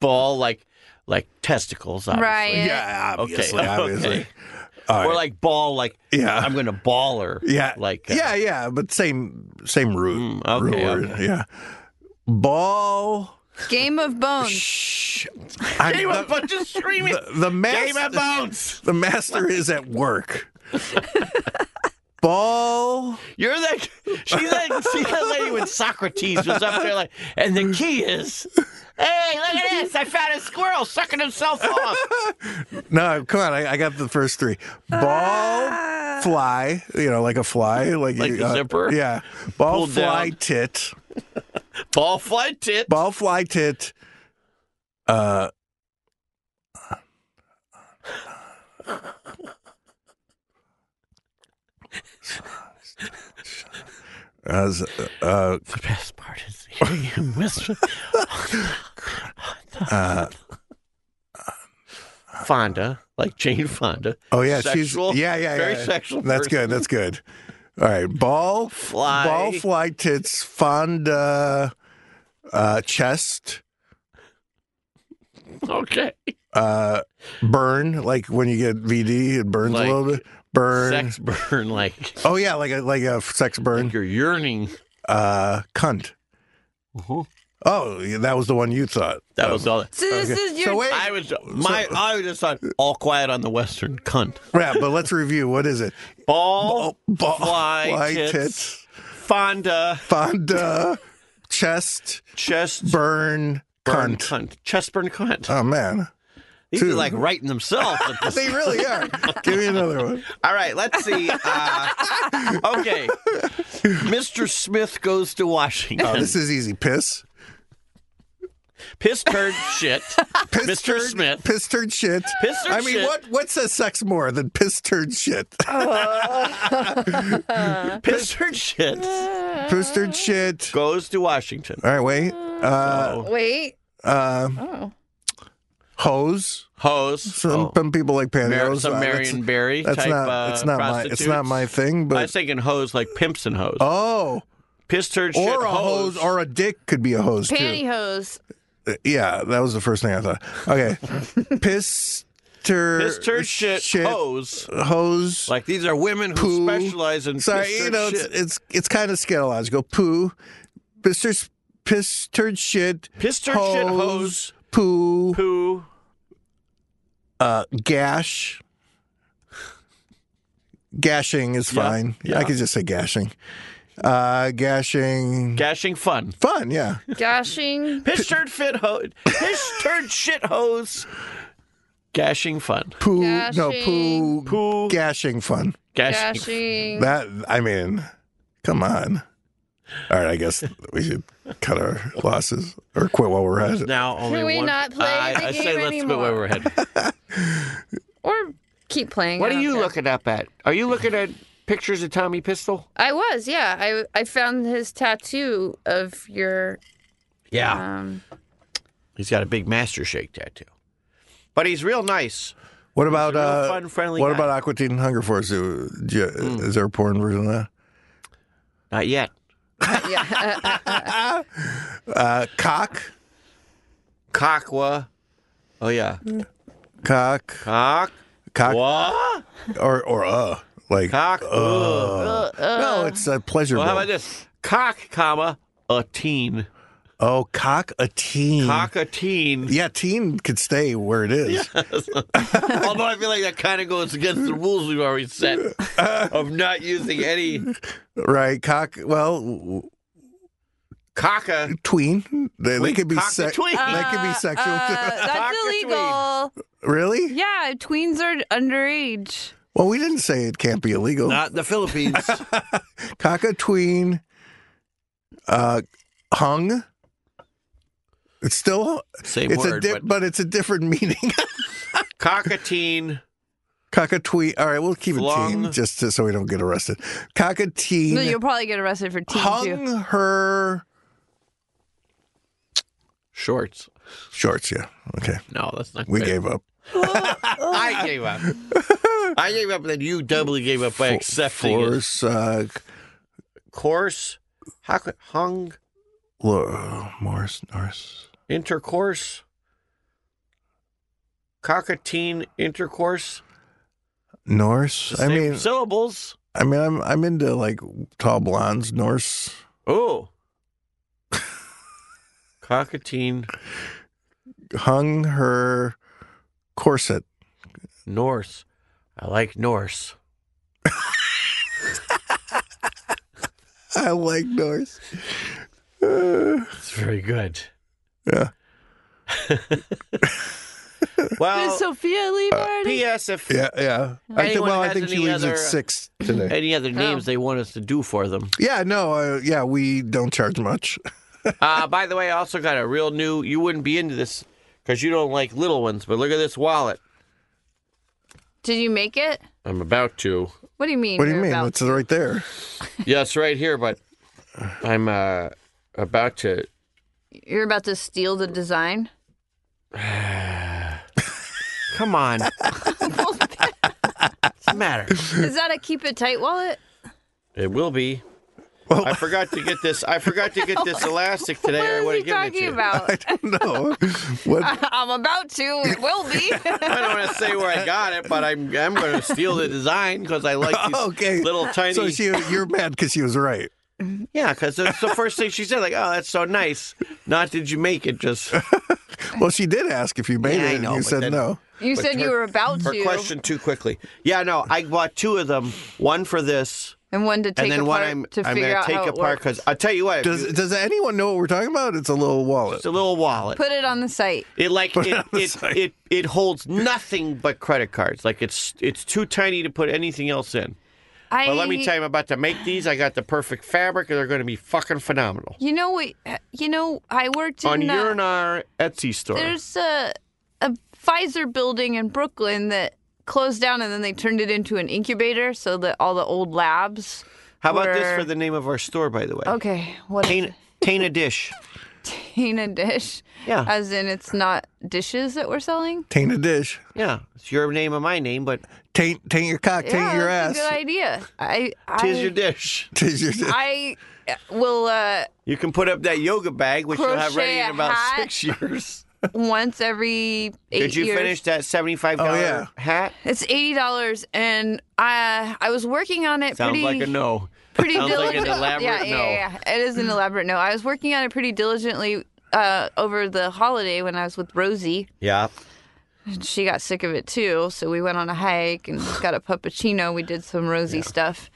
S5: Ball like like testicles obviously.
S4: Right.
S2: Yeah, obviously,
S5: <laughs> Okay.
S2: obviously. All
S5: or
S2: right.
S5: like ball, like
S2: Yeah.
S5: I'm gonna ball her.
S2: Yeah.
S5: like
S2: yeah, yeah, but same same root.
S5: Mm, okay,
S2: root word, Yeah. Ball.
S4: Game of Bones.
S2: Shh. I'm-
S5: a
S2: the,
S5: bunch of screaming.
S2: the, the
S5: Game
S2: master.
S5: of bones.
S2: The master is at
S5: <laughs>
S2: work. Ball.
S5: You're that. She's that. She's that lady when Socrates was up there, like. And the key is, hey, look at this! I found a squirrel sucking himself off.
S2: No, come on. I, I got the first three. Ball. Fly. You know, like a fly. Like,
S5: Ah.
S2: uh,
S5: Like the zipper?
S2: Yeah. Ball.
S5: Pulled
S2: Fly.
S5: down.
S2: Tit.
S5: Ball fly tit.
S2: Ball. Fly. Tit. Uh. As uh,
S5: The best part is hearing him whisper.
S2: uh,
S5: Fonda, like Jane Fonda.
S2: oh yeah,
S5: Sexual.
S2: she's yeah, yeah,
S5: Very
S2: yeah.
S5: sexual
S2: That's
S5: person.
S2: good. That's good. All right, ball,
S5: Fly.
S2: ball, fly, tits, fonda, uh, chest,
S5: Okay.
S2: uh, burn. Like when you get VD, it burns
S5: Like
S2: a little bit. Burn.
S5: Sex burn, like,
S2: Oh yeah, like a like a sex burn.
S5: like you're yearning.
S2: Uh, cunt.
S5: Mm-hmm.
S2: Oh, yeah, that was the one you thought.
S5: That was all.
S4: So this
S2: Okay.
S4: is
S2: So
S4: your.
S2: wait- <laughs>
S5: I was my. I just thought all quiet on the western cunt.
S2: Yeah, but let's review. What is it?
S5: Ball,
S2: Ball,
S5: fly, tits,
S2: tits,
S5: Fonda,
S2: fonda, chest,
S5: chest
S2: burn,
S5: burn
S2: cunt.
S5: cunt, chest burn cunt.
S2: Oh man,
S5: These are
S2: two.
S5: like writing themselves. at
S2: <laughs>
S5: this-
S2: they really are.
S5: <laughs>
S2: Give me another one.
S5: all right, let's see. Uh, okay, Mr. Smith goes to Washington.
S2: Oh, this is easy. Piss.
S5: Piss turd shit.
S2: Piss
S5: Mr.
S2: turd,
S5: Smith.
S2: Piss turd shit.
S5: Piss turd
S2: I mean,
S5: shit.
S2: what what says sex more than piss turd
S4: <laughs>
S2: shit?
S4: Uh,
S5: Piss turd shit
S2: piss turd shit.
S5: goes to Washington.
S2: All right, wait. Uh,
S4: Wait.
S2: um,
S4: Oh.
S2: hose.
S5: Hose.
S2: Some,
S5: oh.
S2: some people like pantyhose.
S5: Mar- some
S2: Uh, that's-
S5: Marion Barry
S2: That's
S5: type
S2: not.
S5: uh,
S2: it's not my. It's not my
S5: prostitutes.
S2: thing.
S5: I was
S2: But
S5: thinking hose like pimps and hose.
S2: oh,
S5: Piss turd shit.
S2: or a hose. or a dick could be a hose
S4: Pantyhose.
S2: too. Uh, Yeah, that was the first thing I thought. Okay, piss. Tur-
S5: piss turd shit, hose.
S2: hose.
S5: Like these are women who
S2: Poo.
S5: specialize in
S2: Sorry,
S5: piss
S2: you
S5: turd
S2: know it's
S5: shit.
S2: it's, it's kind of scatological. Poo, piss turd, piss turd shit,
S5: Piss turd shit, hose.
S2: poo,
S5: poo,
S2: uh, gash. Gashing is
S5: Yeah,
S2: fine.
S5: yeah.
S2: I could just say gashing. Uh, gashing.
S5: gashing fun.
S2: Fun, yeah.
S4: Gashing.
S5: Piss turd fit hose. Piss turd shit hose. Gashing fun.
S2: Poo, no
S4: Gashing.
S2: poo,
S5: Poo.
S2: gashing fun.
S5: Gashing.
S4: Gashing.
S2: That I mean, come on. All right, I guess we should cut our losses or quit while we're at it.
S5: Now only
S4: we
S5: one.
S4: not play
S5: I,
S4: the
S5: I
S4: game
S5: say let's
S4: anymore?
S5: go where we're headed.
S4: Or keep playing.
S5: What are
S4: I don't
S5: you
S4: care.
S5: looking up at? Are you looking at pictures of Tommy Pistol?
S4: I was, yeah. I I found his tattoo of your
S5: Yeah. <laughs>
S4: um
S5: He's got a big Master Shake tattoo. But he's real nice.
S2: What about
S5: real
S2: uh,
S5: fun, friendly
S2: What
S5: guy. Hmm.
S2: about Aqua Teen Hunger Force? Do- do you- Is there a porn version of that?
S5: Not yet.
S2: Uh, cock,
S5: Cockwa. Oh, yeah.
S4: Mm.
S2: cock,
S5: Cock.
S2: cock,
S5: What?
S2: or or uh, like
S5: Cock.
S2: Uh. no, it's a pleasure.
S5: Well, how
S2: bill.
S5: about this? Cock, comma, a teen.
S2: Oh, cock a teen.
S5: Cock a teen.
S2: Yeah, teen could stay where it is.
S5: Although I feel like that kind of goes against the rules we've already set of not using any
S2: Right, cock. Well, w-
S5: cocka.
S2: tween. They, they could be
S5: cock
S2: sex.
S5: between.
S2: They could be sexual.
S5: <laughs>
S4: Uh,
S5: Cock
S4: that's
S5: or tween?
S4: illegal.
S2: really?
S4: Yeah, tweens are underage.
S2: Well, we didn't say it can't be illegal.
S5: Not in the Philippines.
S2: Cock a tween. Uh, hung. It's still
S5: <laughs> Same
S2: it's
S5: word.
S2: a di-
S5: but
S2: but it's a different <laughs> meaning.
S5: cock a teen.
S2: Cockatween. All right, we'll keep it
S5: Flung.
S2: teen just to, so we don't get arrested. Cockatween
S4: No, you'll probably get arrested for teen
S2: hung
S4: too.
S2: her
S5: Shorts.
S2: shorts. Yeah, okay,
S5: No, that's not
S2: we
S5: fair.
S2: gave up.
S5: I gave
S2: <laughs>
S5: up. I gave up, and then you doubly gave up by accepting it.
S2: Force. Uh,
S5: Course, how could, hung,
S2: lo- Morris Norris.
S5: intercourse, cockatine intercourse,
S2: Norse. I
S5: Same
S2: mean,
S5: syllables.
S2: I mean, I'm I'm into like tall blondes, Norse.
S5: Oh. <laughs> Cockatine
S2: Hung her corset.
S5: Norse. I like Norse.
S2: I like Norse.
S5: It's very good.
S2: Uh, Yeah.
S4: <laughs>
S5: Well,
S4: Miss Sophia
S5: Uh,
S4: Liberty.
S5: P.S. If
S2: Yeah, yeah. I think,
S5: Anyone
S2: well, I
S5: has
S2: think she
S5: any
S2: leaves
S5: other- uh,
S2: at six today.
S5: any other names they want us to do for them.
S2: Yeah, no, uh, yeah, we don't charge much.
S5: Uh, by the way, I also got a real new. You wouldn't be into this because you don't like little ones. But look at this wallet.
S4: Did you make it?
S5: I'm about to.
S4: What do you mean?
S2: What do you
S4: you're
S2: mean?
S4: about-
S2: It's right there.
S5: Yes, right here. But I'm uh, about to.
S4: you're about to steal
S5: <laughs>
S4: the design?
S5: Come on. What's the matter?
S4: Is that a keep it tight wallet?
S5: It will be. I forgot to get this. I forgot to get this elastic today.
S4: <laughs> What
S5: or I would
S4: is he
S5: have given it to
S4: talking
S5: you. <laughs>
S4: about?
S2: No, what?
S4: I'm about to. It will
S5: <laughs>
S4: be.
S5: I don't want to say where I got it, but I'm I'm going to steal the design because I like these
S2: <laughs> Okay.
S5: little tiny.
S2: So she, you're mad because she was right.
S5: Yeah, because it's the first thing she said, like, "Oh, that's so nice." Not did you make it? Just
S2: Well, she did ask if you made
S5: Yeah, I
S2: it,
S5: know,
S2: and you
S5: but
S2: said
S5: then-
S2: no.
S4: you
S5: But
S4: said you
S5: her-
S4: were about
S5: her
S4: to.
S5: question too quickly. Yeah, no, I bought two of them. One for this,
S4: And one to take
S5: and then
S4: apart
S5: one I'm
S4: to
S5: I'm
S4: figure
S5: gonna
S4: out
S5: take
S4: how it
S5: apart
S4: works.
S5: because I tell you what, if
S2: Does
S5: you-
S2: Does anyone know what we're talking about? It's a little wallet.
S5: it's a little wallet.
S4: Put it on the site.
S5: It like it
S2: on the
S5: it,
S2: side.
S5: it it holds nothing but credit cards. Like it's it's too tiny to put anything else in.
S4: I.
S5: But let me tell you, I'm about to make these. I got the perfect fabric, and they're going to be fucking phenomenal.
S4: You know what? You know I worked in
S5: On
S4: uh,
S5: Urinar Etsy store.
S4: There's a a Pfizer building in Brooklyn that closed down and then they turned it into an incubator so that all the old labs.
S5: How about this
S4: were-
S5: for the name of our store, by the way?
S4: Okay, what is <laughs>
S5: Tain,
S4: it?
S5: Tain a dish.
S4: Tain a dish?
S5: Yeah.
S4: As in, it's not dishes that we're selling.
S2: Taint a dish.
S5: Yeah, it's your name and my name, but
S2: Taint taint your cock. Taint
S4: yeah,
S2: your ass.
S4: that's a good idea. I. I
S5: tis your
S2: <laughs>
S5: dish.
S2: Tis your dish.
S4: <laughs> I will uh,
S5: You can put up that yoga bag, which you'll have ready
S4: Crochet
S5: in
S4: a
S5: about
S4: hat.
S5: six years.
S4: once every
S5: Did
S4: eight
S5: you
S4: years.
S5: finish that seventy-five dollar
S2: Oh, yeah.
S5: hat?
S4: It's eighty dollars, and I I was working on it.
S5: Sounds
S4: pretty,
S5: like a no.
S4: pretty
S5: Sounds like an
S4: diligently.
S5: elaborate
S4: yeah, yeah,
S5: no.
S4: yeah, yeah. It is an elaborate no. I was working on it pretty diligently uh, over the holiday when I was with Rosie.
S5: Yeah.
S4: And She got sick of it too, so we went on a hike
S5: <sighs>
S4: and got a puppuccino. We did some Rosie stuff.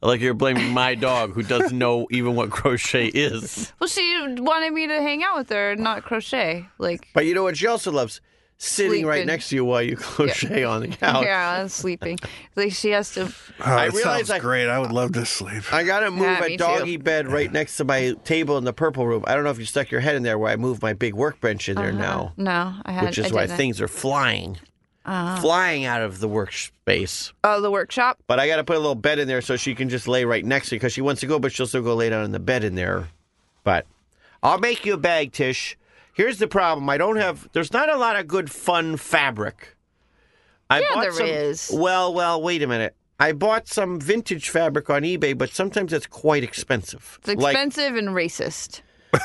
S5: Like you're blaming my dog, who <laughs> doesn't know even what crochet is.
S4: Well, she wanted me to hang out with her, and not crochet. Like,
S5: But you know what? She also loves sitting right
S4: Sleeping.
S5: next to you while you crochet on
S4: <laughs>
S5: the couch.
S4: yeah, I was sleeping. Like she has to.
S2: Oh,
S5: I
S2: it
S5: realize
S2: sounds
S5: I-
S2: great. I would love to sleep.
S5: I gotta move
S4: Yeah,
S5: a
S4: me
S5: doggy bed right next to my table in the purple room. I don't know if you stuck your head in there where I moved my big workbench in there now,
S4: No, I had.
S5: which is
S4: Uh-huh. I
S5: why
S4: didn't. Uh-huh.
S5: things are flying, flying out of the workspace.
S4: Oh, the workshop.
S5: But I gotta put a little bed in there so she can just lay right next to because she wants to go, but she'll still go lay down in the bed in there. But I'll make you a bag, Tish. Here's the problem: I don't have. There's not a lot of good fun fabric. I
S4: Yeah,
S5: bought
S4: there
S5: some-
S4: is.
S5: Well, well, wait a minute. I bought some vintage fabric on eBay, but sometimes it's quite expensive.
S4: It's expensive and racist.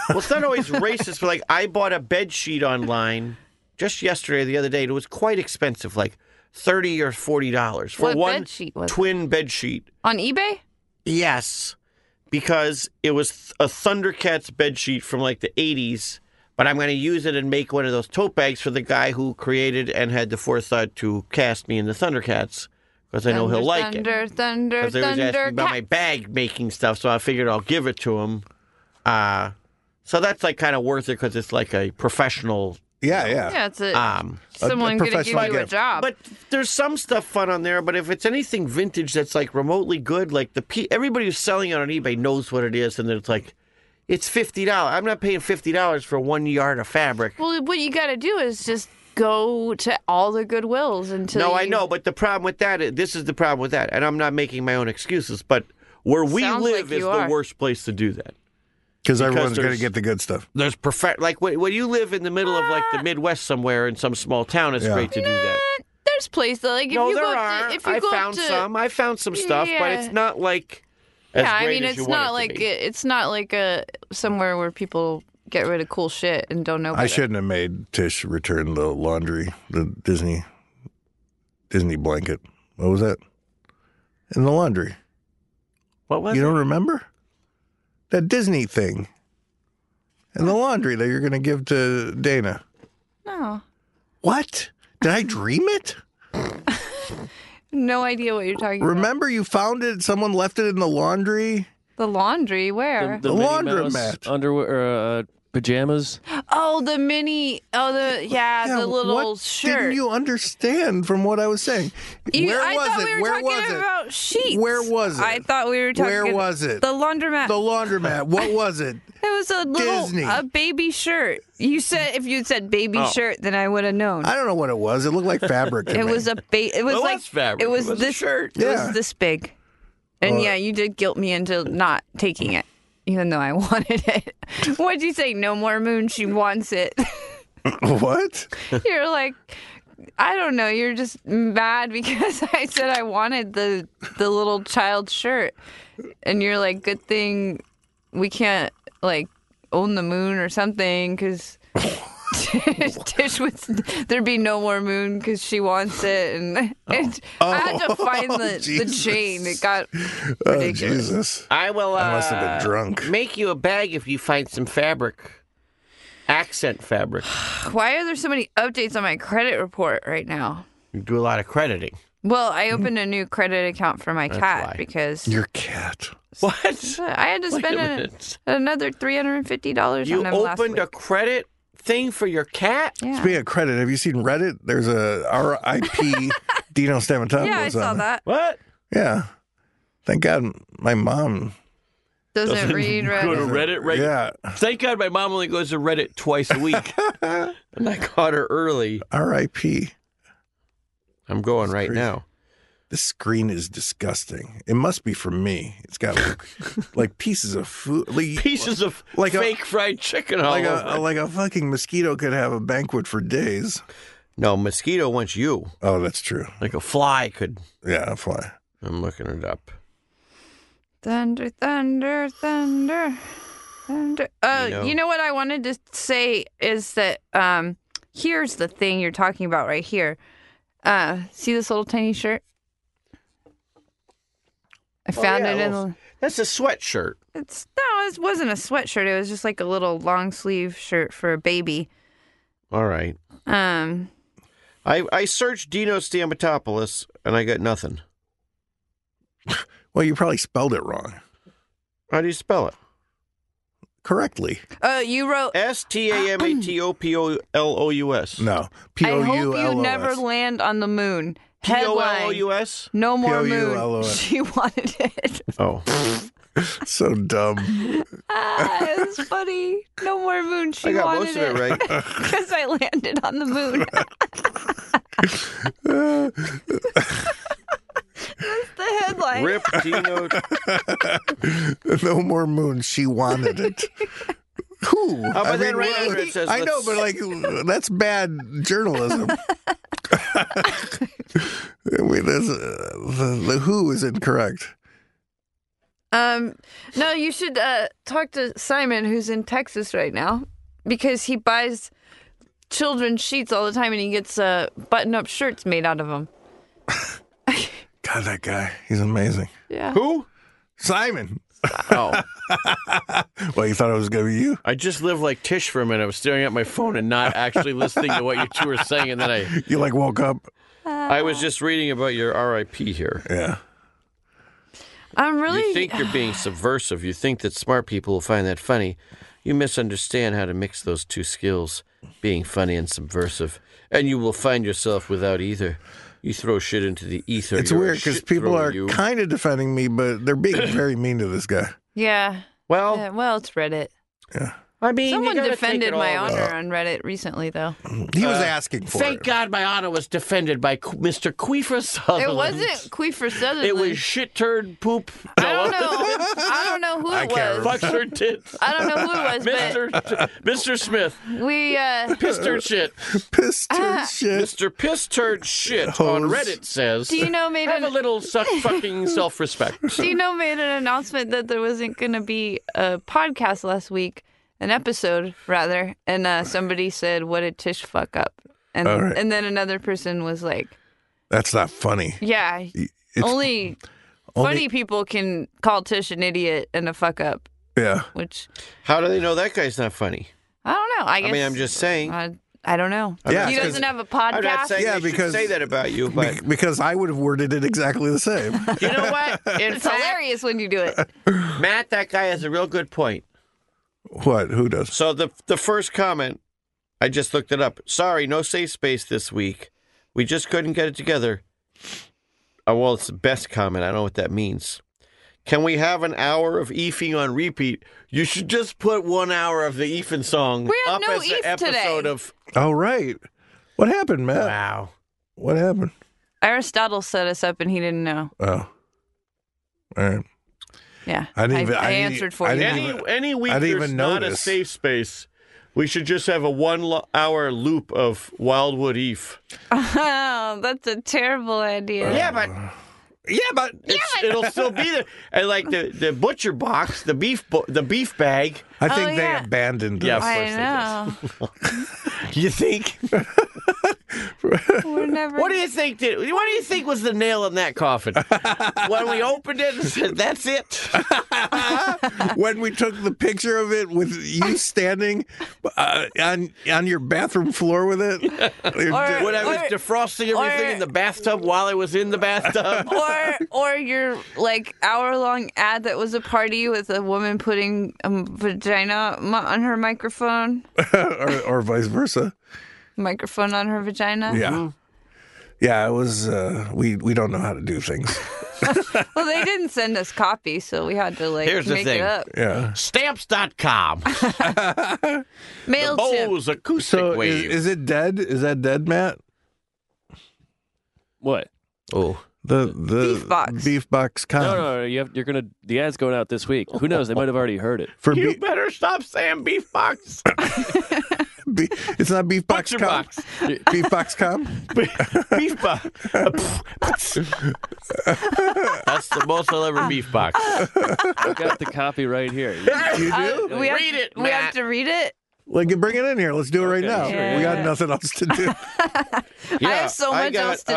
S5: Well, it's not
S4: <laughs>
S5: always racist, but like I bought a bed sheet online just yesterday or the other day. And it was quite expensive, like thirty or forty dollars for
S4: What
S5: one
S4: bed sheet was it?
S5: twin bed sheet.
S4: On eBay?
S5: Yes, because it was a Thundercats bed sheet from like the '80s. But I'm going to use it and make one of those tote bags for the guy who created and had the forethought to cast me in the Thundercats because I know he'll like it.
S4: thunder, Thunder,
S5: Because they was
S4: thunder,
S5: asking about my
S4: cat.
S5: bag making stuff, so I figured I'll give it to him. Uh, so that's like kind of worth it because it's like a professional.
S2: Yeah, yeah.
S4: Yeah, it's a,
S5: Um,
S4: someone going to give
S2: professional
S4: you a
S2: gift.
S4: job.
S5: but there's some stuff fun on there. But if it's anything vintage that's like remotely good, like the pe- everybody who's selling it on eBay knows what it is, and then it's like it's fifty dollars. I'm not paying fifty dollars for one yard of fabric.
S4: well, what you got to do is just go to all the Goodwills until.
S5: No, I
S4: you-
S5: know, but the problem with that, is, this is the problem with that, and I'm not making my own excuses, but where we
S4: Sounds
S5: live
S4: like
S5: is
S4: you
S5: the
S4: are.
S5: worst place to do that.
S2: Because everyone's going to
S5: there's-
S2: get the good stuff.
S5: there's perfect like when, when you live in the middle of like the
S4: Ah!
S5: Midwest somewhere in some small town, it's
S2: Yeah.
S5: great to do that.
S4: Eh, There's places like if
S5: no,
S4: you
S5: there
S4: go up
S5: are.
S4: to, if you
S5: I
S4: go up
S5: found
S4: to,
S5: some. I found some stuff, but
S4: Yeah.
S5: it's not like as
S4: yeah, I
S5: great
S4: mean
S5: as
S4: it's
S5: you want it
S4: not
S5: to
S4: like
S5: be.
S4: it- it's not like a somewhere where people get rid of cool shit and don't know.
S2: I
S4: better.
S2: shouldn't have made Tish return the laundry, the Disney Disney blanket. What was that? In the laundry.
S5: What was
S2: You
S5: it?
S2: don't remember? That Disney thing. And the laundry that you're going to give to Dana.
S4: No.
S2: What? Did I dream it?
S4: <laughs> No idea what you're talking about.
S2: Remember you found it, someone left it in the laundry?
S4: The laundry, where?
S2: The
S8: Minnie
S2: laundromat.
S8: Mouse underwear, or, uh, pajamas.
S4: oh, the mini. Oh, the yeah, the little
S2: what Didn't
S4: shirt.
S2: you understand from what I was saying?
S4: You-
S2: Where
S4: I
S2: was
S4: thought
S2: it?
S4: we were
S2: Where was
S4: talking
S2: it?
S4: about sheets.
S2: Where was
S4: I
S2: it?
S4: thought we were talking.
S2: Where was it?
S4: The laundromat.
S2: The laundromat. What was
S4: <laughs>
S2: it?
S4: it was a little
S2: Disney.
S4: a baby shirt. You said if you said baby
S5: Oh.
S4: shirt, then I would have known.
S2: I don't know what it was. It looked like fabric. to
S4: it
S2: me.
S4: was a ba- It was
S5: It was
S4: like
S5: fabric.
S4: It was,
S5: It was a
S4: this
S5: shirt.
S4: It
S2: Yeah.
S4: was this big, and yeah, you did guilt me into not taking it, even though I <laughs> wanted it. What'd you say? No more moon. She wants it.
S2: <laughs>
S4: <laughs>
S2: what?
S4: you're like I don't know. You're just mad <laughs> because I said I wanted the the little child shirt, and you're like, good thing we can't like own the moon or something because <laughs> Tish would there'd be no more moon because she wants it, and, and I had to find the, the
S2: Jesus.
S4: chain. It got
S2: Oh,
S4: ridiculous.
S2: Jesus.
S5: I will. Uh,
S2: I must have been drunk.
S5: Make you a bag if you find some fabric, accent fabric.
S4: Why are there so many updates on my credit report right now?
S5: You do a lot of crediting.
S4: Well, I opened a new credit account for my cat
S5: why.
S4: because
S2: Your cat.
S5: <laughs> What?
S4: I had to
S5: Wait a
S4: spend an-
S5: minute.
S4: another three hundred and fifty dollars.
S5: You
S4: on him last
S5: opened a
S4: week.
S5: credit thing for your cat.
S4: yeah.
S2: Speaking of credit, have you seen Reddit? There's a
S4: <laughs>
S2: RIP Dino Stamatopoulos.
S4: yeah, I saw
S2: on it.
S4: that.
S5: What?
S2: Yeah. Thank God my mom.
S4: Doesn't, read
S5: Go to
S4: Reddit.
S5: Reddit right
S2: Yeah.
S5: Thank God my mom only goes to Reddit twice a week. and I caught her early.
S2: RIP.
S5: I'm going right
S2: crazy.
S5: now.
S2: This screen is disgusting. It must be from me. It's got
S4: <laughs>
S2: like, like pieces of food. Like,
S5: Pieces of
S2: Like a-
S5: fake fried chicken all
S2: like
S5: over.
S2: a like a fucking mosquito could have a banquet for days.
S5: no, mosquito wants you.
S2: Oh, that's true.
S5: Like a fly could.
S2: Yeah, fly.
S5: I'm looking it up.
S4: Thunder, thunder, thunder, thunder. Uh,
S5: You
S4: you
S5: know-
S4: know, what I wanted to say is that um, here's the thing you're talking about right here. Uh, see this little tiny shirt? I found
S5: Oh, yeah,
S4: it
S5: a
S4: in.
S5: little-
S4: the-
S5: That's a sweatshirt.
S4: It's no, it wasn't a sweatshirt. It was just like a little long sleeve shirt for a baby.
S5: All right.
S4: Um,
S5: I, I searched Dino Stamatopoulos and I got nothing.
S2: Well, you probably spelled it wrong.
S5: How do you spell it?
S2: Correctly.
S4: uh, you wrote
S5: S T A M A T O P O L O U S.
S2: No. P O
S4: I
S2: U
S4: hope you
S2: L
S4: never
S2: O S.
S4: land on the moon.
S5: P O L O
S4: Headline,
S5: U S?
S4: No more moon.
S2: P-O-U-L-O-S.
S4: <laughs> She wanted it.
S5: Oh.
S2: So dumb. <laughs>
S4: Ah,
S5: <laughs>
S4: it was funny. No more moon. She
S5: I got
S4: wanted
S5: most of it right.
S4: Because I landed on
S5: <laughs>
S4: the moon. That's the headline.
S5: Rip Dino.
S2: no more moon. She wanted
S4: <laughs>
S2: it.
S4: Oh,
S2: Who?
S5: but then right
S2: well,
S5: under it says,
S2: I know, but like that's bad
S4: <laughs>
S2: journalism. I mean, that's, uh, the, the who is incorrect.
S4: Um, no, you should uh, talk to Simon, who's in Texas right now, because he buys children's sheets all the time, and he gets uh, button-up shirts made out of them.
S2: God, that guy, he's amazing.
S4: Yeah.
S5: Who?
S2: Simon.
S5: Oh.
S2: Well, you thought it was going to be you?
S5: I just lived like Tish for a minute. I was staring at my phone and not actually listening to what you two were saying. And then I,
S2: <laughs> You like woke up?
S5: I was just reading about your RIP here.
S2: Yeah.
S4: I'm really.
S5: You think you're being subversive. You think that smart people will find that funny. You misunderstand how to mix those two skills, being funny and subversive, and you will find yourself without either. You throw shit into the ether.
S2: It's
S5: You're a
S2: weird because
S5: shit
S2: people
S5: thrower,
S2: are
S5: you.
S2: kind of defending me, but they're being very mean to this guy.
S4: yeah.
S5: Well,
S4: Yeah, well, it's Reddit.
S5: I mean, Oh. you
S4: Someone
S5: gotta take
S4: defended
S5: it
S4: my
S5: all
S4: honor
S5: with-
S4: on Reddit recently, though.
S2: He
S4: Uh,
S2: was asking for
S5: Thank
S2: it.
S5: God my honor was defended by Qu- Mr. Queefer <laughs> Sutherland.
S4: It wasn't Queefer Sutherland.
S5: It was shit turd poop.
S4: I don't know. I don't know
S2: <laughs>
S4: who
S2: I
S4: it
S2: can't
S4: was.
S2: remember.
S5: <laughs> Fuck her tits.
S4: I don't know who it was,
S5: Mr. T- Mr. Smith,
S4: but
S5: <laughs>
S4: we uh,
S5: piss turd shit.
S2: Pissed
S7: Ah.
S2: and shit.
S5: Mr. Piss Turd Shit
S7: Oh,
S5: on
S2: Hose.
S5: Reddit says.
S4: Dino made
S5: have a
S4: an
S5: little suck fucking self respect.
S4: Dino made an announcement that there wasn't going to be a podcast last week, an episode rather, and uh, somebody said, "What did Tish fuck up?" And
S2: All right.
S4: and then another person was like,
S2: That's not funny.
S4: Yeah.
S2: It's
S4: only, funny people can call Tish an idiot and a fuck up,
S2: Yeah.
S4: which
S7: How do they know that guy's not funny?
S4: I don't know. I guess.
S7: I mean, I'm just saying.
S4: I, I don't know.
S2: Yeah,
S4: he
S2: it's 'cause-
S4: doesn't have a
S7: I'm not
S4: Uh, podcast.
S7: saying
S2: Yeah,
S7: they should
S2: because-
S7: say that about
S2: <laughs>
S7: you, but
S2: Be- because I would have worded it exactly the
S7: <laughs>
S2: same.
S7: you
S4: <laughs>
S7: know what? In
S4: It's
S7: fact,
S4: hilarious when you do it.
S7: Matt, that guy has a real good point.
S2: what? Who does?
S7: So the the first comment, I just looked it up. Sorry, no safe space this week. We just couldn't get it together. Oh, well, it's the best comment. I don't know what that means. Can we have an hour of Eefing on repeat? You should just put one hour of the Eefing song
S4: We have
S7: up
S4: no
S7: as an
S4: Eef
S7: episode
S4: today.
S7: of.
S2: All Oh, right. What happened, Matt?
S7: Wow.
S2: What happened?
S4: Aristotle set us up and he didn't know.
S2: Oh. All right.
S4: Yeah.
S2: I didn't even-
S4: I,
S2: I didn't-
S4: answered for
S2: I
S4: you.
S2: didn't
S7: uh, Any
S2: even-
S7: any week
S2: I didn't
S7: there's
S2: even
S7: not a
S2: notice.
S7: safe space. We should just have a one lo- hour loop of Wildwood Eve.
S4: <laughs> Oh, that's a terrible idea.
S7: Yeah, but yeah, but it's, it'll still be there. And like the, the butcher box, the beef bo- the beef bag.
S2: I think they
S4: yeah.
S2: abandoned
S7: Oh, Yeah. Oh,
S2: us.
S7: course they
S2: <laughs>
S4: I know.
S7: You think?
S4: We're never.
S7: What do you think? Did, what do you think was the nail in that coffin when we opened it and said, "That's it"?
S2: when we took the picture of it with
S7: <laughs>
S2: you standing uh, on on your bathroom floor with
S7: <laughs>
S2: it.
S4: Or-
S7: When I was
S4: Or-
S7: defrosting everything in
S4: or-
S7: the bathtub while I was in the bathtub.
S4: or or your like hour long ad that was a party with a woman putting a m- vagina mi- on her microphone,
S2: or, or vice versa.
S4: microphone on her
S7: Uh-huh.
S4: vagina.
S2: Yeah. Yeah, it was uh, we we don't know how to do things.
S4: Well, they didn't send us copy, so we had to like
S7: Here's the
S4: make
S7: thing.
S4: it up.
S2: Yeah.
S4: <laughs>
S7: Stamps.com.
S4: Mailchimp.
S7: Bose acoustic
S2: So is,
S7: wave.
S2: is it dead? Is that dead, Matt?
S9: What?
S7: oh,
S2: The the
S4: Beef box.
S2: beef box com
S9: No,
S7: <sighs>
S9: no, no you have, you're gonna. The ad's going out this week. Who knows? They might have already heard it.
S2: for
S7: you
S2: be,
S7: better stop saying beef box.
S2: be, it's not beef box
S7: Butcher
S2: com.
S7: box.
S2: <laughs> Beef box com.
S7: beef <laughs> box. That's the most I'll ever beef box.
S9: I've got the copy right
S7: <laughs>
S9: here.
S2: You do?
S4: we have,
S7: Read it,
S4: We have
S7: Matt.
S4: to read it.
S2: like bring it in here. Let's do it right
S9: Okay,
S2: now.
S9: sure,
S2: We
S4: yeah.
S2: got nothing else to do.
S4: <laughs> I have so much
S7: got,
S4: else to do.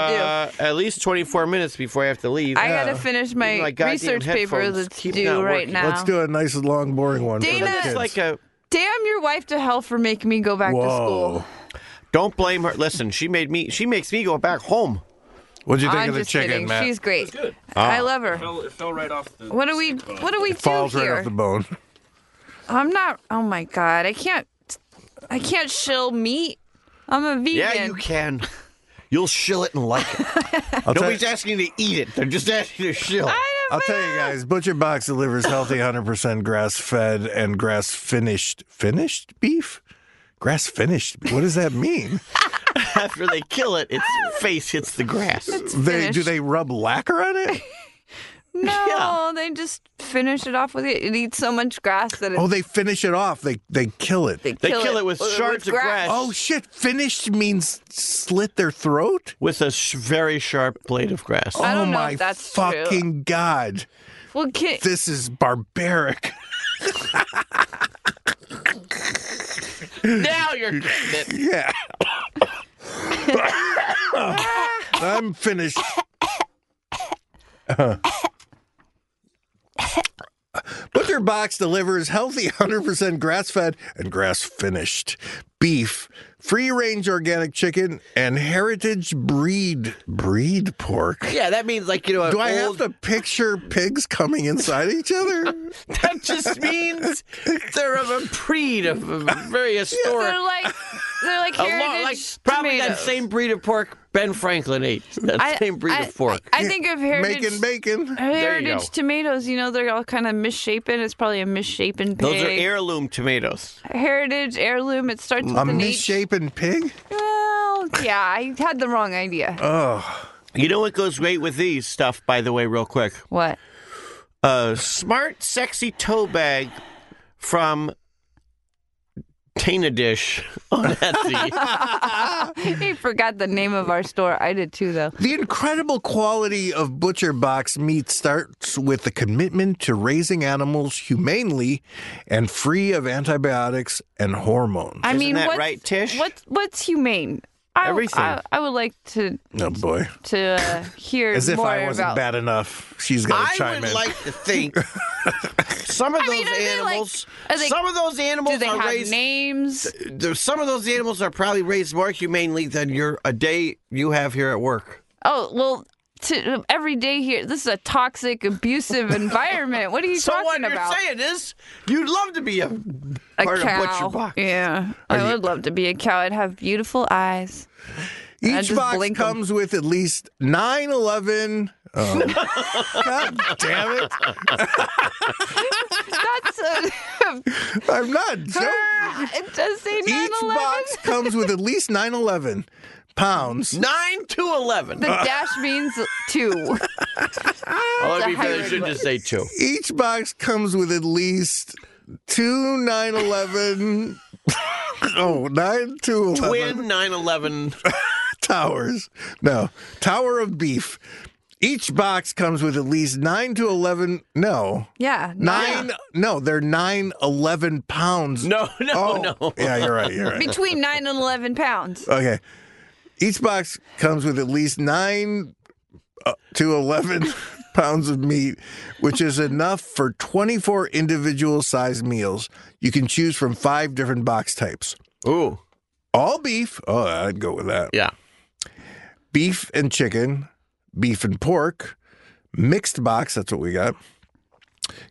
S7: Uh, at least 24 minutes before I have to leave.
S4: I gotta finish
S7: Even
S4: my
S7: my goddamn
S4: research paper
S7: headphones
S4: that's
S7: keep
S4: due
S7: not
S4: right
S7: working.
S4: now.
S2: Let's do a nice long boring one. for the
S4: Dana-
S7: It's
S2: kids.
S7: like a
S4: Damn your wife to hell for making me go back
S2: Whoa.
S4: to school.
S7: don't blame her. Listen, she made me. She makes me go back home.
S2: What'd you think
S4: I'm
S2: of the
S4: just
S2: chicken,
S4: kidding.
S2: Matt?
S4: She's great. I love her.
S10: fell, it fell right off the.
S4: What do we What do we do
S2: Falls right
S4: here?
S2: off the bone.
S4: I'm not. Oh my god, I can't. I can't shill meat. I'm a vegan.
S7: Yeah, you can. You'll shill it and like it.
S2: I'll, tell,
S7: Nobody's asking you to eat it. They're just asking you to shill.
S2: I'll tell you guys, Butcher Box delivers healthy 100% grass fed and grass finished. Finished beef? Grass finished. What does that
S4: <laughs>
S2: mean?
S7: After they kill it, its face hits the grass.
S2: they, do
S4: finished.
S2: they rub lacquer on it?
S4: no,
S7: yeah.
S4: they just finish it off with it. It eats so much grass that it,
S2: Oh, they finish it off. They, they kill it.
S4: they,
S7: They kill it with shards of grass.
S2: Oh, shit. Finished means slit their throat?
S7: With a sh- very sharp blade of grass.
S4: I
S2: oh,
S4: don't know
S2: my
S4: if that's true.
S2: fucking God.
S4: Well, ki-
S2: This is barbaric.
S7: now you're getting it.
S2: Yeah. <coughs> I'm finished. Butcher Box delivers healthy 100% grass fed and grass finished beef, free range organic chicken, and heritage breed breed pork.
S7: Yeah, that means like you know. an
S2: Do I
S7: old-
S2: have to picture pigs coming inside each other?
S7: That <laughs> just means they're of a breed of a very historic.
S4: they're like they're like
S7: <laughs> a lo-
S4: heritage
S7: like, probably that
S4: tomatoes.
S7: same breed of pork Ben Franklin ate. That
S4: I-
S7: same breed
S4: I-
S7: of pork.
S4: I, I think of <laughs> heritage
S2: Making bacon.
S7: you
S4: heritage
S7: go.
S4: tomatoes. You know, they're all kind of misshapen. It's probably a misshapen pig.
S7: Those are heirloom tomatoes.
S4: heritage heirloom. It starts with
S2: A
S4: an H.
S2: misshapen pig?
S4: Well, yeah, I had the wrong idea.
S7: You know what goes great with these stuff, by the way, real quick?
S2: <laughs>
S4: what?
S7: A smart, sexy toe bag from Tana Dish
S2: <laughs>
S7: on Etsy.
S4: He forgot the name of our store. I did too, though.
S2: The incredible quality of Butcher Box meat starts with the commitment to raising animals humanely and free of antibiotics and hormones.
S4: I mean,
S7: that
S4: what's,
S7: right, Tish?
S4: What's what's humane? I,
S5: Everything.
S4: I, I would like to
S2: Oh boy.
S4: to uh, hear
S2: As if
S4: more
S2: I wasn't
S4: about.
S2: bad enough, she's gonna
S5: I
S2: chime
S5: would
S2: in.
S5: like to think some
S4: <laughs>
S5: of
S4: I mean,
S5: those
S4: are they, like-
S5: animals.
S4: are they-
S5: some of those animals
S4: Do they
S5: are
S4: have
S5: raised.
S4: names?
S5: there's- Some of those animals are probably raised more humanely than your a day you have here at work.
S4: Oh well, to, every day here, this is a toxic, abusive environment. What are you
S5: So what
S4: talking
S5: you're
S4: about?
S5: saying is you'd love to be a
S4: a
S5: part
S4: cow.
S5: of butcher box.
S4: Yeah, I would love to be a cow. I'd have beautiful eyes. I
S2: Each
S4: just
S2: box
S4: blink 'em.
S2: comes with at least nine eleven. Oh.
S4: <laughs>
S2: God damn it!
S4: That's a, <laughs>
S2: I'm not joking.
S4: it does say nine
S2: Each
S4: eleven.
S2: box comes with at least nine eleven pounds.
S5: nine to eleven.
S4: The dash means two.
S5: Well,
S4: It's
S5: to be
S4: a
S5: fair, I
S4: hybrid
S5: should
S4: book.
S5: just say two.
S2: Each box comes with at least two nine eleven. <laughs> Oh, nine to 11
S5: Twin nine eleven.
S2: towers. No, tower of beef. Each box comes with at least nine to eleven. No,
S4: Yeah,
S2: nine. No, they're nine eleven pounds.
S5: <laughs> No, no,
S2: Oh,
S5: no.
S2: yeah, you're right.
S5: <laughs>
S2: You're right.
S4: Between nine and eleven pounds.
S2: Okay. Each box comes with at least nine uh, to 11 <laughs> pounds of meat, which is enough for 24 individual sized meals. You can choose from five different box types
S5: Ooh,
S2: all beef. Oh, I'd go with that.
S5: yeah.
S2: Beef and chicken, beef and pork, mixed box. That's what we got.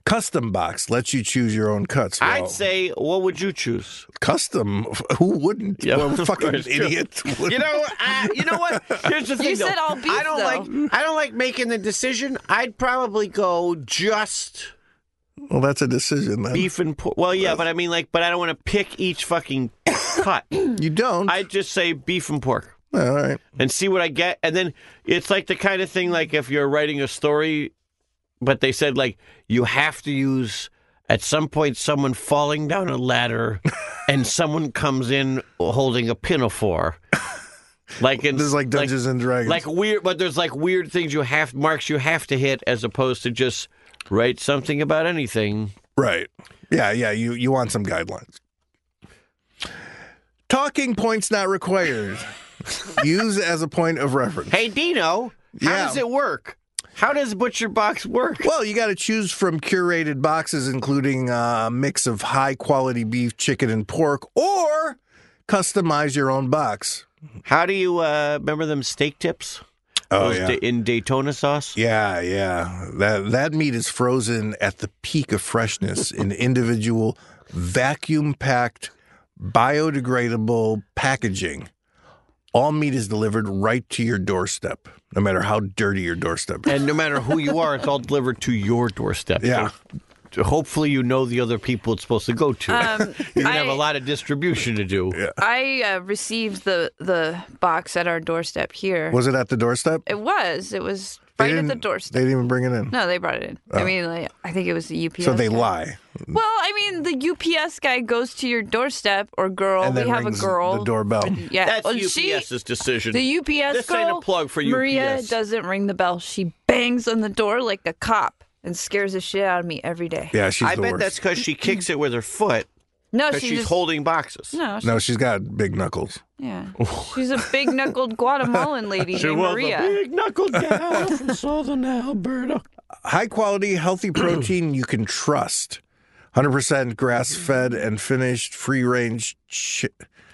S2: Custom box lets you choose your own cuts. Well,
S5: I'd say, what would you choose?
S2: custom. <laughs> Who wouldn't?
S5: Yeah,
S2: well,
S5: of <laughs>
S2: fucking
S5: course, true.
S2: idiot. would-
S5: You know,
S4: uh,
S5: I, you know what? Here's the thing.
S4: You said
S5: though.
S4: all
S5: <laughs>
S4: beef,
S5: I don't like. I don't like making the decision. I'd probably go just
S2: well, that's a decision then.
S5: beef and pork. Well, yeah, but I mean, like, but I don't want to pick each fucking <coughs> cut.
S2: You don't.
S5: I'd just say beef and pork.
S2: All right.
S5: and see what I get. And then it's like the kind of thing like if you're writing a story, but they said like you have to use at some point someone falling down
S2: <laughs>
S5: a ladder and someone comes in holding a pinafore. Like in,
S2: This is like Dungeons and Dragons.
S5: like weird, but there's like weird things you have marks you have to hit as opposed to just write something about anything.
S2: right. Yeah, yeah. You you want some guidelines. Talking points not required. Use as a point of reference.
S5: Hey Dino, how
S2: Yeah.
S5: does it work? How does Butcher Box work?
S2: Well, you got to choose from curated boxes, including uh, a mix of high quality beef, chicken, and pork, or customize your own box.
S5: How do you uh, remember them steak tips?
S2: Oh,
S5: Those
S2: yeah.
S5: da- in Daytona sauce.
S2: Yeah, yeah. That that meat is frozen at the peak of freshness in individual vacuum packed biodegradable packaging. All meat is delivered right to your doorstep, no matter how dirty your doorstep is.
S5: And no matter who you are, it's all delivered to your doorstep.
S2: Yeah.
S5: So hopefully, you know the other people it's supposed to go to.
S4: Um,
S5: <laughs> You're gonna have
S4: I-
S5: a lot of distribution to do.
S4: I uh, received the the box at our doorstep here.
S2: Was it at the doorstep?
S4: It was. It was
S2: They
S4: right at the
S2: didn't-
S4: doorstep.
S2: They didn't even bring it in.
S4: No, they brought it in. I mean, like, I think it was the UPS.
S2: Oh. so they
S4: guy.
S2: lie.
S4: Well, I mean, the UPS guy goes to your doorstep or girl.
S2: And then
S4: we have a
S2: rings
S4: girl.
S2: the doorbell.
S4: Yeah,
S5: That's
S4: well, she-
S5: UPS's decision.
S4: The UPS
S5: This
S4: girl.
S5: ain't a plug for
S4: Maria
S5: UPS.
S4: doesn't ring the bell. She bangs on the door like a cop and scares the shit out of me every day.
S2: Yeah, she's
S5: I
S2: the
S5: bet
S2: worst.
S5: that's because she kicks it with her foot
S4: No,
S5: because
S4: she
S5: she's
S4: just,
S5: holding boxes.
S4: No, she,
S2: No, she's got big knuckles. <laughs>
S4: yeah, she's a big knuckled
S8: <laughs>
S4: Guatemalan lady named Maria.
S5: knuckled gal from southern Alberta.
S2: high quality, healthy protein you can trust. 100% grass fed and finished, free range. Chi-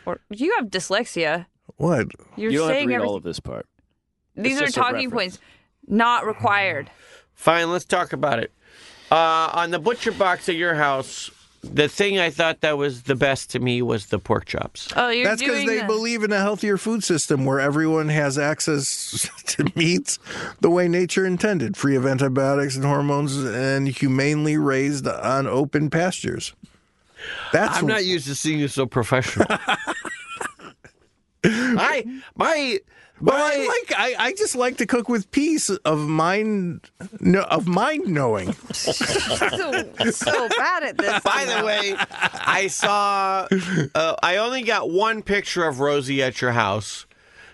S4: Or you have dyslexia.
S2: what?
S4: You're
S8: You don't have to
S4: saying
S8: read
S4: everything.
S8: all of
S2: <laughs>
S8: this part.
S4: These are
S8: just a
S4: talking
S8: reference.
S4: points, not required.
S5: Fine, let's talk about it. Uh, on the butcher box at your house, the thing I thought that was the best to me was the pork chops.
S4: Oh, you're
S2: That's because
S4: doing
S2: they
S4: the-
S2: believe in a healthier food system where everyone has access <laughs> to meats the way nature intended, free of antibiotics and hormones, and humanely raised on open pastures. That's
S5: I'm not used to seeing you so professional. <laughs> I my
S2: But I
S5: my-
S2: like I, I just like to cook with peace of mind no, of mind knowing.
S4: so, so bad at this.
S5: By the way, <laughs> I saw. Uh, I only got one picture of Rosie at your house,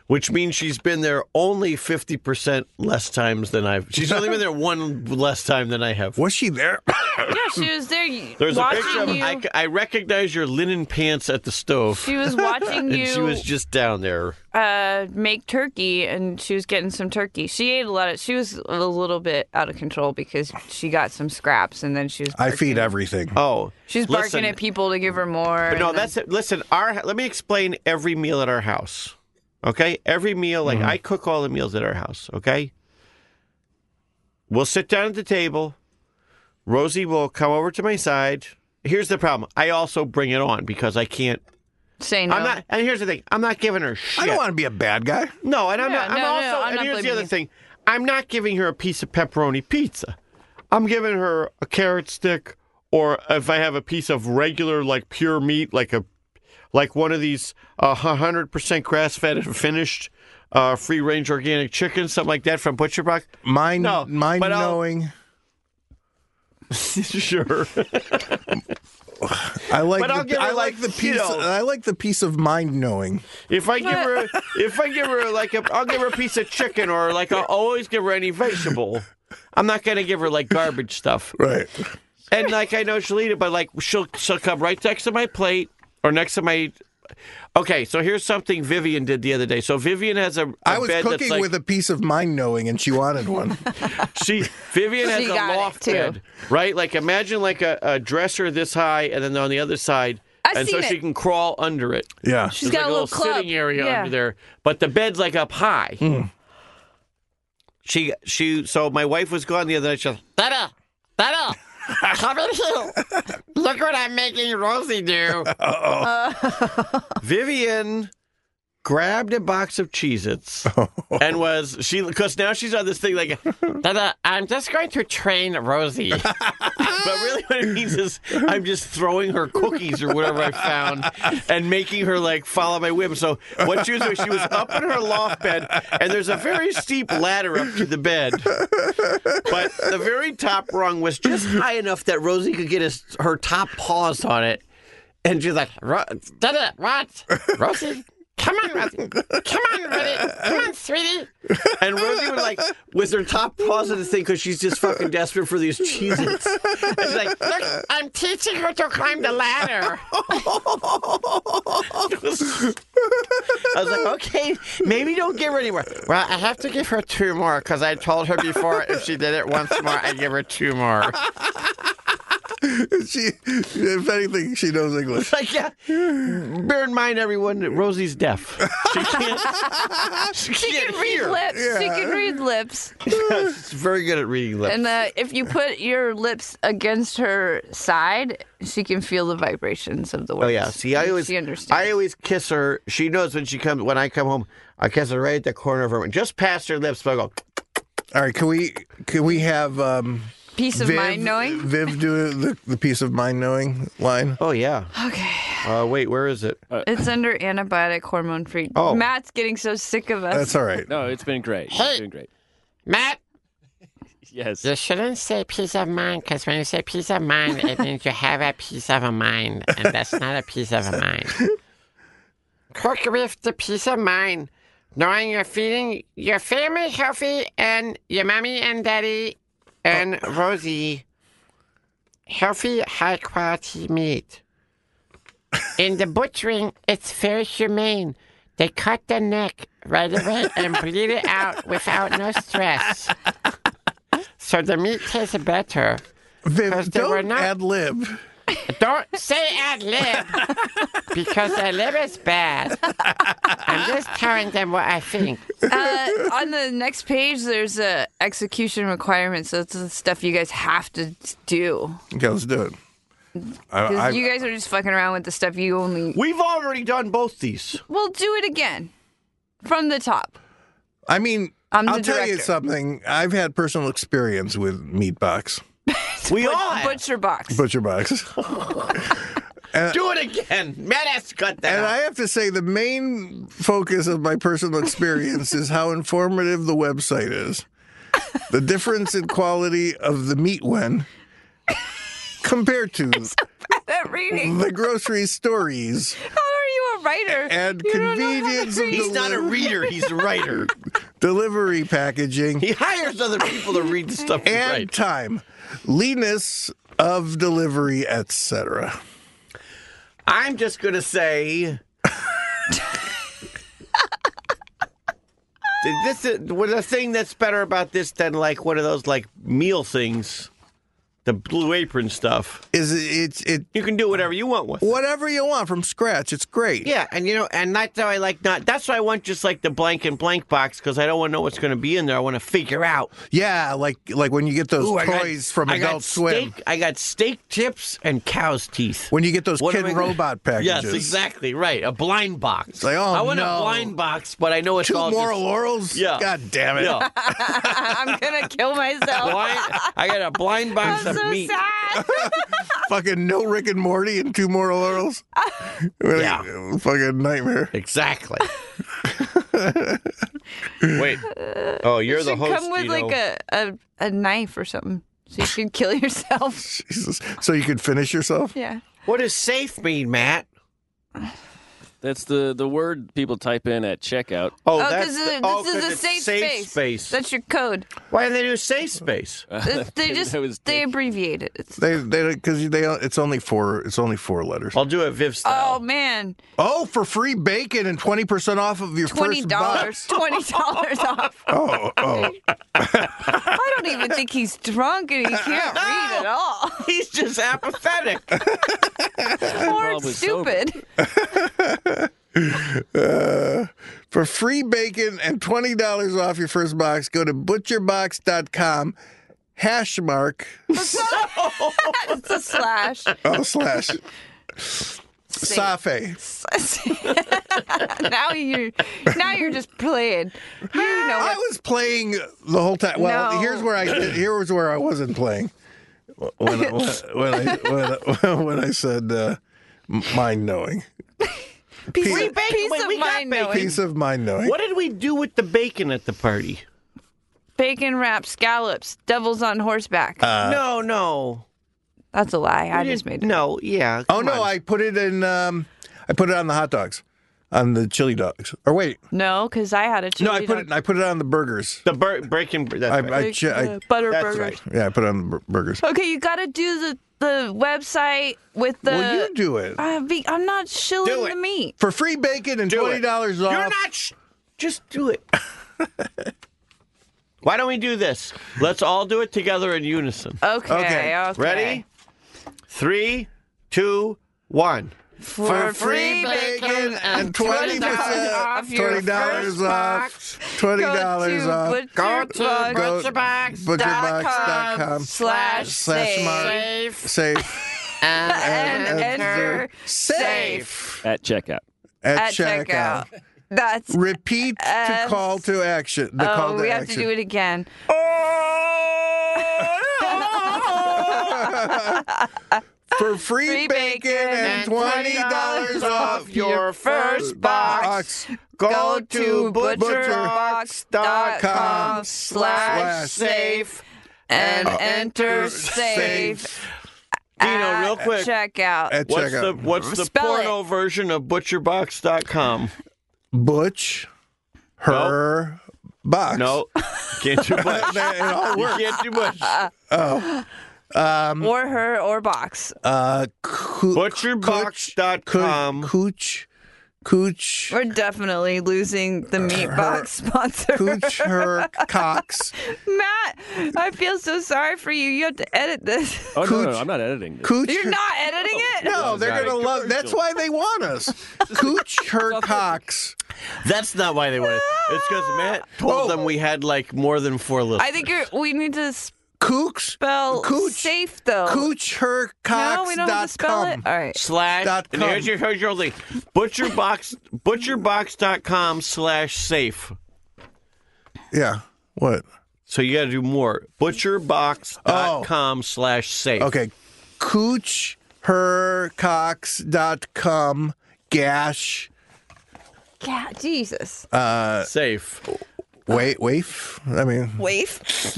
S5: which means she's been there only 50% less times than I've. She's only been there one less time than I have.
S2: Was she there?
S4: <laughs> Yeah, she was there y-
S5: There's a
S4: watching
S5: picture of
S4: you.
S5: I, I recognize your linen pants at the stove.
S4: She was watching you
S5: <laughs> And she was just down there.
S4: uh, make turkey, and she was getting some turkey. She ate a lot of. She was a little bit out of control because she got some scraps, and then she was.
S2: <coughs> I
S4: barking-
S2: feed everything.
S5: Oh,
S4: She's barking
S5: listen,
S4: at people to give her more.
S5: But no,
S4: and then-
S5: that's it. Listen, our let me explain every meal at our house. Okay, every meal like I cook all the meals at our house. Okay, we'll sit down at the table. Rosie will come over to my side. Here's the problem. I also bring it on because I can't.
S4: say no.
S5: I'm not. And here's the thing. I'm not giving her shit.
S2: I don't want to be a bad guy.
S5: No, and I'm
S4: Yeah,
S5: not. I'm
S4: no, no,
S5: also.
S4: I'm
S5: and
S4: not
S5: here's the
S4: blaming
S5: other
S4: you.
S5: thing. I'm not giving her a piece of pepperoni pizza. I'm giving her a carrot stick, or if I have a piece of regular, like pure meat, like a, like one of these uh, hundred percent grass fed and finished, uh, free range organic chicken, something like that from Butcher Box. <laughs>
S2: Mind,
S5: No,
S2: mind
S5: but I'll-
S2: knowing.
S5: sure.
S2: I like.
S5: But I'll
S2: the,
S5: give her,
S2: I like
S5: like,
S2: the
S5: you
S2: peace.
S5: know-
S2: I like the peace of mind knowing.
S5: If I give her, if I give her like a, I'll give her a piece of chicken, or like I'll always give her any vegetable. I'm not gonna give her like garbage stuff.
S2: Right.
S5: and like I know she'll eat it, but like she'll she'll come right next to my plate or next to my. Okay, so here's something Vivian did the other day. So Vivian has a a
S2: I was
S5: bed
S2: cooking
S5: that's like,
S2: with a peace of mind knowing, and she wanted
S5: <laughs>
S2: one.
S5: she Vivian has
S4: She
S5: a
S4: got it,
S5: loft
S4: too.
S5: bed, right? Like imagine like a, a dresser this high, and then on the other side,
S4: I've
S5: and so
S4: seen it.
S5: she can crawl under it.
S2: Yeah.
S4: She's
S5: There's like
S4: got a little, club.
S5: sitting area
S4: yeah.
S5: under there, but the bed's like up high.
S2: Hmm.
S5: She she so my wife was gone the other night. She goes,
S11: Dada, Dada, come in here. Look what I'm making Rosie do.
S5: Vivian grabbed a box of Cheez-Its and was she because now she's on this thing like but
S11: Dada, I'm just going to train Rosie.
S5: really what it means is I'm just throwing her cookies or whatever I found and making her like follow my whim. So what she was doing, she was up in her loft bed and there's a very steep ladder up to the bed. But the very top rung was just high enough that Rosie could get his, her top paws on it. And she's like,
S11: Ro- Dada, what? Rosie, come on, Rosie. Come on, Rosie. Come on, sweetie.
S5: And Rosie would like with her top paws on the thing because she's just fucking desperate for these cheeses. It's like
S11: Look, I'm teaching her to climb the ladder.
S5: I was like, okay, maybe don't give her anywhere.
S11: Well, I have to give her two more because I told her before if she did it once more, I'd give her two more.
S2: she, if anything, she knows English.
S5: Like, yeah. Bear in mind, everyone, that Rosie's deaf. She can't. She,
S4: She
S5: can't
S4: can read
S5: hear.
S4: lips. She can read lips.
S5: She's very good at reading lips.
S4: And uh, if you put your lips against her side, she can feel the vibrations of the words.
S5: Oh yeah. See, I always,
S4: she understands.
S5: I always kiss her. She knows when she comes. When I come home, I kiss her right at the corner of her, just past her lips. But I go.
S2: All right. Can we? Can we have? Um,
S4: Peace of
S2: Viv,
S4: mind knowing.
S2: Viv do the, the peace of mind knowing line.
S5: Oh yeah.
S4: Okay,
S5: Uh, wait, where is it?
S4: it's under antibiotic hormone free.
S5: Oh.
S4: Matt's getting so sick of us.
S2: That's all right.
S8: No, it's been great. It's
S11: Hey.
S8: been great.
S11: Matt,
S8: Yes.
S11: you shouldn't say peace of mind because when you say peace of mind, it means you have a piece of a mind, and that's not a piece of a mind. Cook with the peace of mind, knowing you're feeding your family healthy and your mommy and daddy and Rosie healthy, high quality meat. In the butchering, it's very humane. They cut the neck right away and bleed it out without no stress. So the meat tastes better.
S2: Viv,
S11: Because they were
S2: don't
S11: not-
S2: ad lib.
S11: Don't say ad lib <laughs> because ad lib is bad. I'm just telling them what I think.
S4: uh, on the next page, there's a execution requirement. So it's the stuff you guys have to do.
S2: Okay, let's do it. I, I,
S4: Because you guys are just fucking around with the stuff you only.
S5: We've already done both these.
S4: We'll do it again from the top.
S2: I mean, i
S4: I'm the
S2: will tell you
S4: director.
S2: something. I've had personal experience with Meatbox,
S5: We
S4: But-
S5: all have.
S4: butcher box.
S2: Butcher Box.
S5: Do it again. Matt has cut that.
S2: And
S5: out.
S2: I have to say, the main focus of my personal experience is how informative the website is. The difference in quality of the meat when compared to
S4: that reading.
S2: the grocery stories.
S4: How are you a writer.
S5: <laughs>
S2: and
S4: You don't know how to
S2: convenience of
S5: He's not a
S2: deli-
S5: reader. He's a writer.
S2: delivery packaging
S5: <laughs> He hires other people to read the stuff. he
S2: and
S5: writes.
S2: time, leanness of delivery, etc.
S5: I'm just gonna say. Th- This is well, the thing that's better about this than like one of those like meal things, the blue apron stuff.
S2: Is it, it, it
S5: You can do whatever you want with.
S2: whatever you want from scratch? It's great.
S5: Yeah, and you know, and that's how I like not. That's why I want just like the blank and blank box because I don't want to know what's going to be in there. I want to figure out.
S2: Yeah, like like when you get those
S5: Ooh, I got-
S2: toys from
S5: I got
S2: Adult Swim.
S5: steak- I got steak tips and cow's teeth.
S2: When you get those
S5: What
S2: kid
S5: am I gonna-
S2: robot packages.
S5: <laughs> Yes, exactly right. A blind box.
S2: like, oh,
S5: I want
S2: no.
S5: a blind box, but I know it's
S2: Two
S5: all
S2: more
S5: just-
S2: laurels?
S5: Yeah.
S2: God damn it.
S5: Yeah.
S4: I'm gonna kill myself.
S5: blind, I got a <laughs> blind box
S4: I'm
S5: of
S4: so
S5: meat.
S4: sad.
S2: <laughs> fucking no Rick and Morty and two more
S4: <laughs>
S2: laurels. What a
S5: Yeah.
S2: Fucking nightmare. <laughs>
S5: Exactly. Wait. Oh, you're the
S4: should
S5: host.
S4: come with
S5: Dino.
S4: like a, a a knife or something, so you can kill yourself. <laughs>
S2: Jesus. So you could finish yourself?
S4: yeah.
S5: What does safe mean, Matt?
S8: That's the the word people type in at checkout.
S5: Oh,
S4: Oh,
S5: that's
S4: because
S5: the-
S4: this
S5: oh,
S4: is
S5: 'cause
S4: a
S5: it's
S4: safe, space.
S5: space.
S4: That's your code.
S5: Why do they do safe space?
S4: This- they
S8: Didn't
S4: just
S8: know his
S4: they
S8: dick.
S4: abbreviate it. It's,
S2: They they because they it's only four it's only four letters.
S5: I'll do it Viv
S4: oh
S5: style.
S4: man,
S2: Oh, for free bacon and twenty percent off of your
S4: twenty
S2: first box.
S4: dollars, twenty dollars off.
S2: <laughs> Oh, oh,
S4: I don't even think he's drunk and he can't read at all
S5: He's just apathetic.
S4: or
S8: Rob was sober.
S4: stupid. <laughs>
S2: Uh, for free bacon and twenty dollars off your first box. Go to butcherbox.com hash mark
S4: It's a slash. <laughs>
S2: oh, slash safe.
S4: now you're now you're just playing. You know
S2: I <laughs>
S4: what?
S2: was playing the whole time. Well,
S4: No.
S2: here's where I here was where I wasn't playing. When I, when I, when I, when I said uh, mind knowing,
S4: Peace,
S5: Free bacon
S4: peace
S5: when
S4: of
S5: we got
S4: mind
S5: bacon.
S4: knowing.
S2: peace of mind knowing.
S5: what did we do with the bacon at the party?
S4: Bacon wrap scallops, devils on horseback.
S5: no, no.
S4: That's a lie. I
S5: We Uh, didn't-
S4: just made it.
S5: No, yeah.
S2: Oh
S5: come
S2: no,
S5: on.
S2: I put it in. Um, I put it on the hot dogs, on the chili dogs. Or wait,
S4: No, because I had a chili
S2: no, I put
S4: dog.
S2: it. I put it on the burgers.
S5: The bur- breaking. That's
S2: I,
S5: right.
S2: I, ch- I
S4: Uh, butter
S5: That's
S4: burgers.
S5: right.
S2: yeah, I put it on the bur- burgers.
S4: Okay, you gotta do the the website with the.
S2: well, you do it
S4: I be, I'm not shilling
S5: Do it.
S4: the meat.
S2: for free bacon and
S5: Do
S2: twenty
S5: it.
S2: dollars off.
S5: You're not. Sh- just do <laughs> it. Why don't we do this? Let's all do it together in unison.
S4: Okay.
S2: Okay,
S4: Okay.
S5: Ready? Three, two, one.
S2: for free bacon and twenty percent
S4: off your
S2: twenty dollars
S4: first
S2: off, twenty
S4: Go
S2: dollars
S4: to
S2: off.
S4: Butcher
S11: Go to
S4: Bug
S2: Go-
S11: ButcherBox.
S2: butcherbox.com
S4: slash
S2: slash
S4: save.
S2: mark
S11: Safe
S2: safe
S11: and,
S4: and enter
S2: safe
S8: At checkout.
S2: at,
S4: at
S2: checkout.
S4: checkout. That's.
S2: Repeat to
S4: As-
S2: call to action. The call
S4: Oh,
S2: to
S4: we have
S2: action.
S4: to do it again.
S2: <laughs> <laughs> for free,
S4: Free
S2: bacon,
S4: bacon
S2: and
S4: and
S2: twenty dollars
S4: $20
S2: off
S4: off
S2: your
S11: your first box.
S4: Go to butcherbox.com slash safe and
S2: Uh,
S4: enter safe
S5: Dino, real quick.
S4: checkout.
S2: at
S5: What's the
S2: checkout.
S5: what's the
S4: Spell
S5: porno version of <laughs> butcherbox.com?
S2: Butch, her box. <laughs>
S5: No, can't do much.
S2: That- <laughs> it
S5: <laughs>
S2: all
S5: You
S2: works.
S5: can't do much.
S4: Or her or box.
S2: Uh, coo- coo-
S4: Um,
S5: Butcherbox.com.
S2: Cooch, cooch,
S4: We're definitely losing the meat
S2: Uh, Her-
S4: box sponsor. <laughs>
S2: cooch, her cocks.
S4: Matt, I feel so sorry for you. You have to
S2: <laughs>
S4: edit this.
S8: Oh no, no,
S2: Cooch.
S8: no, I'm not editing this.
S2: Cooch.
S4: You're not editing it?
S2: No, they're
S8: not
S2: gonna
S8: a
S2: love. That's
S8: commercial.
S2: why they want
S4: <laughs>
S2: us. Cooch her cocks.
S5: That's not why they wanted. It's because Matt told them we had like more than four listeners.
S4: I think you're, we need to
S2: Cooks.
S4: spell
S2: Cooch.
S4: safe though.
S2: Cooch her cocks.
S4: no, we don't have to spell it. All right.
S5: slash
S2: Dot
S5: and
S2: com.
S5: here's your here's your link butcherbox butcherbox.com slash safe
S2: Yeah. What?
S5: so you gotta do more butcherbox.com slash safe
S2: Okay. Cooch her cocks dot com gash Uh,
S4: Yeah, Jesus.
S5: Uh, safe
S2: Wait, waif. I mean,
S12: Waif.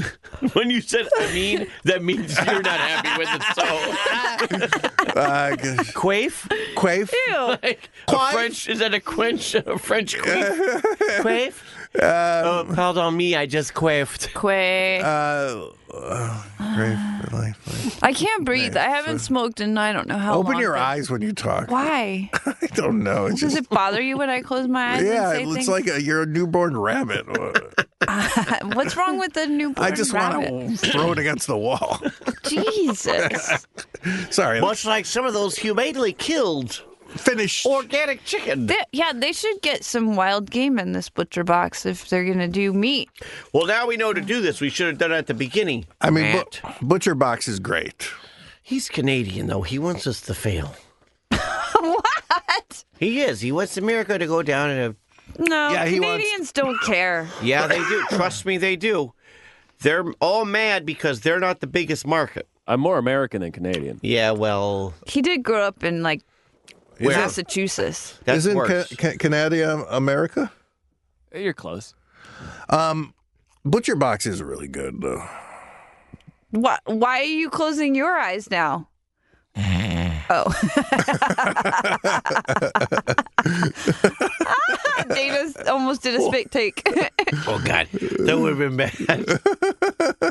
S5: When you said I mean, that means <laughs> you're not happy with it. So
S2: uh, g-
S5: quaif,
S4: <laughs>
S2: quaif. <laughs>
S5: like a French, is that a quench? A <laughs> French quaif? quaif? oh, pardon me, I just quaffed.
S4: Quay.
S2: Uh, uh,
S4: <sighs>
S2: grave, really, really.
S4: I can't breathe. I haven't smoked in I don't know how long.
S2: Open your
S4: but-
S2: eyes when you talk.
S4: Why?
S2: <laughs> I don't know. It's
S4: Does
S2: just
S4: it bother you when I close my eyes?
S2: yeah,
S4: and say
S2: it's
S4: things?
S2: like a, you're a newborn
S4: <laughs>
S2: rabbit.
S4: What's wrong with the newborn
S2: I just
S4: rabbit?
S2: want to throw it against the
S4: <laughs>
S2: wall. <laughs>
S4: Jesus.
S2: Sorry,
S13: Much like some of those humanely killed
S2: finish.
S13: organic chicken.
S4: They- yeah, they should get some wild game in this butcher box if they're gonna do meat.
S5: Well, now we know to do this. We should have done it at the beginning.
S2: I mean,
S5: Matt.
S2: but, Butcher Box is great.
S5: he's Canadian though. He wants us to
S4: <laughs>
S5: fail. what? He is. He wants America to go down in a
S4: No,
S2: Yeah, he wants-
S4: Canadians don't care.
S5: Yeah, they
S4: <coughs>
S5: do. Trust me, they do. They're all mad because they're not the biggest market.
S8: I'm more American than Canadian.
S5: Yeah, well,
S4: He did grow up in like
S2: Where?
S4: Massachusetts.
S5: that's
S2: Isn't Ca-
S5: worse.
S2: Ca- Canada America?
S8: You're close.
S2: Butcher Box is really good though. <laughs>
S4: What? Why are you closing your eyes now?
S2: Eh. <laughs>
S4: oh. <laughs> Dana's almost did a spit take. <laughs>
S5: oh God, that would have been bad.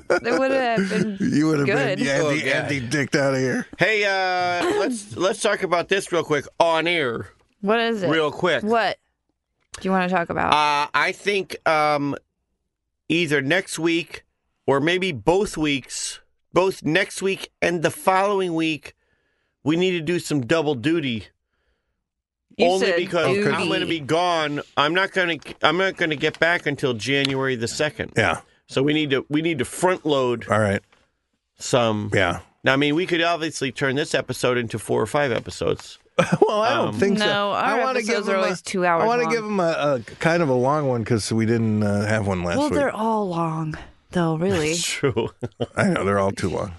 S4: that would have been.
S2: You would have
S4: Good.
S2: been
S5: Oh,
S2: Andy,
S5: God.
S2: Andy dicked out of here.
S5: hey,
S2: <coughs>
S5: uh, let's let's talk about this real quick on air,
S4: What is it?
S5: real quick.
S4: What do you want to talk about?
S5: Uh, I think um, either next week or maybe both weeks, both next week and the following week, we need to do some double duty.
S4: You
S5: only
S4: said
S5: because I'm going to be
S4: duty.
S5: gone. I'm not going to. I'm not going to get back until January the second.
S2: Yeah.
S5: So we need to. We need to front load
S2: All right.
S5: some.
S2: Yeah.
S5: Now, I mean, we could obviously turn this episode into four or five episodes.
S2: <laughs>
S5: <laughs>
S2: Well, I don't
S5: Um,
S2: think so.
S4: No, our
S2: I want to
S4: episodes
S2: give
S4: are
S2: them
S4: always
S2: a,
S4: two hours
S2: I want to
S4: long.
S2: give them a, a kind of a long one because we didn't uh, have one last
S4: well,
S2: week.
S4: they're all long, though. Really,
S5: True.
S2: I know they're all too long.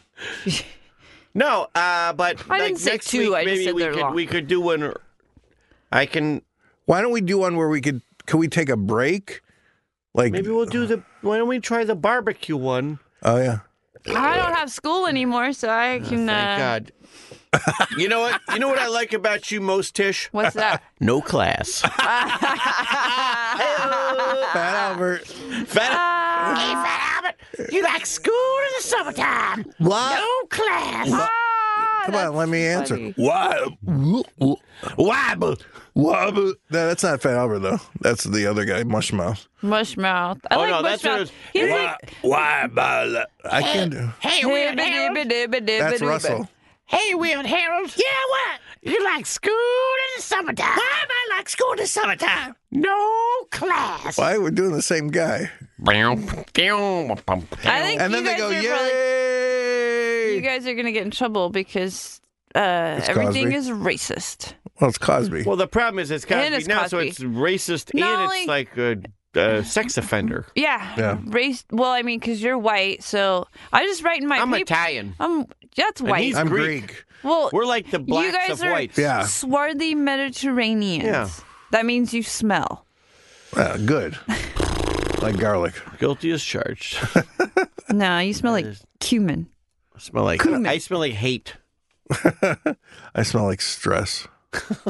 S5: No, uh, but
S4: I
S5: like
S4: didn't say
S5: next
S4: two,
S5: week,
S4: I just
S5: maybe
S4: said
S5: we
S4: they're
S5: could
S4: long.
S5: we could do one. or- I can.
S2: Why don't we do one where we could? Can we take a break? Like
S5: Maybe we'll do the. Why don't we try the barbecue one?
S2: Oh yeah.
S4: I don't have school anymore, so I can. uh,
S5: Thank God. you know what? You know what I like about you most, Tish?
S4: What's that?
S5: No <laughs> class.
S2: Fat Albert.
S4: Uh,
S5: Fat-
S11: You like school in the summertime?
S2: What?
S11: No class.
S4: Ah,
S2: Come on,
S4: that's
S2: let me answer.
S4: funny.
S2: Why? Why? Why? No, that's not Fat Albert though. That's the other guy, Mushmouth.
S4: Mushmouth. I
S5: Oh,
S4: like
S5: no, that's what it
S4: Mushmouth.
S5: was.
S4: He's
S2: Why?
S4: like
S2: Why? Bala? I can't do.
S11: Hey, Weird Harold.
S2: That's
S4: that's
S2: Russell.
S11: Hey, Weird Harold. Yeah, what? You like school in the summertime? Why am I like school in the summertime? No class.
S2: Why we're doing the same guy?
S4: I think
S2: And then they
S4: you guys
S2: go,
S4: are
S2: yay!
S4: probably, you guys are gonna get in trouble because uh,
S2: It's
S4: everything
S2: Cosby.
S4: is racist.
S2: well, it's Cosby.
S5: well, the problem is it's Cosby
S4: And it's
S5: now, so
S4: Cosby.
S5: it's racist
S4: Not
S5: and
S4: only-
S5: it's like a, a sex offender.
S4: Yeah,
S2: Yeah.
S4: race. Well, I mean, because you're white, so I just write in my.
S5: I'm
S4: paper-
S5: Italian.
S4: I'm that's white.
S5: he's-
S2: I'm
S5: Greek.
S2: Greek.
S4: well,
S5: We're like the blacks
S4: you guys
S5: of
S4: are
S5: whites.
S2: Yeah.
S4: swarthy Mediterraneans.
S5: Yeah.
S4: That means you smell.
S2: Uh, good. like garlic.
S5: Guilty as charged.
S4: No, you smell like cumin.
S5: I smell like
S4: Cumin.
S5: I smell like hate.
S2: I smell like stress.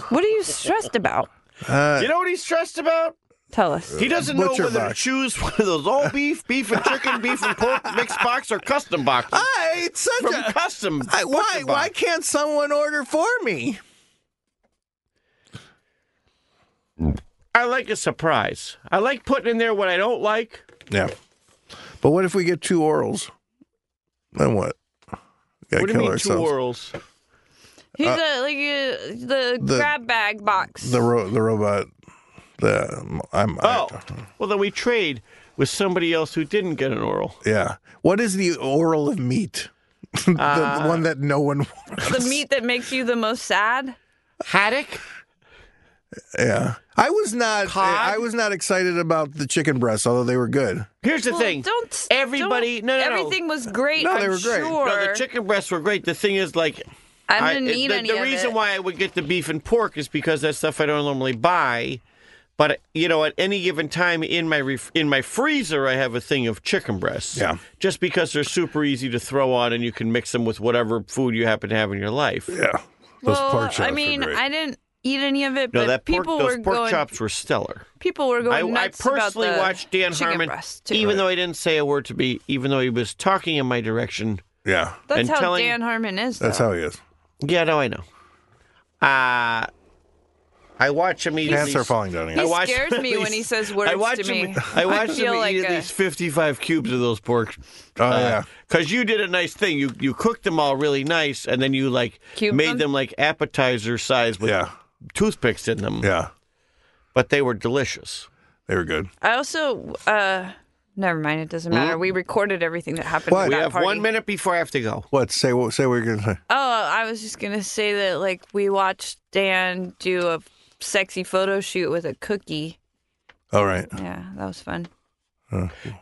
S4: What are you stressed about?
S5: you know what he's stressed about?
S4: Tell us.
S2: Uh,
S5: He doesn't know
S2: Butcher
S5: whether to
S2: box.
S5: choose one of those all beef, beef and chicken, beef and pork mixed box or custom box. <laughs>
S2: I it's such
S5: From custom.
S2: I- why?
S5: butcher box.
S2: Why can't someone order for me?
S5: I like a surprise. I like putting in there what I don't like.
S2: Yeah. But what if we get two orals? Then what? Gotta
S5: What do you
S2: kill
S5: mean two
S2: ourselves.
S5: orals?
S4: He's a, like a, the,
S2: the-
S4: grab bag box.
S2: the ro- the robot. The I'm. I-
S5: Oh, well then we trade with somebody else who didn't get an oral.
S2: yeah. What is the oral of meat? <laughs> the, the one that no one. <laughs> Wants.
S4: the meat that makes you the most sad.
S5: Haddock.
S2: Yeah. I was not. I was not excited about the chicken breasts, although they were good.
S5: Here's the
S4: Well,
S5: thing.
S4: Don't
S5: Everybody-
S4: don't-
S5: no, no, no.
S4: everything was great.
S2: No, they
S4: I'm
S2: were great. No,
S4: Sure.
S5: No, the chicken breasts were great. The thing is, like,
S4: I didn't
S5: it-
S4: eat
S5: the,
S4: any
S5: the
S4: of
S5: reason
S4: it.
S5: why I would get the beef and pork is because that's stuff I don't normally buy. But you know, at any given time in my ref- in my freezer, I have a thing of chicken breasts.
S2: Yeah.
S5: Just because they're super easy to throw on, and you can mix them with whatever food you happen to have in your life.
S2: Yeah. Those
S4: Well,
S2: pork chops
S4: I
S2: are
S4: mean,
S2: great.
S4: I didn't eat any of it,
S5: No,
S4: but
S5: that pork,
S4: people
S5: those
S4: were
S5: pork
S4: going.
S5: chops were stellar.
S4: People were
S5: I,
S4: going
S5: I
S4: nuts
S5: personally
S4: about the
S5: watched Dan
S4: chicken
S5: Harmon,
S4: breast too.
S5: even though I didn't say a word to me, even though he was talking in my direction.
S2: yeah.
S4: that's
S5: and
S4: how
S5: telling-
S4: Dan Harmon is. Though.
S2: That's how he is.
S5: Yeah, no, I know. Uh I watch him eat.
S2: Pants
S5: these-
S2: are falling down
S4: he
S2: again.
S5: watched
S4: scares
S5: <laughs>
S4: me when he
S5: these-
S4: says words
S5: I watch
S4: to me.
S5: him.
S4: <laughs>
S5: I watched
S4: feel
S5: him
S4: like
S5: eat at
S4: a-
S5: least fifty-five cubes of those pork.
S2: Oh, yeah.
S5: Because you did a nice thing. You you cooked them all really nice, and then you like
S4: Cubed
S5: made
S4: them?
S5: them? like appetizer size with
S2: Yeah.
S5: toothpicks in them.
S2: Yeah.
S5: But they were delicious.
S2: They were good.
S4: I also, uh, never mind. It doesn't matter. We recorded everything that happened.
S2: What?
S4: at
S5: Hmm? We
S4: that
S5: have
S4: party.
S5: one minute before I have to go.
S2: What? Say what? Say what you're gonna say.
S4: Oh, I was just gonna say that like we watched Dan do a sexy photo shoot with a cookie.
S2: All right.
S4: Yeah, that was fun.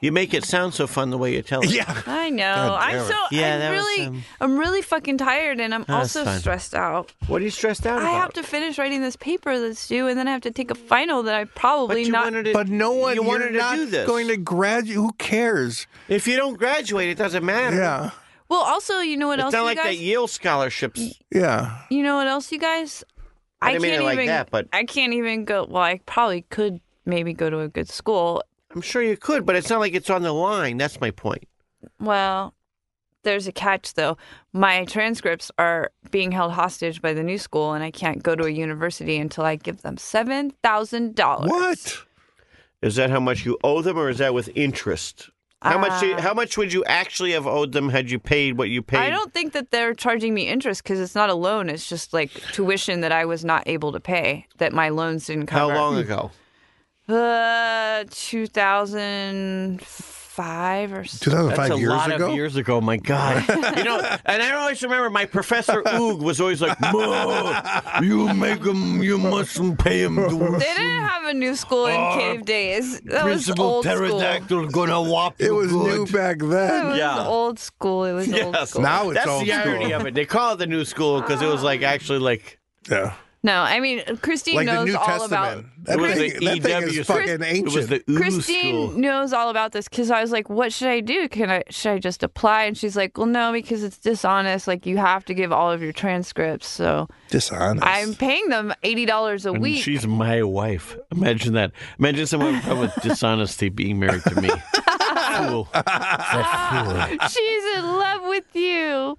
S5: You make it sound so fun the way you tell it.
S2: Yeah.
S4: I know.
S2: God
S4: I'm
S2: damn it.
S4: so.
S5: Yeah,
S4: I'm
S5: that was,
S4: really.
S5: um,
S4: I'm really fucking tired, and I'm
S5: was
S4: also
S5: fun.
S4: stressed out.
S5: What are you stressed out
S4: I
S5: about?
S4: have to finish writing this paper that's due, and then I have to take a final that I probably
S5: But you
S4: not.
S5: wanted to,
S2: But no one.
S5: You wanted
S2: are
S5: to
S2: not
S5: do this.
S2: Going to graduate. Who cares?
S5: If you don't graduate, it doesn't matter.
S2: Yeah.
S4: Well, also, you know what
S5: It's
S4: else,
S5: not
S4: you
S5: like that
S4: guys?
S5: Yale scholarships.
S2: Yeah.
S4: You know what else, you guys?
S5: I didn't mean
S4: can't
S5: it like
S4: even.
S5: that, but-
S4: I can't even go. Well, I probably could maybe go to a good school.
S5: I'm sure you could, but it's not like it's on the line. That's my point.
S4: Well, there's a catch though. My transcripts are being held hostage by the new school, and I can't go to a university until I give them seven thousand dollars.
S2: What?
S5: Is that how much you owe them, or is that with interest? How much? do you- how much would you actually have owed them had you paid what you paid?
S4: Uh. I don't think that they're charging me interest because it's not a loan. It's just like tuition that I was not able to pay that my loans didn't
S5: How
S4: cover.
S5: long ago?
S4: Uh, 2005 or so.
S2: 2005
S14: That's a
S2: years
S14: lot
S2: ago.
S14: of years ago. My God.
S5: <laughs> you know, and I always remember my professor Oog was always like, "Ma, "You make them, you mustn't
S2: <laughs>
S5: pay them."
S4: They didn't have a new school in cave days. That was
S14: Principal
S4: old school. It
S14: pterodactyl gonna whop
S2: It
S14: you
S2: was
S14: good.
S2: new back then.
S4: was
S5: Yeah.
S4: old school. It was old
S5: Yes.
S4: school.
S2: Now it's
S5: That's
S2: old
S5: the irony
S2: school.
S5: of it. They call it the new school because it was like
S4: Ah.
S5: actually like
S2: Yeah.
S4: No, I mean Christine
S2: Like the
S4: knows
S2: New
S4: all
S2: Testament.
S4: about.
S2: that
S5: It was
S2: thing,
S5: the
S2: that thing
S5: EW
S2: is
S5: school.
S2: fucking
S5: it
S2: ancient.
S5: was the Oog
S4: Christine
S5: school.
S4: knows all about this because I was like, "What should I do? Can I should I just apply?" And she's like, "Well, no, because it's dishonest. Like you have to give all of your transcripts." So
S2: Dishonest.
S4: I'm <laughs> paying them eighty dollars a
S5: And
S4: week.
S5: She's my wife. Imagine that. Imagine someone
S4: <laughs>
S5: with dishonesty being married to me. Fool.
S4: Ah, <laughs> she's in love with you.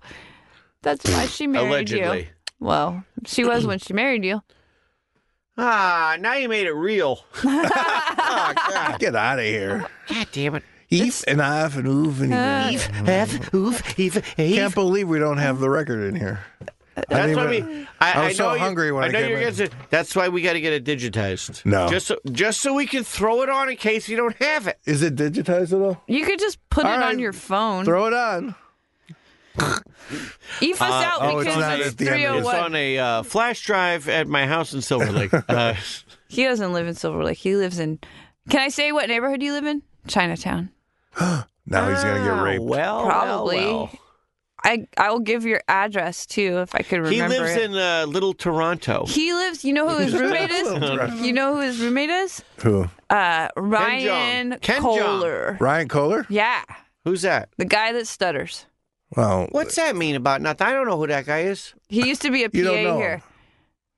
S4: That's why she <laughs> married you.
S5: Allegedly.
S4: Well, she was when she married you.
S5: Ah, now you made it real.
S2: Get out of here.
S11: God damn it.
S2: Eef and I've and oof and eef.
S5: F, oof, eef, eef.
S2: Can't believe we don't have the record in here.
S5: That's
S2: didn't
S5: what I
S2: even-
S5: mean. I,
S2: I was
S5: I know
S2: so
S5: you-
S2: hungry when I
S5: know
S2: came
S5: you're
S2: in.
S5: gonna say, That's why we got to get it digitized.
S2: No.
S5: just so, just so we can throw it on in case you don't have it.
S2: Is it digitized at all?
S4: You could just put
S2: All
S4: it
S2: right.
S4: on your phone.
S2: Throw it on.
S4: Eve us out
S2: oh, it's
S4: because
S2: not at the end of
S5: It's
S4: 301.
S5: on a uh, flash drive at my house in Silver
S2: <laughs>
S5: Lake. Uh,
S4: He doesn't live in Silver Lake. He lives in. Can I say what neighborhood you live in? Chinatown.
S2: Now he's gonna get
S5: ah,
S2: raped.
S5: Well,
S4: Probably.
S5: Well, well.
S4: I I will give your address too if I could remember.
S5: He lives
S4: it.
S5: in uh, Little Toronto.
S4: He lives. You know who his
S2: <laughs>
S4: roommate is. you know who his roommate is.
S2: Who?
S4: Uh, Ryan
S5: Ken Jeong.
S4: Kohler.
S2: Ryan Kohler?
S4: Yeah,
S5: Who's that?
S4: the guy that stutters.
S2: Well,
S5: What's that mean about nothing? I don't know who that guy is.
S4: He used to be a PA
S2: You don't know
S4: here.
S2: him.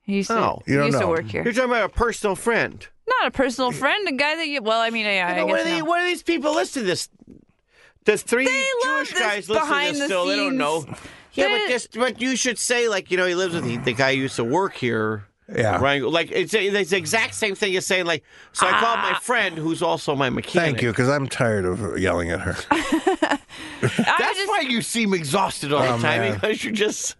S4: He used to.
S5: Oh,
S2: you don't
S4: he used to
S2: know
S4: work
S2: him.
S4: here.
S5: You're talking about a personal friend.
S4: Not a personal friend. A guy that you. Well, I mean, yeah, I
S5: You know, what,
S4: guess
S5: are they,
S4: now.
S5: what are these people listen to this? The three
S4: love
S5: Jewish
S4: this
S5: guys listen to
S4: behind
S5: this
S4: the
S5: still. They don't
S4: scenes.
S5: know. Yeah,
S4: They-
S5: but this, but you should say like you know he lives with the, the guy who used to work here.
S2: Yeah.
S5: Right. Like it's, it's the exact same thing as saying like. So I called
S4: Ah.
S5: my friend who's also my mechanic.
S2: Thank you, because I'm tired of yelling at her.
S4: I
S5: That's
S4: just-
S5: why you seem exhausted all
S2: Oh,
S5: the time
S2: man.
S5: because you just.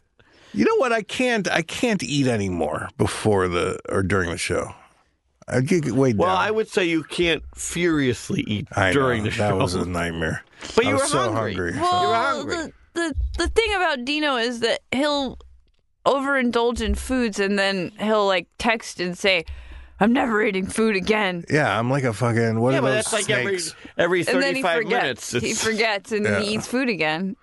S2: You know what? I can't. I can't eat anymore before the or during the show. I get way
S5: Well,
S2: down.
S5: I would say you can't furiously eat
S2: I
S5: during
S2: know,
S5: the show.
S2: That was a nightmare.
S5: <laughs> but
S2: I
S5: you
S2: was
S5: were
S2: so hungry.
S5: hungry.
S2: so-
S4: Well,
S5: hungry.
S4: The, the the thing about Dino is that he'll overindulge in foods and then he'll like text and say, "I'm never eating food again."
S2: yeah, I'm like a fucking. What
S5: Yeah,
S2: are
S5: but
S2: those
S5: that's like
S2: snakes?
S5: every every
S4: And then he
S5: thirty-five
S4: forgets.
S5: minutes.
S4: He
S5: it's-
S4: forgets and
S2: Yeah.
S4: he eats food again.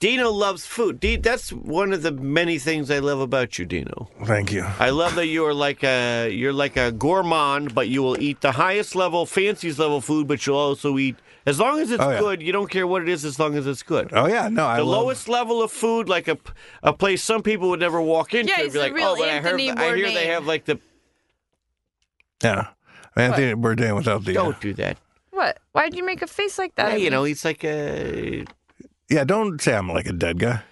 S5: Dino loves food. D- that's one of the many things I love about you, Dino.
S2: Thank you.
S5: I love that you are like a you're like a gourmand, but you will eat the highest level, fanciest level food, but you'll also eat as long as it's
S2: Oh, yeah.
S5: good. You don't care what it is, as long as it's good.
S2: Oh yeah, no, I
S5: the
S2: love,
S5: lowest level of food, like a, a place some people would never walk into,
S4: Yeah,
S5: and
S4: he's
S5: be
S4: a
S5: like,
S4: real
S5: "Oh, but I heard,
S4: Anthony
S5: I hear they
S4: Bourdain.
S5: have like the
S2: Yeah, Anthony Bourdain without the.
S5: don't do that."
S4: What? Why'd you make a face like
S5: Yeah,
S4: that?
S5: you know, he's like a
S2: Yeah, don't say I'm like a dead guy.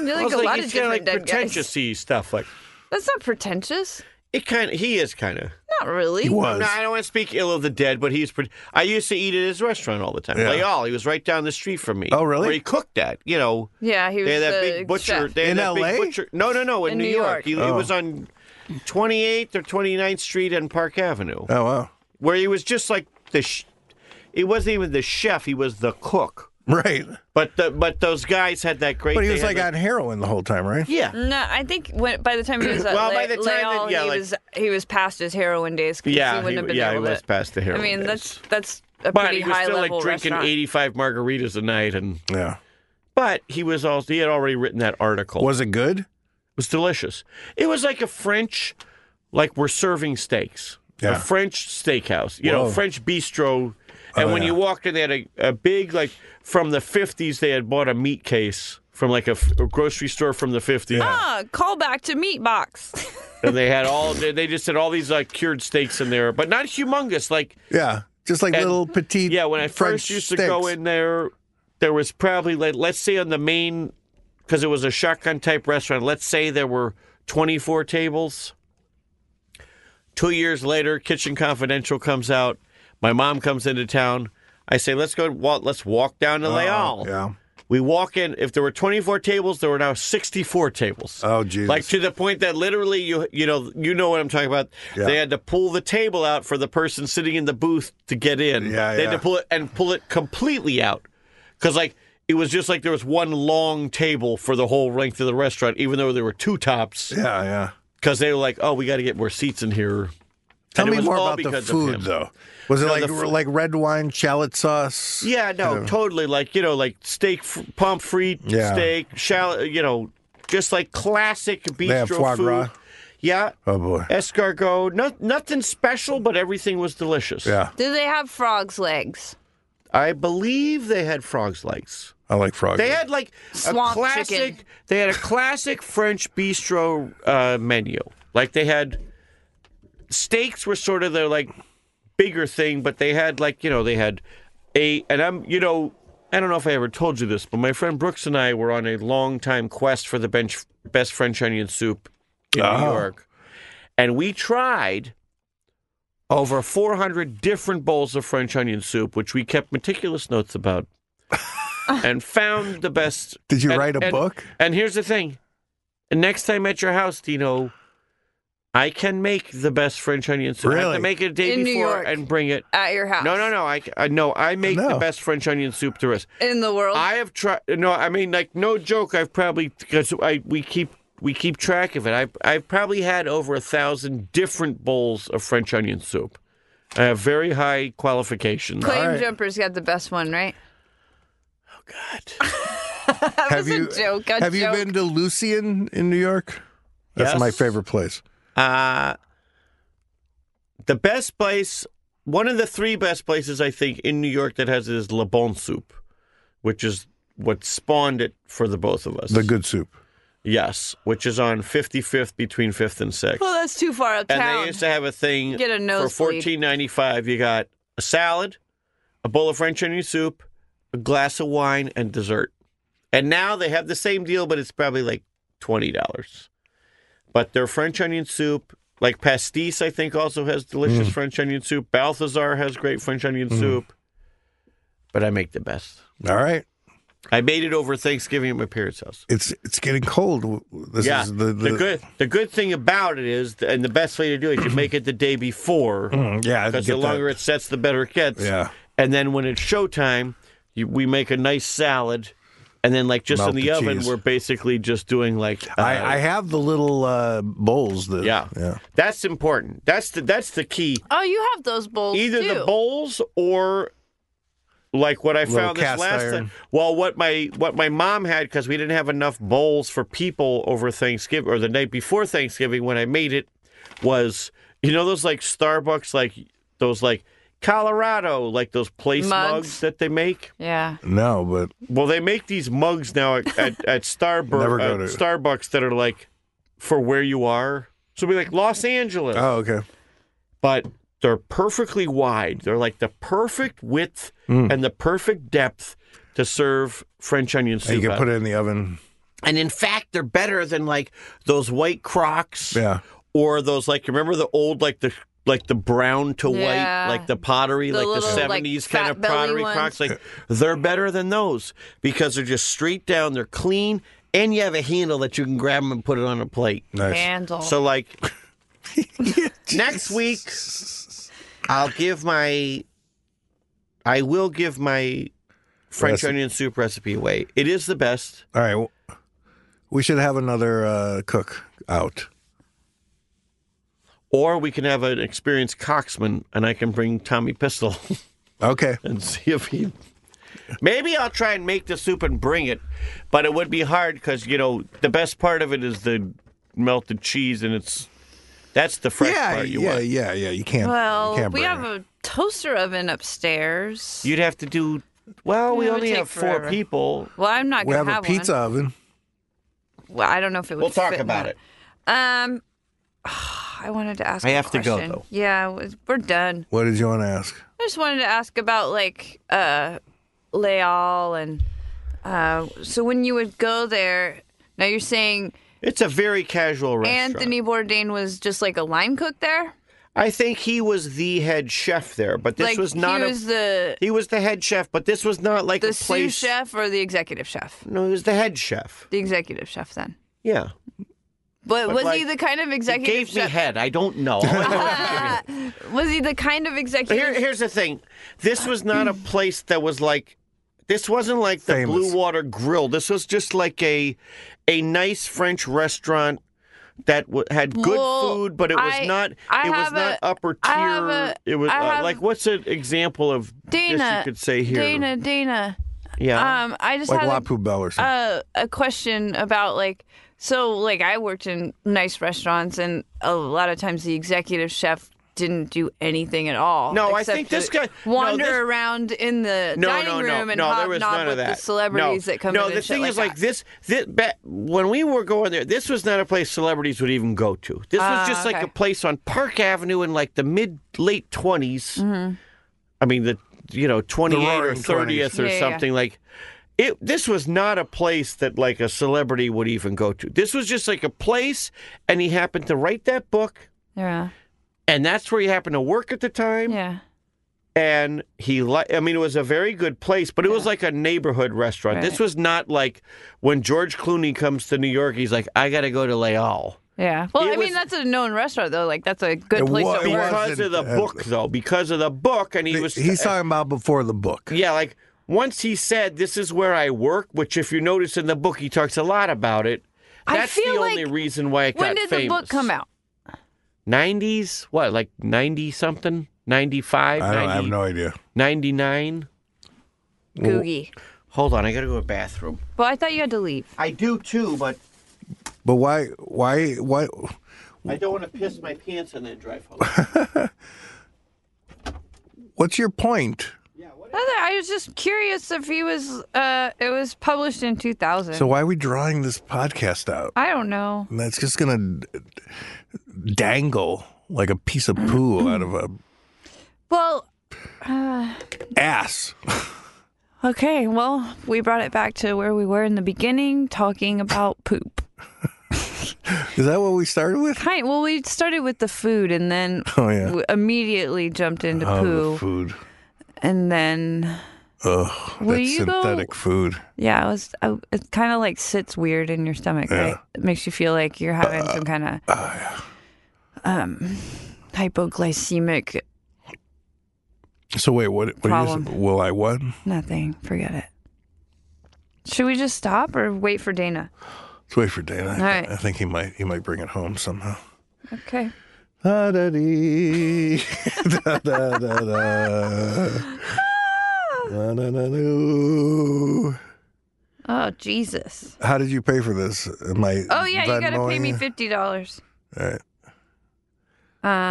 S4: You're like
S5: Well, it's
S4: a lot
S5: he's kinda,
S4: of different
S5: like
S4: dead guys.
S5: pretentious stuff. Like
S4: That's not pretentious.
S5: it kind of he is kind of.
S4: Not really.
S2: He was.
S5: No, I don't want to speak ill of the dead, but he's. Pre- I used to eat at his restaurant all the time.
S2: Yeah.
S5: Layal, he was right down the street from me.
S2: Oh, really?
S5: Where he cooked at. You know,
S4: Yeah, he was
S5: they had that
S4: the
S5: big butcher.
S4: chef.
S5: They had
S2: In
S5: that
S2: LA?
S5: Big butcher. No, no, no, in,
S4: In
S5: New
S4: New
S5: York.
S4: York.
S5: He, it
S2: Oh.
S5: was on 28th or 29th Street and Park Avenue,
S2: Oh wow, <laughs>
S5: where he was just like the. Sh- it wasn't even the chef; he was the cook.
S2: right?
S5: But the, but those guys had that great.
S2: But he
S5: they
S2: was
S5: had
S2: like
S5: the-
S2: on heroin the whole time, right?
S5: yeah.
S4: No, I think when, by the time he was uh,
S5: <clears throat>
S4: at
S5: Well,
S4: Le-
S5: by the time that-
S4: Leal,
S5: yeah,
S4: he
S5: like-
S4: was he was past his heroin days. 'cause
S5: Yeah,
S4: he wouldn't
S5: he-
S4: have been
S5: yeah, he
S4: able to.
S5: was past the heroin
S4: I mean,
S5: days.
S4: that's that's a
S5: But
S4: pretty
S5: he was
S4: high
S5: still like
S4: level
S5: drinking
S4: restaurant.
S5: 85 margaritas a night, and
S2: Yeah.
S5: but he was also he had already written that article.
S2: Was it good?
S5: It was delicious. It was like a French, like we're serving steaks.
S2: Yeah.
S5: A French steakhouse, you know,
S2: Whoa.
S5: French bistro. And
S2: Oh,
S5: when
S2: yeah.
S5: you walked in, they had a, a big, like, from the 50s, they had bought a meat case from like a, f- a grocery store from the 50s.
S4: Ah, call back to Meat Box.
S5: And they had all, they they just had all these, like, cured steaks in there, but not humongous. Like,
S2: Yeah, just like
S5: And-
S2: little petite.
S5: yeah, when I
S2: French
S5: first used to go
S2: steaks.
S5: in there, there was probably, like, let's say on the main, because it was a shotgun type restaurant, let's say there were 24 tables. Two years later, Kitchen Confidential comes out. My mom comes into town. I say, let's go, wa- let's walk down to Leal.
S2: Oh, Yeah.
S5: We walk in. If there were 24 tables, there were now 64 tables.
S2: Oh, Jesus.
S5: Like to the point that literally, you you know, you know what I'm talking about.
S2: Yeah.
S5: They had to pull the table out for the person sitting in the booth to get in.
S2: Yeah,
S5: they
S2: yeah.
S5: had to pull it and pull it completely out because like it was just like there was one long table for the whole length of the restaurant, even though there were two tops
S2: Yeah, yeah.
S5: because they were like, oh, we got to get more seats in here.
S2: Tell
S5: And
S2: me
S5: it was
S2: more
S5: all
S2: about the
S5: because of him.
S2: food, though. Was it like
S5: the f-
S2: like red wine, shallot sauce?
S5: Yeah, no, totally. Like you know, like steak, f- pommes frites,
S2: Yeah.
S5: steak, shallot. You know, just like classic bistro
S2: have foie
S5: food.
S2: gras.
S5: Yeah,
S2: Oh boy.
S5: escargot. No, nothing special, but everything was delicious.
S2: Yeah,
S4: <laughs> Do they have frogs legs?
S5: I believe they had frogs legs.
S2: I like frog.
S5: They had like a
S4: Swamp
S5: classic.
S4: chicken.
S5: They had a classic French bistro uh, menu. Like they had steaks were sort of their like bigger thing, but they had like you know they had a and I'm you know I don't know if I ever told you this, but my friend Brooks and I were on a long time quest for the bench best French onion soup in New
S2: Oh.
S5: York, and we tried over 400 different bowls of French onion soup, which we kept meticulous notes
S4: <laughs>
S5: about, and found the best.
S2: Did you
S5: and-
S2: write a
S5: and-
S2: book?
S5: And here's the thing: next time at your house, Dino, I can make the best French onion soup. I have to
S2: Really?
S5: make it a day
S4: In New
S5: before
S4: York.
S5: and bring it.
S4: At your house?
S5: No, no, no. I, I no. I make the
S2: No.
S5: best French onion soup there is.
S4: In the world?
S5: I have tried. No, I mean, like, no joke. I've probably because I we keep we keep track of it. I I've probably had over a thousand different bowls of French onion soup. I have very high qualifications.
S4: Claim
S2: Alright.
S4: jumpers got the best one, right?
S5: Oh, God.
S4: <laughs> That
S2: have
S4: was
S2: you
S4: a joke. A
S2: have you
S4: joke.
S2: been to Lucien in New York? That's
S5: Yes.
S2: my favorite place.
S5: Uh, the best place, one of the three best places I think in New York that has it is Le Bon Soup, which is what spawned it for the both of us.
S2: The good soup.
S5: yes, which is on 55th between 5th and 6th.
S4: Well, that's too far
S5: And
S4: uptown.
S5: they used to have a thing
S4: Get a
S5: for
S4: nosebleed.
S5: fourteen ninety five. You got a salad, a bowl of French onion soup, a glass of wine, and dessert. And now they have the same deal, but it's probably like twenty dollars. But their French onion soup, like Pastis, I think also has delicious
S2: Mm.
S5: French onion soup. Balthazar has great French onion soup. But I make the best.
S2: All right.
S5: I made it over Thanksgiving at my parents' house.
S2: It's it's getting cold. This
S5: yeah.
S2: is the, the,
S5: good the good thing about it is, and the best way to do
S2: <clears throat>
S5: it, is you make it the day before
S2: Mm, yeah, I
S5: because
S2: get
S5: the longer
S2: that.
S5: it sets, the better it gets.
S2: Yeah.
S5: And then when it's showtime, you, we make a nice salad, and then like just
S2: Melt
S5: in the,
S2: the
S5: oven,
S2: cheese.
S5: we're basically just doing like uh,
S2: I, I have the little uh, bowls. That,
S5: yeah.
S2: yeah.
S5: That's important. That's the that's the key.
S4: oh, you have those bowls
S5: Either
S4: too.
S5: the bowls or like what I
S2: Little
S5: found this
S2: cast
S5: last
S2: iron.
S5: time. Well, what my what my mom had because we didn't have enough bowls for people over Thanksgiving or the night before Thanksgiving when I made it was you know those like Starbucks like those like Colorado like those place
S4: Mugs.
S5: mugs that they make.
S4: Yeah.
S2: No, but
S5: Well, they make these mugs now at at, at
S2: Never
S5: Starbucks
S2: go
S5: at
S2: to-
S5: Starbucks that are like for where you are. So it'll be like Los Angeles,
S2: oh, okay.
S5: but they're perfectly wide. They're like the perfect width
S2: Mm.
S5: and the perfect depth to serve French onion
S2: And
S5: soup.
S2: you can
S5: out.
S2: put it in the oven.
S5: and in fact, they're better than like those white Crocs
S2: Yeah,
S5: or those like remember the old like the like the brown to
S4: Yeah.
S5: white like the pottery
S4: The
S5: like
S4: little,
S5: the
S4: like,
S5: 70s kind of
S4: fat belly
S5: pottery
S4: ones.
S5: crocs like they're better than those because they're just straight down they're clean and you have a handle that you can grab them and put it on a plate
S2: nice.
S4: Handle.
S5: so
S4: <laughs>
S5: like next week i'll give my i will give my french
S2: Recipe.
S5: onion soup recipe away it is the best
S2: All right, w- we should have another uh, cook out.
S5: or we can have an experienced coxman and i can bring tommy pistol <laughs>
S2: Okay,
S5: and see if he. Maybe I'll try and make the soup and bring it, but it would be hard because you know the best part of it is the melted cheese and it's that's the fresh
S2: yeah,
S5: part you
S2: yeah,
S5: want.
S2: yeah, yeah. You can't. you
S4: well,
S2: can't
S4: we
S2: burn
S4: have
S2: it.
S4: a toaster oven upstairs.
S5: You'd have to do well. We
S4: It would
S5: only
S4: take
S5: have four
S4: forever.
S5: people.
S4: well, I'm not
S2: we
S4: gonna
S2: have a pizza
S4: one.
S2: oven.
S4: Well, I don't know if it would.
S5: We'll talk
S4: fit in
S5: about
S4: that.
S5: it.
S4: Um, <sighs> I wanted to ask.
S5: I
S4: a
S5: have to go,
S4: question.
S5: though.
S4: Yeah, w- we're done.
S2: What did you want to ask?
S4: I just wanted to ask about like uh, Leal and uh, so when you would go there. Now you're saying
S5: It's a very casual restaurant.
S4: Anthony Bourdain was just like a line cook there.
S5: I think he was the head chef there, but this
S4: like
S5: was not
S4: he
S5: a.
S4: was the
S5: he was the head chef, but this was not like
S4: the
S5: a place.
S4: sous chef or the executive chef.
S5: No, he was the head chef.
S4: The executive chef then.
S5: Yeah,
S4: But,
S5: But,
S4: was
S5: like,
S4: he the kind of
S5: he
S4: executive
S5: gave me
S4: <laughs> chef?
S5: head. I don't know. All I know is he gave me head.
S4: was he the kind of executive?
S5: Here, here's the thing. This was not a place that was like. This wasn't like the
S2: Famous.
S5: Blue Water Grill. This was just like a a nice French restaurant that w- had good
S4: Well,
S5: food, but it was
S4: I-
S5: not.
S4: I
S5: it was
S4: have
S5: not
S4: a-
S5: upper tier.
S4: I have a-
S5: it was
S4: I
S5: uh,
S4: have-
S5: like what's an example of
S4: Dana,
S5: this you could say here?
S4: Dana, Dana.
S5: yeah.
S4: Um, I just
S2: Like
S4: had
S2: La
S4: a- uh,
S2: Poubelle or something.
S4: a, a question about like so like I worked in nice restaurants and a lot of times the executive chef didn't do anything at all.
S5: No, I
S4: except
S5: think this
S4: to
S5: guy- no,
S4: wander
S5: this-
S4: around in the
S5: no,
S4: dining
S5: no, no,
S4: room and
S5: no. There was
S4: hobnob
S5: none
S4: with
S5: of that.
S4: the celebrities
S5: no,
S4: that come
S5: no,
S4: in.
S5: the
S4: and
S5: thing
S4: shit
S5: is,
S4: like,
S5: like
S4: that.
S5: this, this. ba- When we were going there, this was not a place celebrities would even go to. This was
S4: Ah,
S5: just like
S4: okay.
S5: a place on Park Avenue in like the mid late 20s
S4: Mm-hmm.
S5: I mean, the you know twenty eight or
S2: roaring 20s.
S5: thirtieth or
S4: Yeah, yeah, yeah.
S5: something like. It, this was not a place that like a celebrity would even go to. This was just like a place, and he happened to write that book,
S4: Yeah,
S5: and that's where he happened to work at the time
S4: yeah,
S5: and he li- i mean it was a very good place but it was like a neighborhood restaurant this
S4: Right.
S5: was not like when george clooney comes to new york he's like i gotta go to leal
S4: yeah. Well,
S5: It
S4: I mean
S5: was-
S4: that's a known restaurant though. Like that's a good
S2: It
S4: place
S2: wa-
S4: to
S2: it
S4: work.
S2: was.
S5: because of the
S2: Wasn't-
S5: book though because of the book and he was uh,
S2: He's talking about before the book.
S5: yeah like once he said this is where i work which if you notice in the book he talks a lot about it
S4: I
S5: that's
S4: feel
S5: the
S4: like-
S5: only reason why it
S4: When
S5: got
S4: did the
S5: famous.
S4: book come out?
S5: 90s what like 90 something 95
S2: I don't I have
S5: 90
S2: no idea.
S5: 99
S4: Googie.
S5: hold on i gotta go to the bathroom
S4: Well, I thought you had to leave.
S3: I do too, but
S2: But why? Why? Why?
S5: I don't want to piss my pants and then drive home.
S2: What's your point?
S4: Other, I was just curious if he was. Uh, it was published in 2000.
S2: So why are we drawing this podcast out?
S4: I don't know.
S2: And That's just gonna dangle like a piece of poo out of a
S4: Well,
S2: ass.
S4: okay. Well, we brought it back to where we were in the beginning, talking about poop.
S2: Is that what we started with?
S4: Hi. Well, we started with the food, and then
S2: <laughs> Oh yeah.
S4: we immediately jumped into
S2: Oh, the
S4: poo,
S2: food.
S4: and then
S2: Ugh,
S4: Will
S2: that's
S4: you go-
S2: synthetic food.
S4: yeah, it was. I, it kind of like sits weird in your stomach, right? It makes you feel like you're having
S2: Uh,
S4: some kind of um hypoglycemic
S2: So wait, what? What are
S4: Problem.
S2: you? Will I what?
S4: nothing. Forget it. Should we just stop or wait for Dana?
S2: Let's wait for Dana. I,
S4: right.
S2: I think he might. He might bring it home somehow.
S4: Okay.
S2: Da <laughs> da dee. da da da da. Na-na-na-na.
S4: Oh Jesus!
S2: How did you pay for this? Am I
S4: Oh yeah, you gotta pay
S2: Venmoing
S4: me
S2: you?
S4: fifty dollars.
S2: All right.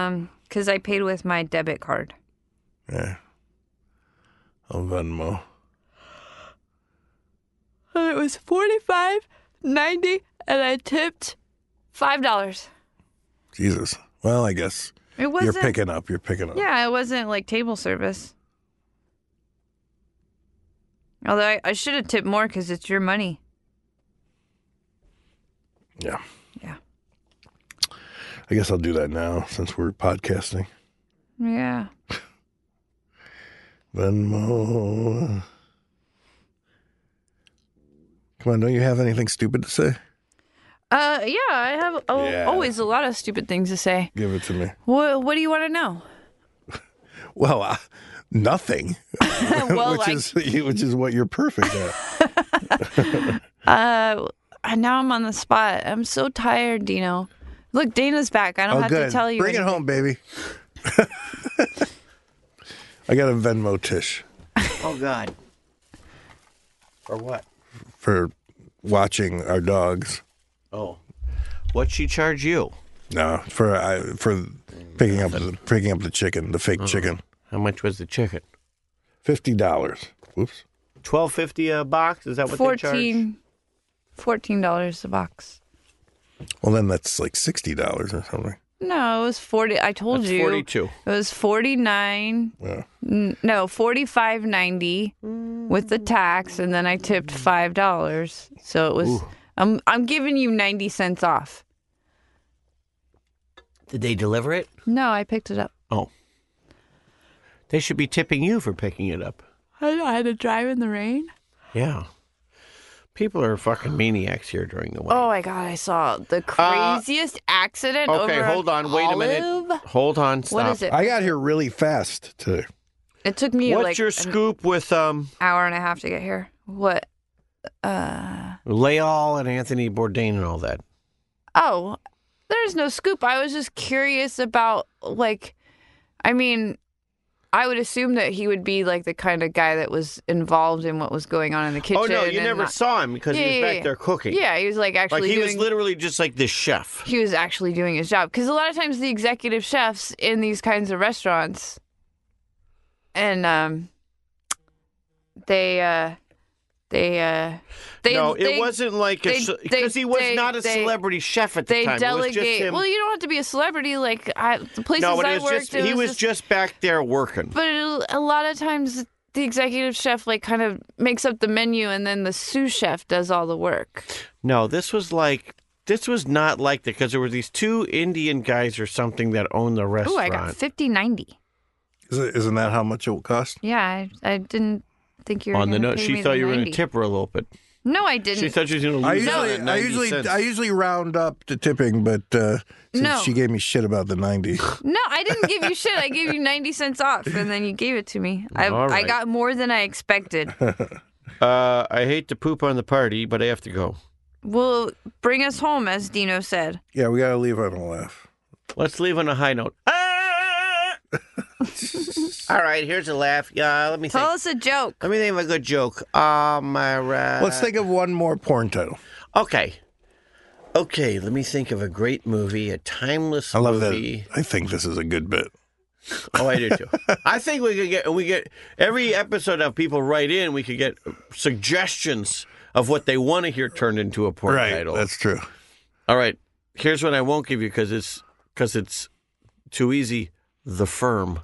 S4: Um, because I paid with my debit card.
S2: Yeah. I'll Oh, Venmo.
S4: And it was forty five ninety, and I tipped five dollars.
S2: Jesus. Well, I guess
S4: It
S2: you're
S4: wasn't.
S2: picking up. You're picking up.
S4: Yeah, it wasn't like table service. Although I, I should have tipped more because it's your money.
S2: Yeah.
S4: Yeah.
S2: I guess I'll do that now since we're podcasting.
S4: Yeah.
S2: Venmo. Come on, don't you have anything stupid to say?
S4: Uh, yeah, I have al-
S2: Yeah.
S4: always a lot of stupid things to say.
S2: Give it to me.
S4: What What do you want to
S2: <laughs>
S4: know?
S2: Well, uh, nothing. <laughs>
S4: well,
S2: which
S4: like,
S2: is which is what you're perfect
S4: <laughs>
S2: at.
S4: uh, I- now I'm on the spot. I'm so tired, Dino. Look, Dana's back. I don't
S2: oh,
S4: have
S2: good.
S4: to tell you.
S2: Bring it
S4: anything.
S2: home, baby. <laughs> I got a Venmo Tish
S5: <laughs> Oh God. Or what?
S2: for watching our dogs.
S5: Oh, what'd she charge you?
S2: No, for I for picking up the picking up the chicken, the fake chicken.
S5: How much was the chicken?
S2: Fifty dollars. Whoops.
S5: Twelve fifty a box. Is that what they charge?
S4: Fourteen. Fourteen dollars a box.
S2: Well, then that's like sixty dollars or something.
S4: No, it was forty. I told
S5: That's
S4: you.
S5: 42.
S4: It was forty nine.
S2: Yeah.
S4: N- no, forty five ninety with the tax, and then I tipped five dollars, so it was. I'm I'm giving you ninety cents off.
S5: Did they deliver it?
S4: No, I picked it up.
S5: Oh. They should be tipping you for picking it up.
S4: I don't know. I had to drive in the rain.
S5: Yeah. People are fucking maniacs here during the winter.
S4: Oh my god! I saw the craziest accident.
S5: Uh, okay,
S4: over
S5: hold on. Wait a minute.
S4: Olive.
S5: Hold on. Stop.
S4: What is it?
S2: I got here really fast today.
S4: It took me
S5: What's
S4: like
S5: your
S4: an
S5: scoop with um
S4: hour and a half to get here. What? Uh
S5: Layall and Anthony Bourdain and all that?
S4: oh, there's no scoop. I was just curious about like, I mean, I would assume that he would be like the kind of guy that was involved in what was going on in the kitchen.
S5: Oh no, you
S4: and
S5: never
S4: not-
S5: saw him because
S4: Yeah,
S5: he was
S4: yeah,
S5: back
S4: yeah.
S5: there cooking.
S4: Yeah, he was like actually
S5: Like he
S4: doing.
S5: was literally just like this chef.
S4: he was actually doing his job because a lot of times the executive chefs in these kinds of restaurants and um they uh they uh they
S5: no, it
S4: they-
S5: wasn't like
S4: they-
S5: a
S4: they-
S5: because he was
S4: they-
S5: not a
S4: they-
S5: celebrity chef at the
S4: they
S5: time. It was just
S4: delegate
S5: him.
S4: well you don't have to be a celebrity like i the places
S5: no, but it
S4: i
S5: was
S4: worked
S5: just
S4: it
S5: he was just back there working.
S4: but it, a lot of times the executive chef like kind of makes up the menu and then the sous chef does all the work
S5: No, this was like this was not like that because there were these two Indian guys or something that owned the
S4: oh i
S5: restaurant.
S4: got 50 90
S2: Is it, isn't that how much it will cost?
S4: yeah i, I didn't think you were
S5: on the
S4: gonna
S5: note,
S4: pay
S5: she
S4: me
S5: thought
S4: the
S5: you were going
S4: 90.
S5: to tip her a little bit.
S4: no i didn't
S5: She thought she was going to
S2: I
S5: lose.
S2: usually,
S5: that
S2: I
S5: 90
S2: usually,
S5: cents.
S2: I usually round up to tipping, but uh, since
S4: No.
S2: she gave me shit about the
S5: <laughs>
S2: ninety,
S4: No, I didn't give you shit. I gave you 90 cents off and then you gave it to me. I,
S5: All
S4: I
S5: right.
S4: got more than I expected.
S5: Uh, I hate to poop on the party, but I have to go.
S4: well, bring us home, as Dino said.
S2: yeah, we gotta leave on a laugh.
S5: Let's leave on a high note. Ah! <laughs> All right, here's a laugh. Yeah, let me
S4: Tell
S5: think.
S4: us a joke.
S5: Let me think of a good joke. Um, uh,
S2: Let's think of one more porn title.
S5: Okay, okay. Let me think of a great movie, a timeless
S2: I love
S5: movie.
S2: that. I think this is a good bit.
S5: Oh, I
S2: <laughs>
S5: do too. I think we could get we get every episode of people write in. We could get suggestions of what they want to hear turned into a porn
S2: right,
S5: title.
S2: that's true.
S5: All right, here's one I won't give you because it's because it's too easy. The Firm,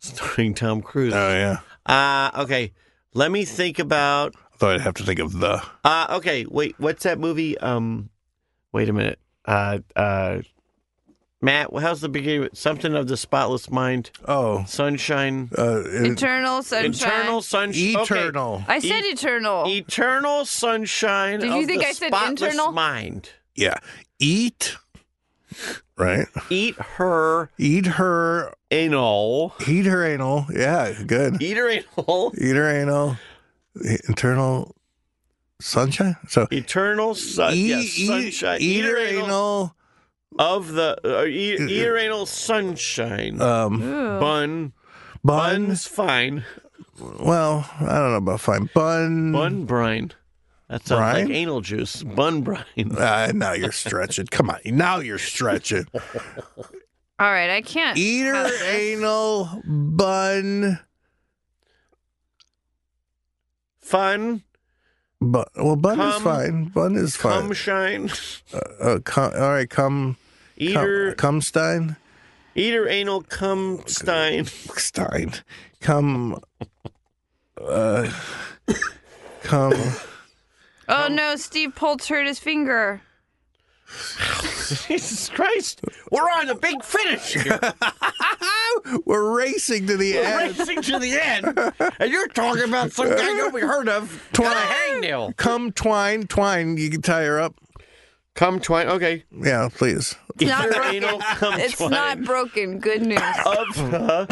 S5: starring Tom Cruise.
S2: Oh yeah,
S5: Uh, okay, let me think about.
S2: I thought I'd have to think of the.
S5: Uh, okay, wait, what's that movie? Um, wait a minute. Uh, uh, Matt, how's the beginning? Something of the Spotless Mind,
S2: Oh,
S5: Sunshine.
S2: uh, it,
S4: Eternal sunshine.
S5: Eternal E- sunshine.
S2: eternal.
S4: I said eternal.
S5: Eternal sunshine.
S4: Did you
S5: of
S4: think
S5: the
S4: I said
S5: spotless
S4: internal?
S5: Mind.
S2: Yeah, eat. Right,
S5: Eat her
S2: eat her,
S5: anal.
S2: eat her anal. Yeah, good.
S5: Eat her anal.
S2: Eat her anal. Internal sunshine. So
S5: Eternal sun,
S2: eat,
S5: Uh, yes, sunshine.
S2: E, eat, eat her
S5: anal
S2: anal.
S5: of the uh, eat, eat her anal e, sunshine
S2: Um,
S4: Ooh.
S5: bun
S2: Bun.
S5: Bun's fine.
S2: Well, I don't know about fine. Bun.
S5: Bun brine. That sounds
S2: Mm. Brine?
S5: like anal juice. Bun brine.
S2: <laughs> Uh, now you're stretching. Come on. Now you're stretching.
S4: All right, I
S5: <laughs>
S4: can't.
S2: Eater
S4: have this.
S2: anal bun.
S5: Fun.
S2: Bun. Well, bun is
S5: Cum.
S2: fine. Bun is
S5: Cum
S2: fine.
S5: shine.
S2: uh, cum, all right, cum.
S5: Eater.
S2: Cum, Cumstein.
S5: Eater anal cum stein.
S2: Stein. Cum. Uh, cum.
S4: Oh no, Steve Pultz hurt his finger.
S5: <laughs> Jesus Christ. We're on the big finish here.
S2: We're racing to the end.
S5: Racing to the end. And you're talking about some guy nobody heard of.
S2: Twine.
S5: Got a hangnail.
S2: Cum twine. Twine. You can tie her up.
S5: Cum twine. Okay.
S2: Yeah, please.
S4: It's not
S5: Eater
S4: broken.
S5: anal cum twine.
S4: It's not broken. Good news.
S5: of the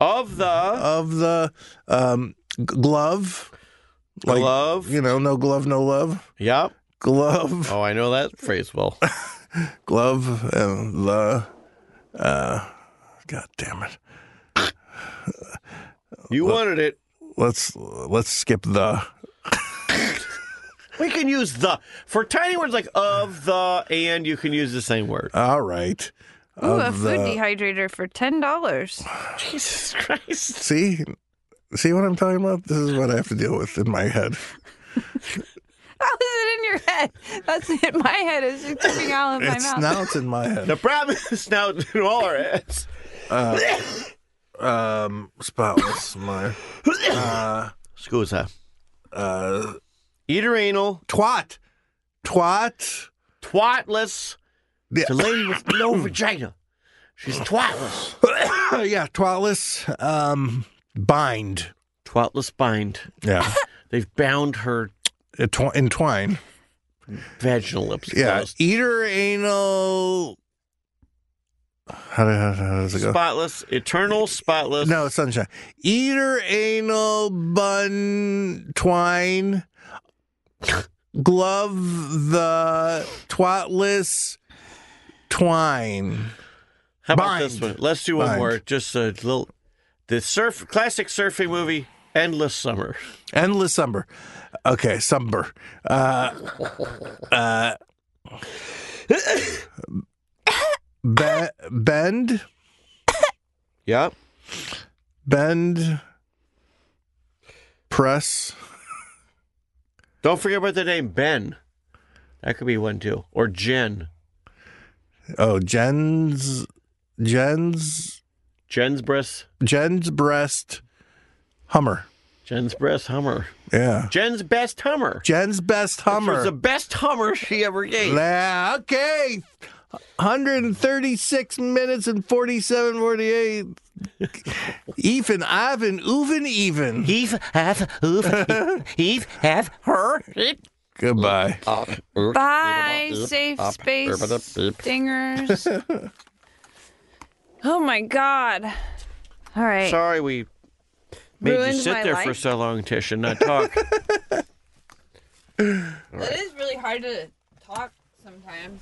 S5: of the
S2: Of the um, g- glove. Like,
S5: glove.
S2: You know, no glove, no love.
S5: Yep.
S2: Glove.
S5: Oh, I know that phrase well.
S2: glove and the uh god damn it
S5: You wanted it.
S2: let's let's skip the
S5: We can use the for tiny words like of the and. You can use the same word.
S2: all right
S4: Ooh, a
S2: of
S4: food
S2: the-
S4: dehydrator for ten dollars. <laughs>
S5: Jesus Christ!
S2: see see what i'm talking about this is what i have to deal with in my head
S4: How is it in your head? That's in my head. It's just coming out of my
S2: it's
S4: mouth.
S2: now it's in my
S5: The
S2: head
S5: problem is now in all our heads.
S2: Uh, um spotless my uh
S5: Scusa.
S2: uh
S5: Eater anal,
S2: twat twat <coughs>
S5: twatless.
S2: yeah,
S5: It's a lady with
S2: <clears throat>
S5: no vagina. She's twatless.
S2: yeah twatless um bind
S5: Twatless bind.
S2: <coughs> yeah
S5: They've bound her
S2: Entwi- entwine
S5: vaginal lips.
S2: Yeah,
S5: closed.
S2: eater anal. How, do- how, how does it go?
S5: Spotless, eternal, spotless.
S2: No, sunshine. Eater anal bun twine. Glove the twatless twine.
S5: How about
S2: Bind.
S5: this one? Let's do one
S2: Bind.
S5: more. Just a little. The surf classic surfing movie, Endless Summer.
S2: Endless summer. Okay, summer. Uh, uh, be- bend,
S5: Yep.
S2: bend, press.
S5: Don't forget about the name Ben. That could be one too, or Jen.
S2: Oh, Jen's Jen's
S5: Jen's breast.
S2: Jen's breast Hummer.
S5: Jen's breast Hummer.
S2: Yeah.
S5: Jen's best Hummer.
S2: Jen's best
S5: It was the
S2: Hummer.
S5: best Hummer she ever gave.
S2: Yeah, okay. 136 minutes and 47 48. Even Ivan, Uven, even.
S5: Heave, have, oof, heave, have, her.
S2: Goodbye.
S5: Uh, <laughs>
S4: Bye, safe space stingers. oh my god. All right.
S5: Sorry we made
S4: Ruined
S5: you sit
S4: my
S5: there
S4: life.
S5: for so long, Tish, and not
S4: <laughs>
S5: talk.
S15: It is really hard to talk sometimes.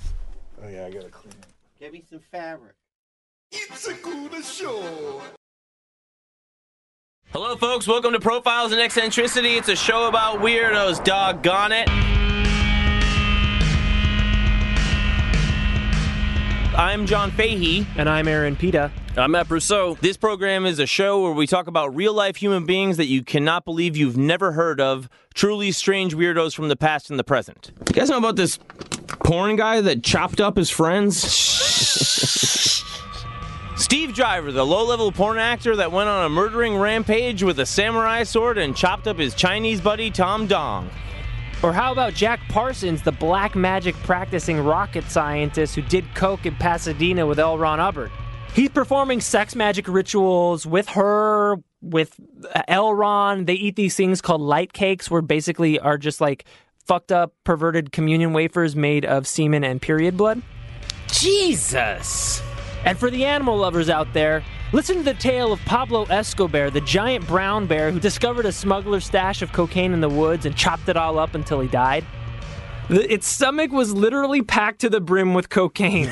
S16: Get me some fabric.
S8: Hello, folks. Welcome to Profiles in Eccentricity. It's a show about weirdos. Doggone it. I'm John Fahey.
S11: And I'm Aaron Pita.
S17: I'm Matt Rousseau.
S8: This program is a show where we talk about real life human beings that you cannot believe you've never heard of, truly strange weirdos from the past and the present. You guys know about this porn guy that chopped up his friends? <laughs> Steve Driver, the low level porn actor that went on a murdering rampage with a samurai sword and chopped up his Chinese buddy Tom Dong.
S11: Or how about Jack Parsons, the black magic practicing rocket scientist who did coke in Pasadena with L. Ron Hubbard? He's performing sex magic rituals with her, with uh, L. Ron. They eat these things called light cakes, where basically are just like fucked up, perverted communion wafers made of semen and period blood. Jesus! And for the animal lovers out there, listen to the tale of Pablo Escobar, the giant brown bear who discovered a smuggler's stash of cocaine in the woods and chopped it all up until he died. The- its stomach was <laughs> literally packed to the brim with cocaine.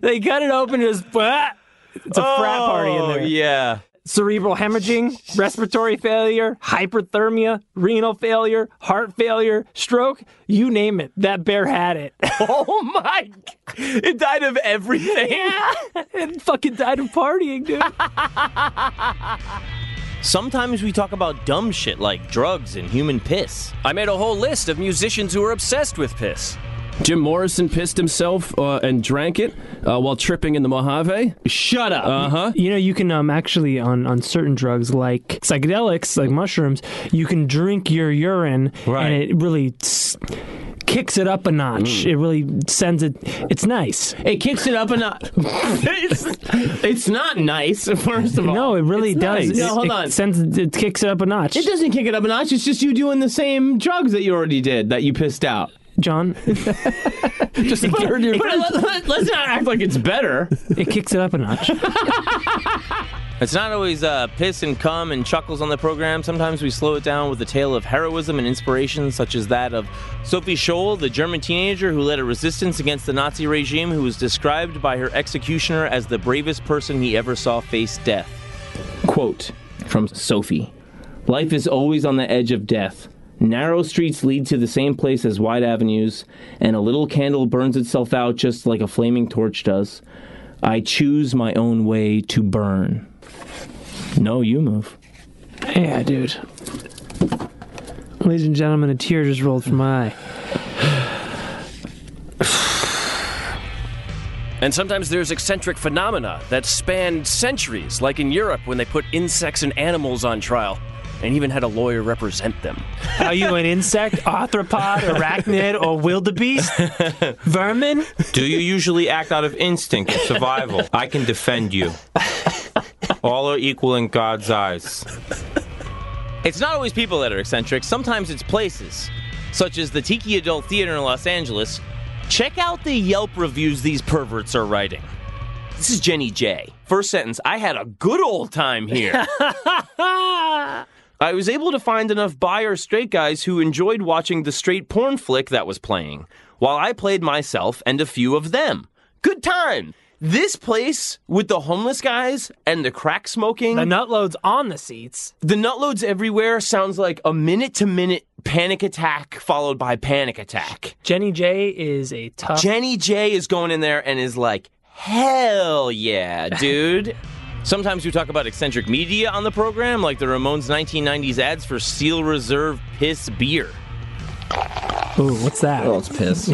S11: they cut it open. <laughs> And just bah! it's a frat party in
S5: Oh,
S11: there.
S5: Yeah.
S11: Cerebral hemorrhaging, respiratory failure, hyperthermia, renal failure, heart failure, stroke, you name it. That bear had it. <laughs> Oh my. It died of everything. Yeah. <laughs> It fucking died of partying, dude.
S5: Sometimes we talk about dumb shit like drugs and human piss.
S8: I made a whole list of musicians who were obsessed with piss. Jim Morrison pissed himself uh, and drank it uh, while tripping in the Mojave.
S11: Shut up.
S8: Uh huh.
S11: You know, you can um, actually on on certain drugs like psychedelics, like mushrooms, you can drink your urine, and it really s- kicks it up a notch. It really sends it. It's nice.
S5: It kicks it up a notch. it's, it's not nice, first of all.
S11: No, it really
S5: It's
S11: does.
S5: nice.
S11: It,
S5: No, hold
S11: it
S5: on.
S11: sends it kicks it up a notch.
S5: It doesn't kick it up a notch. It's just you doing the same drugs that you already did that you pissed out.
S11: John,
S5: <laughs> Just
S11: <laughs>
S5: but, but <laughs>
S11: it-
S5: let, us not act like it's better.
S11: <laughs> It kicks it up a notch.
S5: <laughs> It's not always uh, piss and cum and chuckles on the program. Sometimes we slow it down with a tale of heroism and inspiration, such as that of Sophie Scholl, the German teenager who led a resistance against the Nazi regime, who was described by her executioner as the bravest person he ever saw face death. Quote from Sophie Life is always on the edge of death. Narrow streets lead to the same place as wide avenues, and a little candle burns itself out just like a flaming torch does. I choose my own way to burn. No, you move.
S11: yeah, dude. Ladies and gentlemen, a tear just rolled from my eye.
S8: And sometimes there's eccentric phenomena that span centuries, like in Europe when they put insects and animals on trial and even had a lawyer represent them.
S11: Are you an insect, <laughs> arthropod, arachnid,
S5: <laughs>
S11: or wildebeest? Vermin?
S5: Do you usually act out of instinct or survival? I can defend you. All are equal in God's eyes. It's not always people that are eccentric, sometimes it's places, such as the Tiki Adult Theater in Los Angeles. Check out the Yelp reviews these perverts are writing. This is Jenny J. First sentence I had a good old time here. I was able to find enough bi or straight guys who enjoyed watching the straight porn flick that was playing, while I played myself and a few of them. Good time! This place with the homeless guys and the crack smoking.
S11: The nutloads on the seats.
S5: The nutloads everywhere sounds like a minute to minute panic attack followed by panic attack.
S11: Jenny J is a tough.
S5: Jenny J is going in there and is like, hell yeah, dude. Sometimes we talk about eccentric media on the program, like the Ramones 1990s ads for Steel Reserve Piss Beer.
S11: Ooh, what's that? Oh,
S5: it's piss.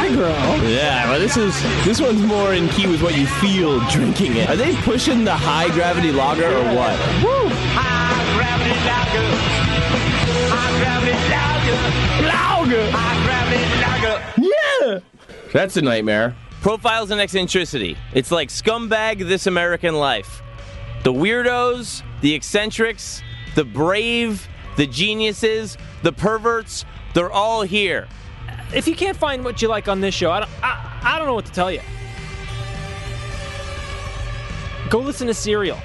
S11: Aggro.
S7: Yeah, well, this is this one's more in key with what you feel drinking it. Are they pushing the high gravity lager or what?
S11: Woo!
S5: Yeah! That's a nightmare. Profiles and eccentricity. It's like scumbag this American life. The weirdos, the eccentrics, the brave, the geniuses, the perverts, they're all here.
S11: If you can't find what you like on this show, I don't, I, I don't know what to tell you. Go listen to Serial.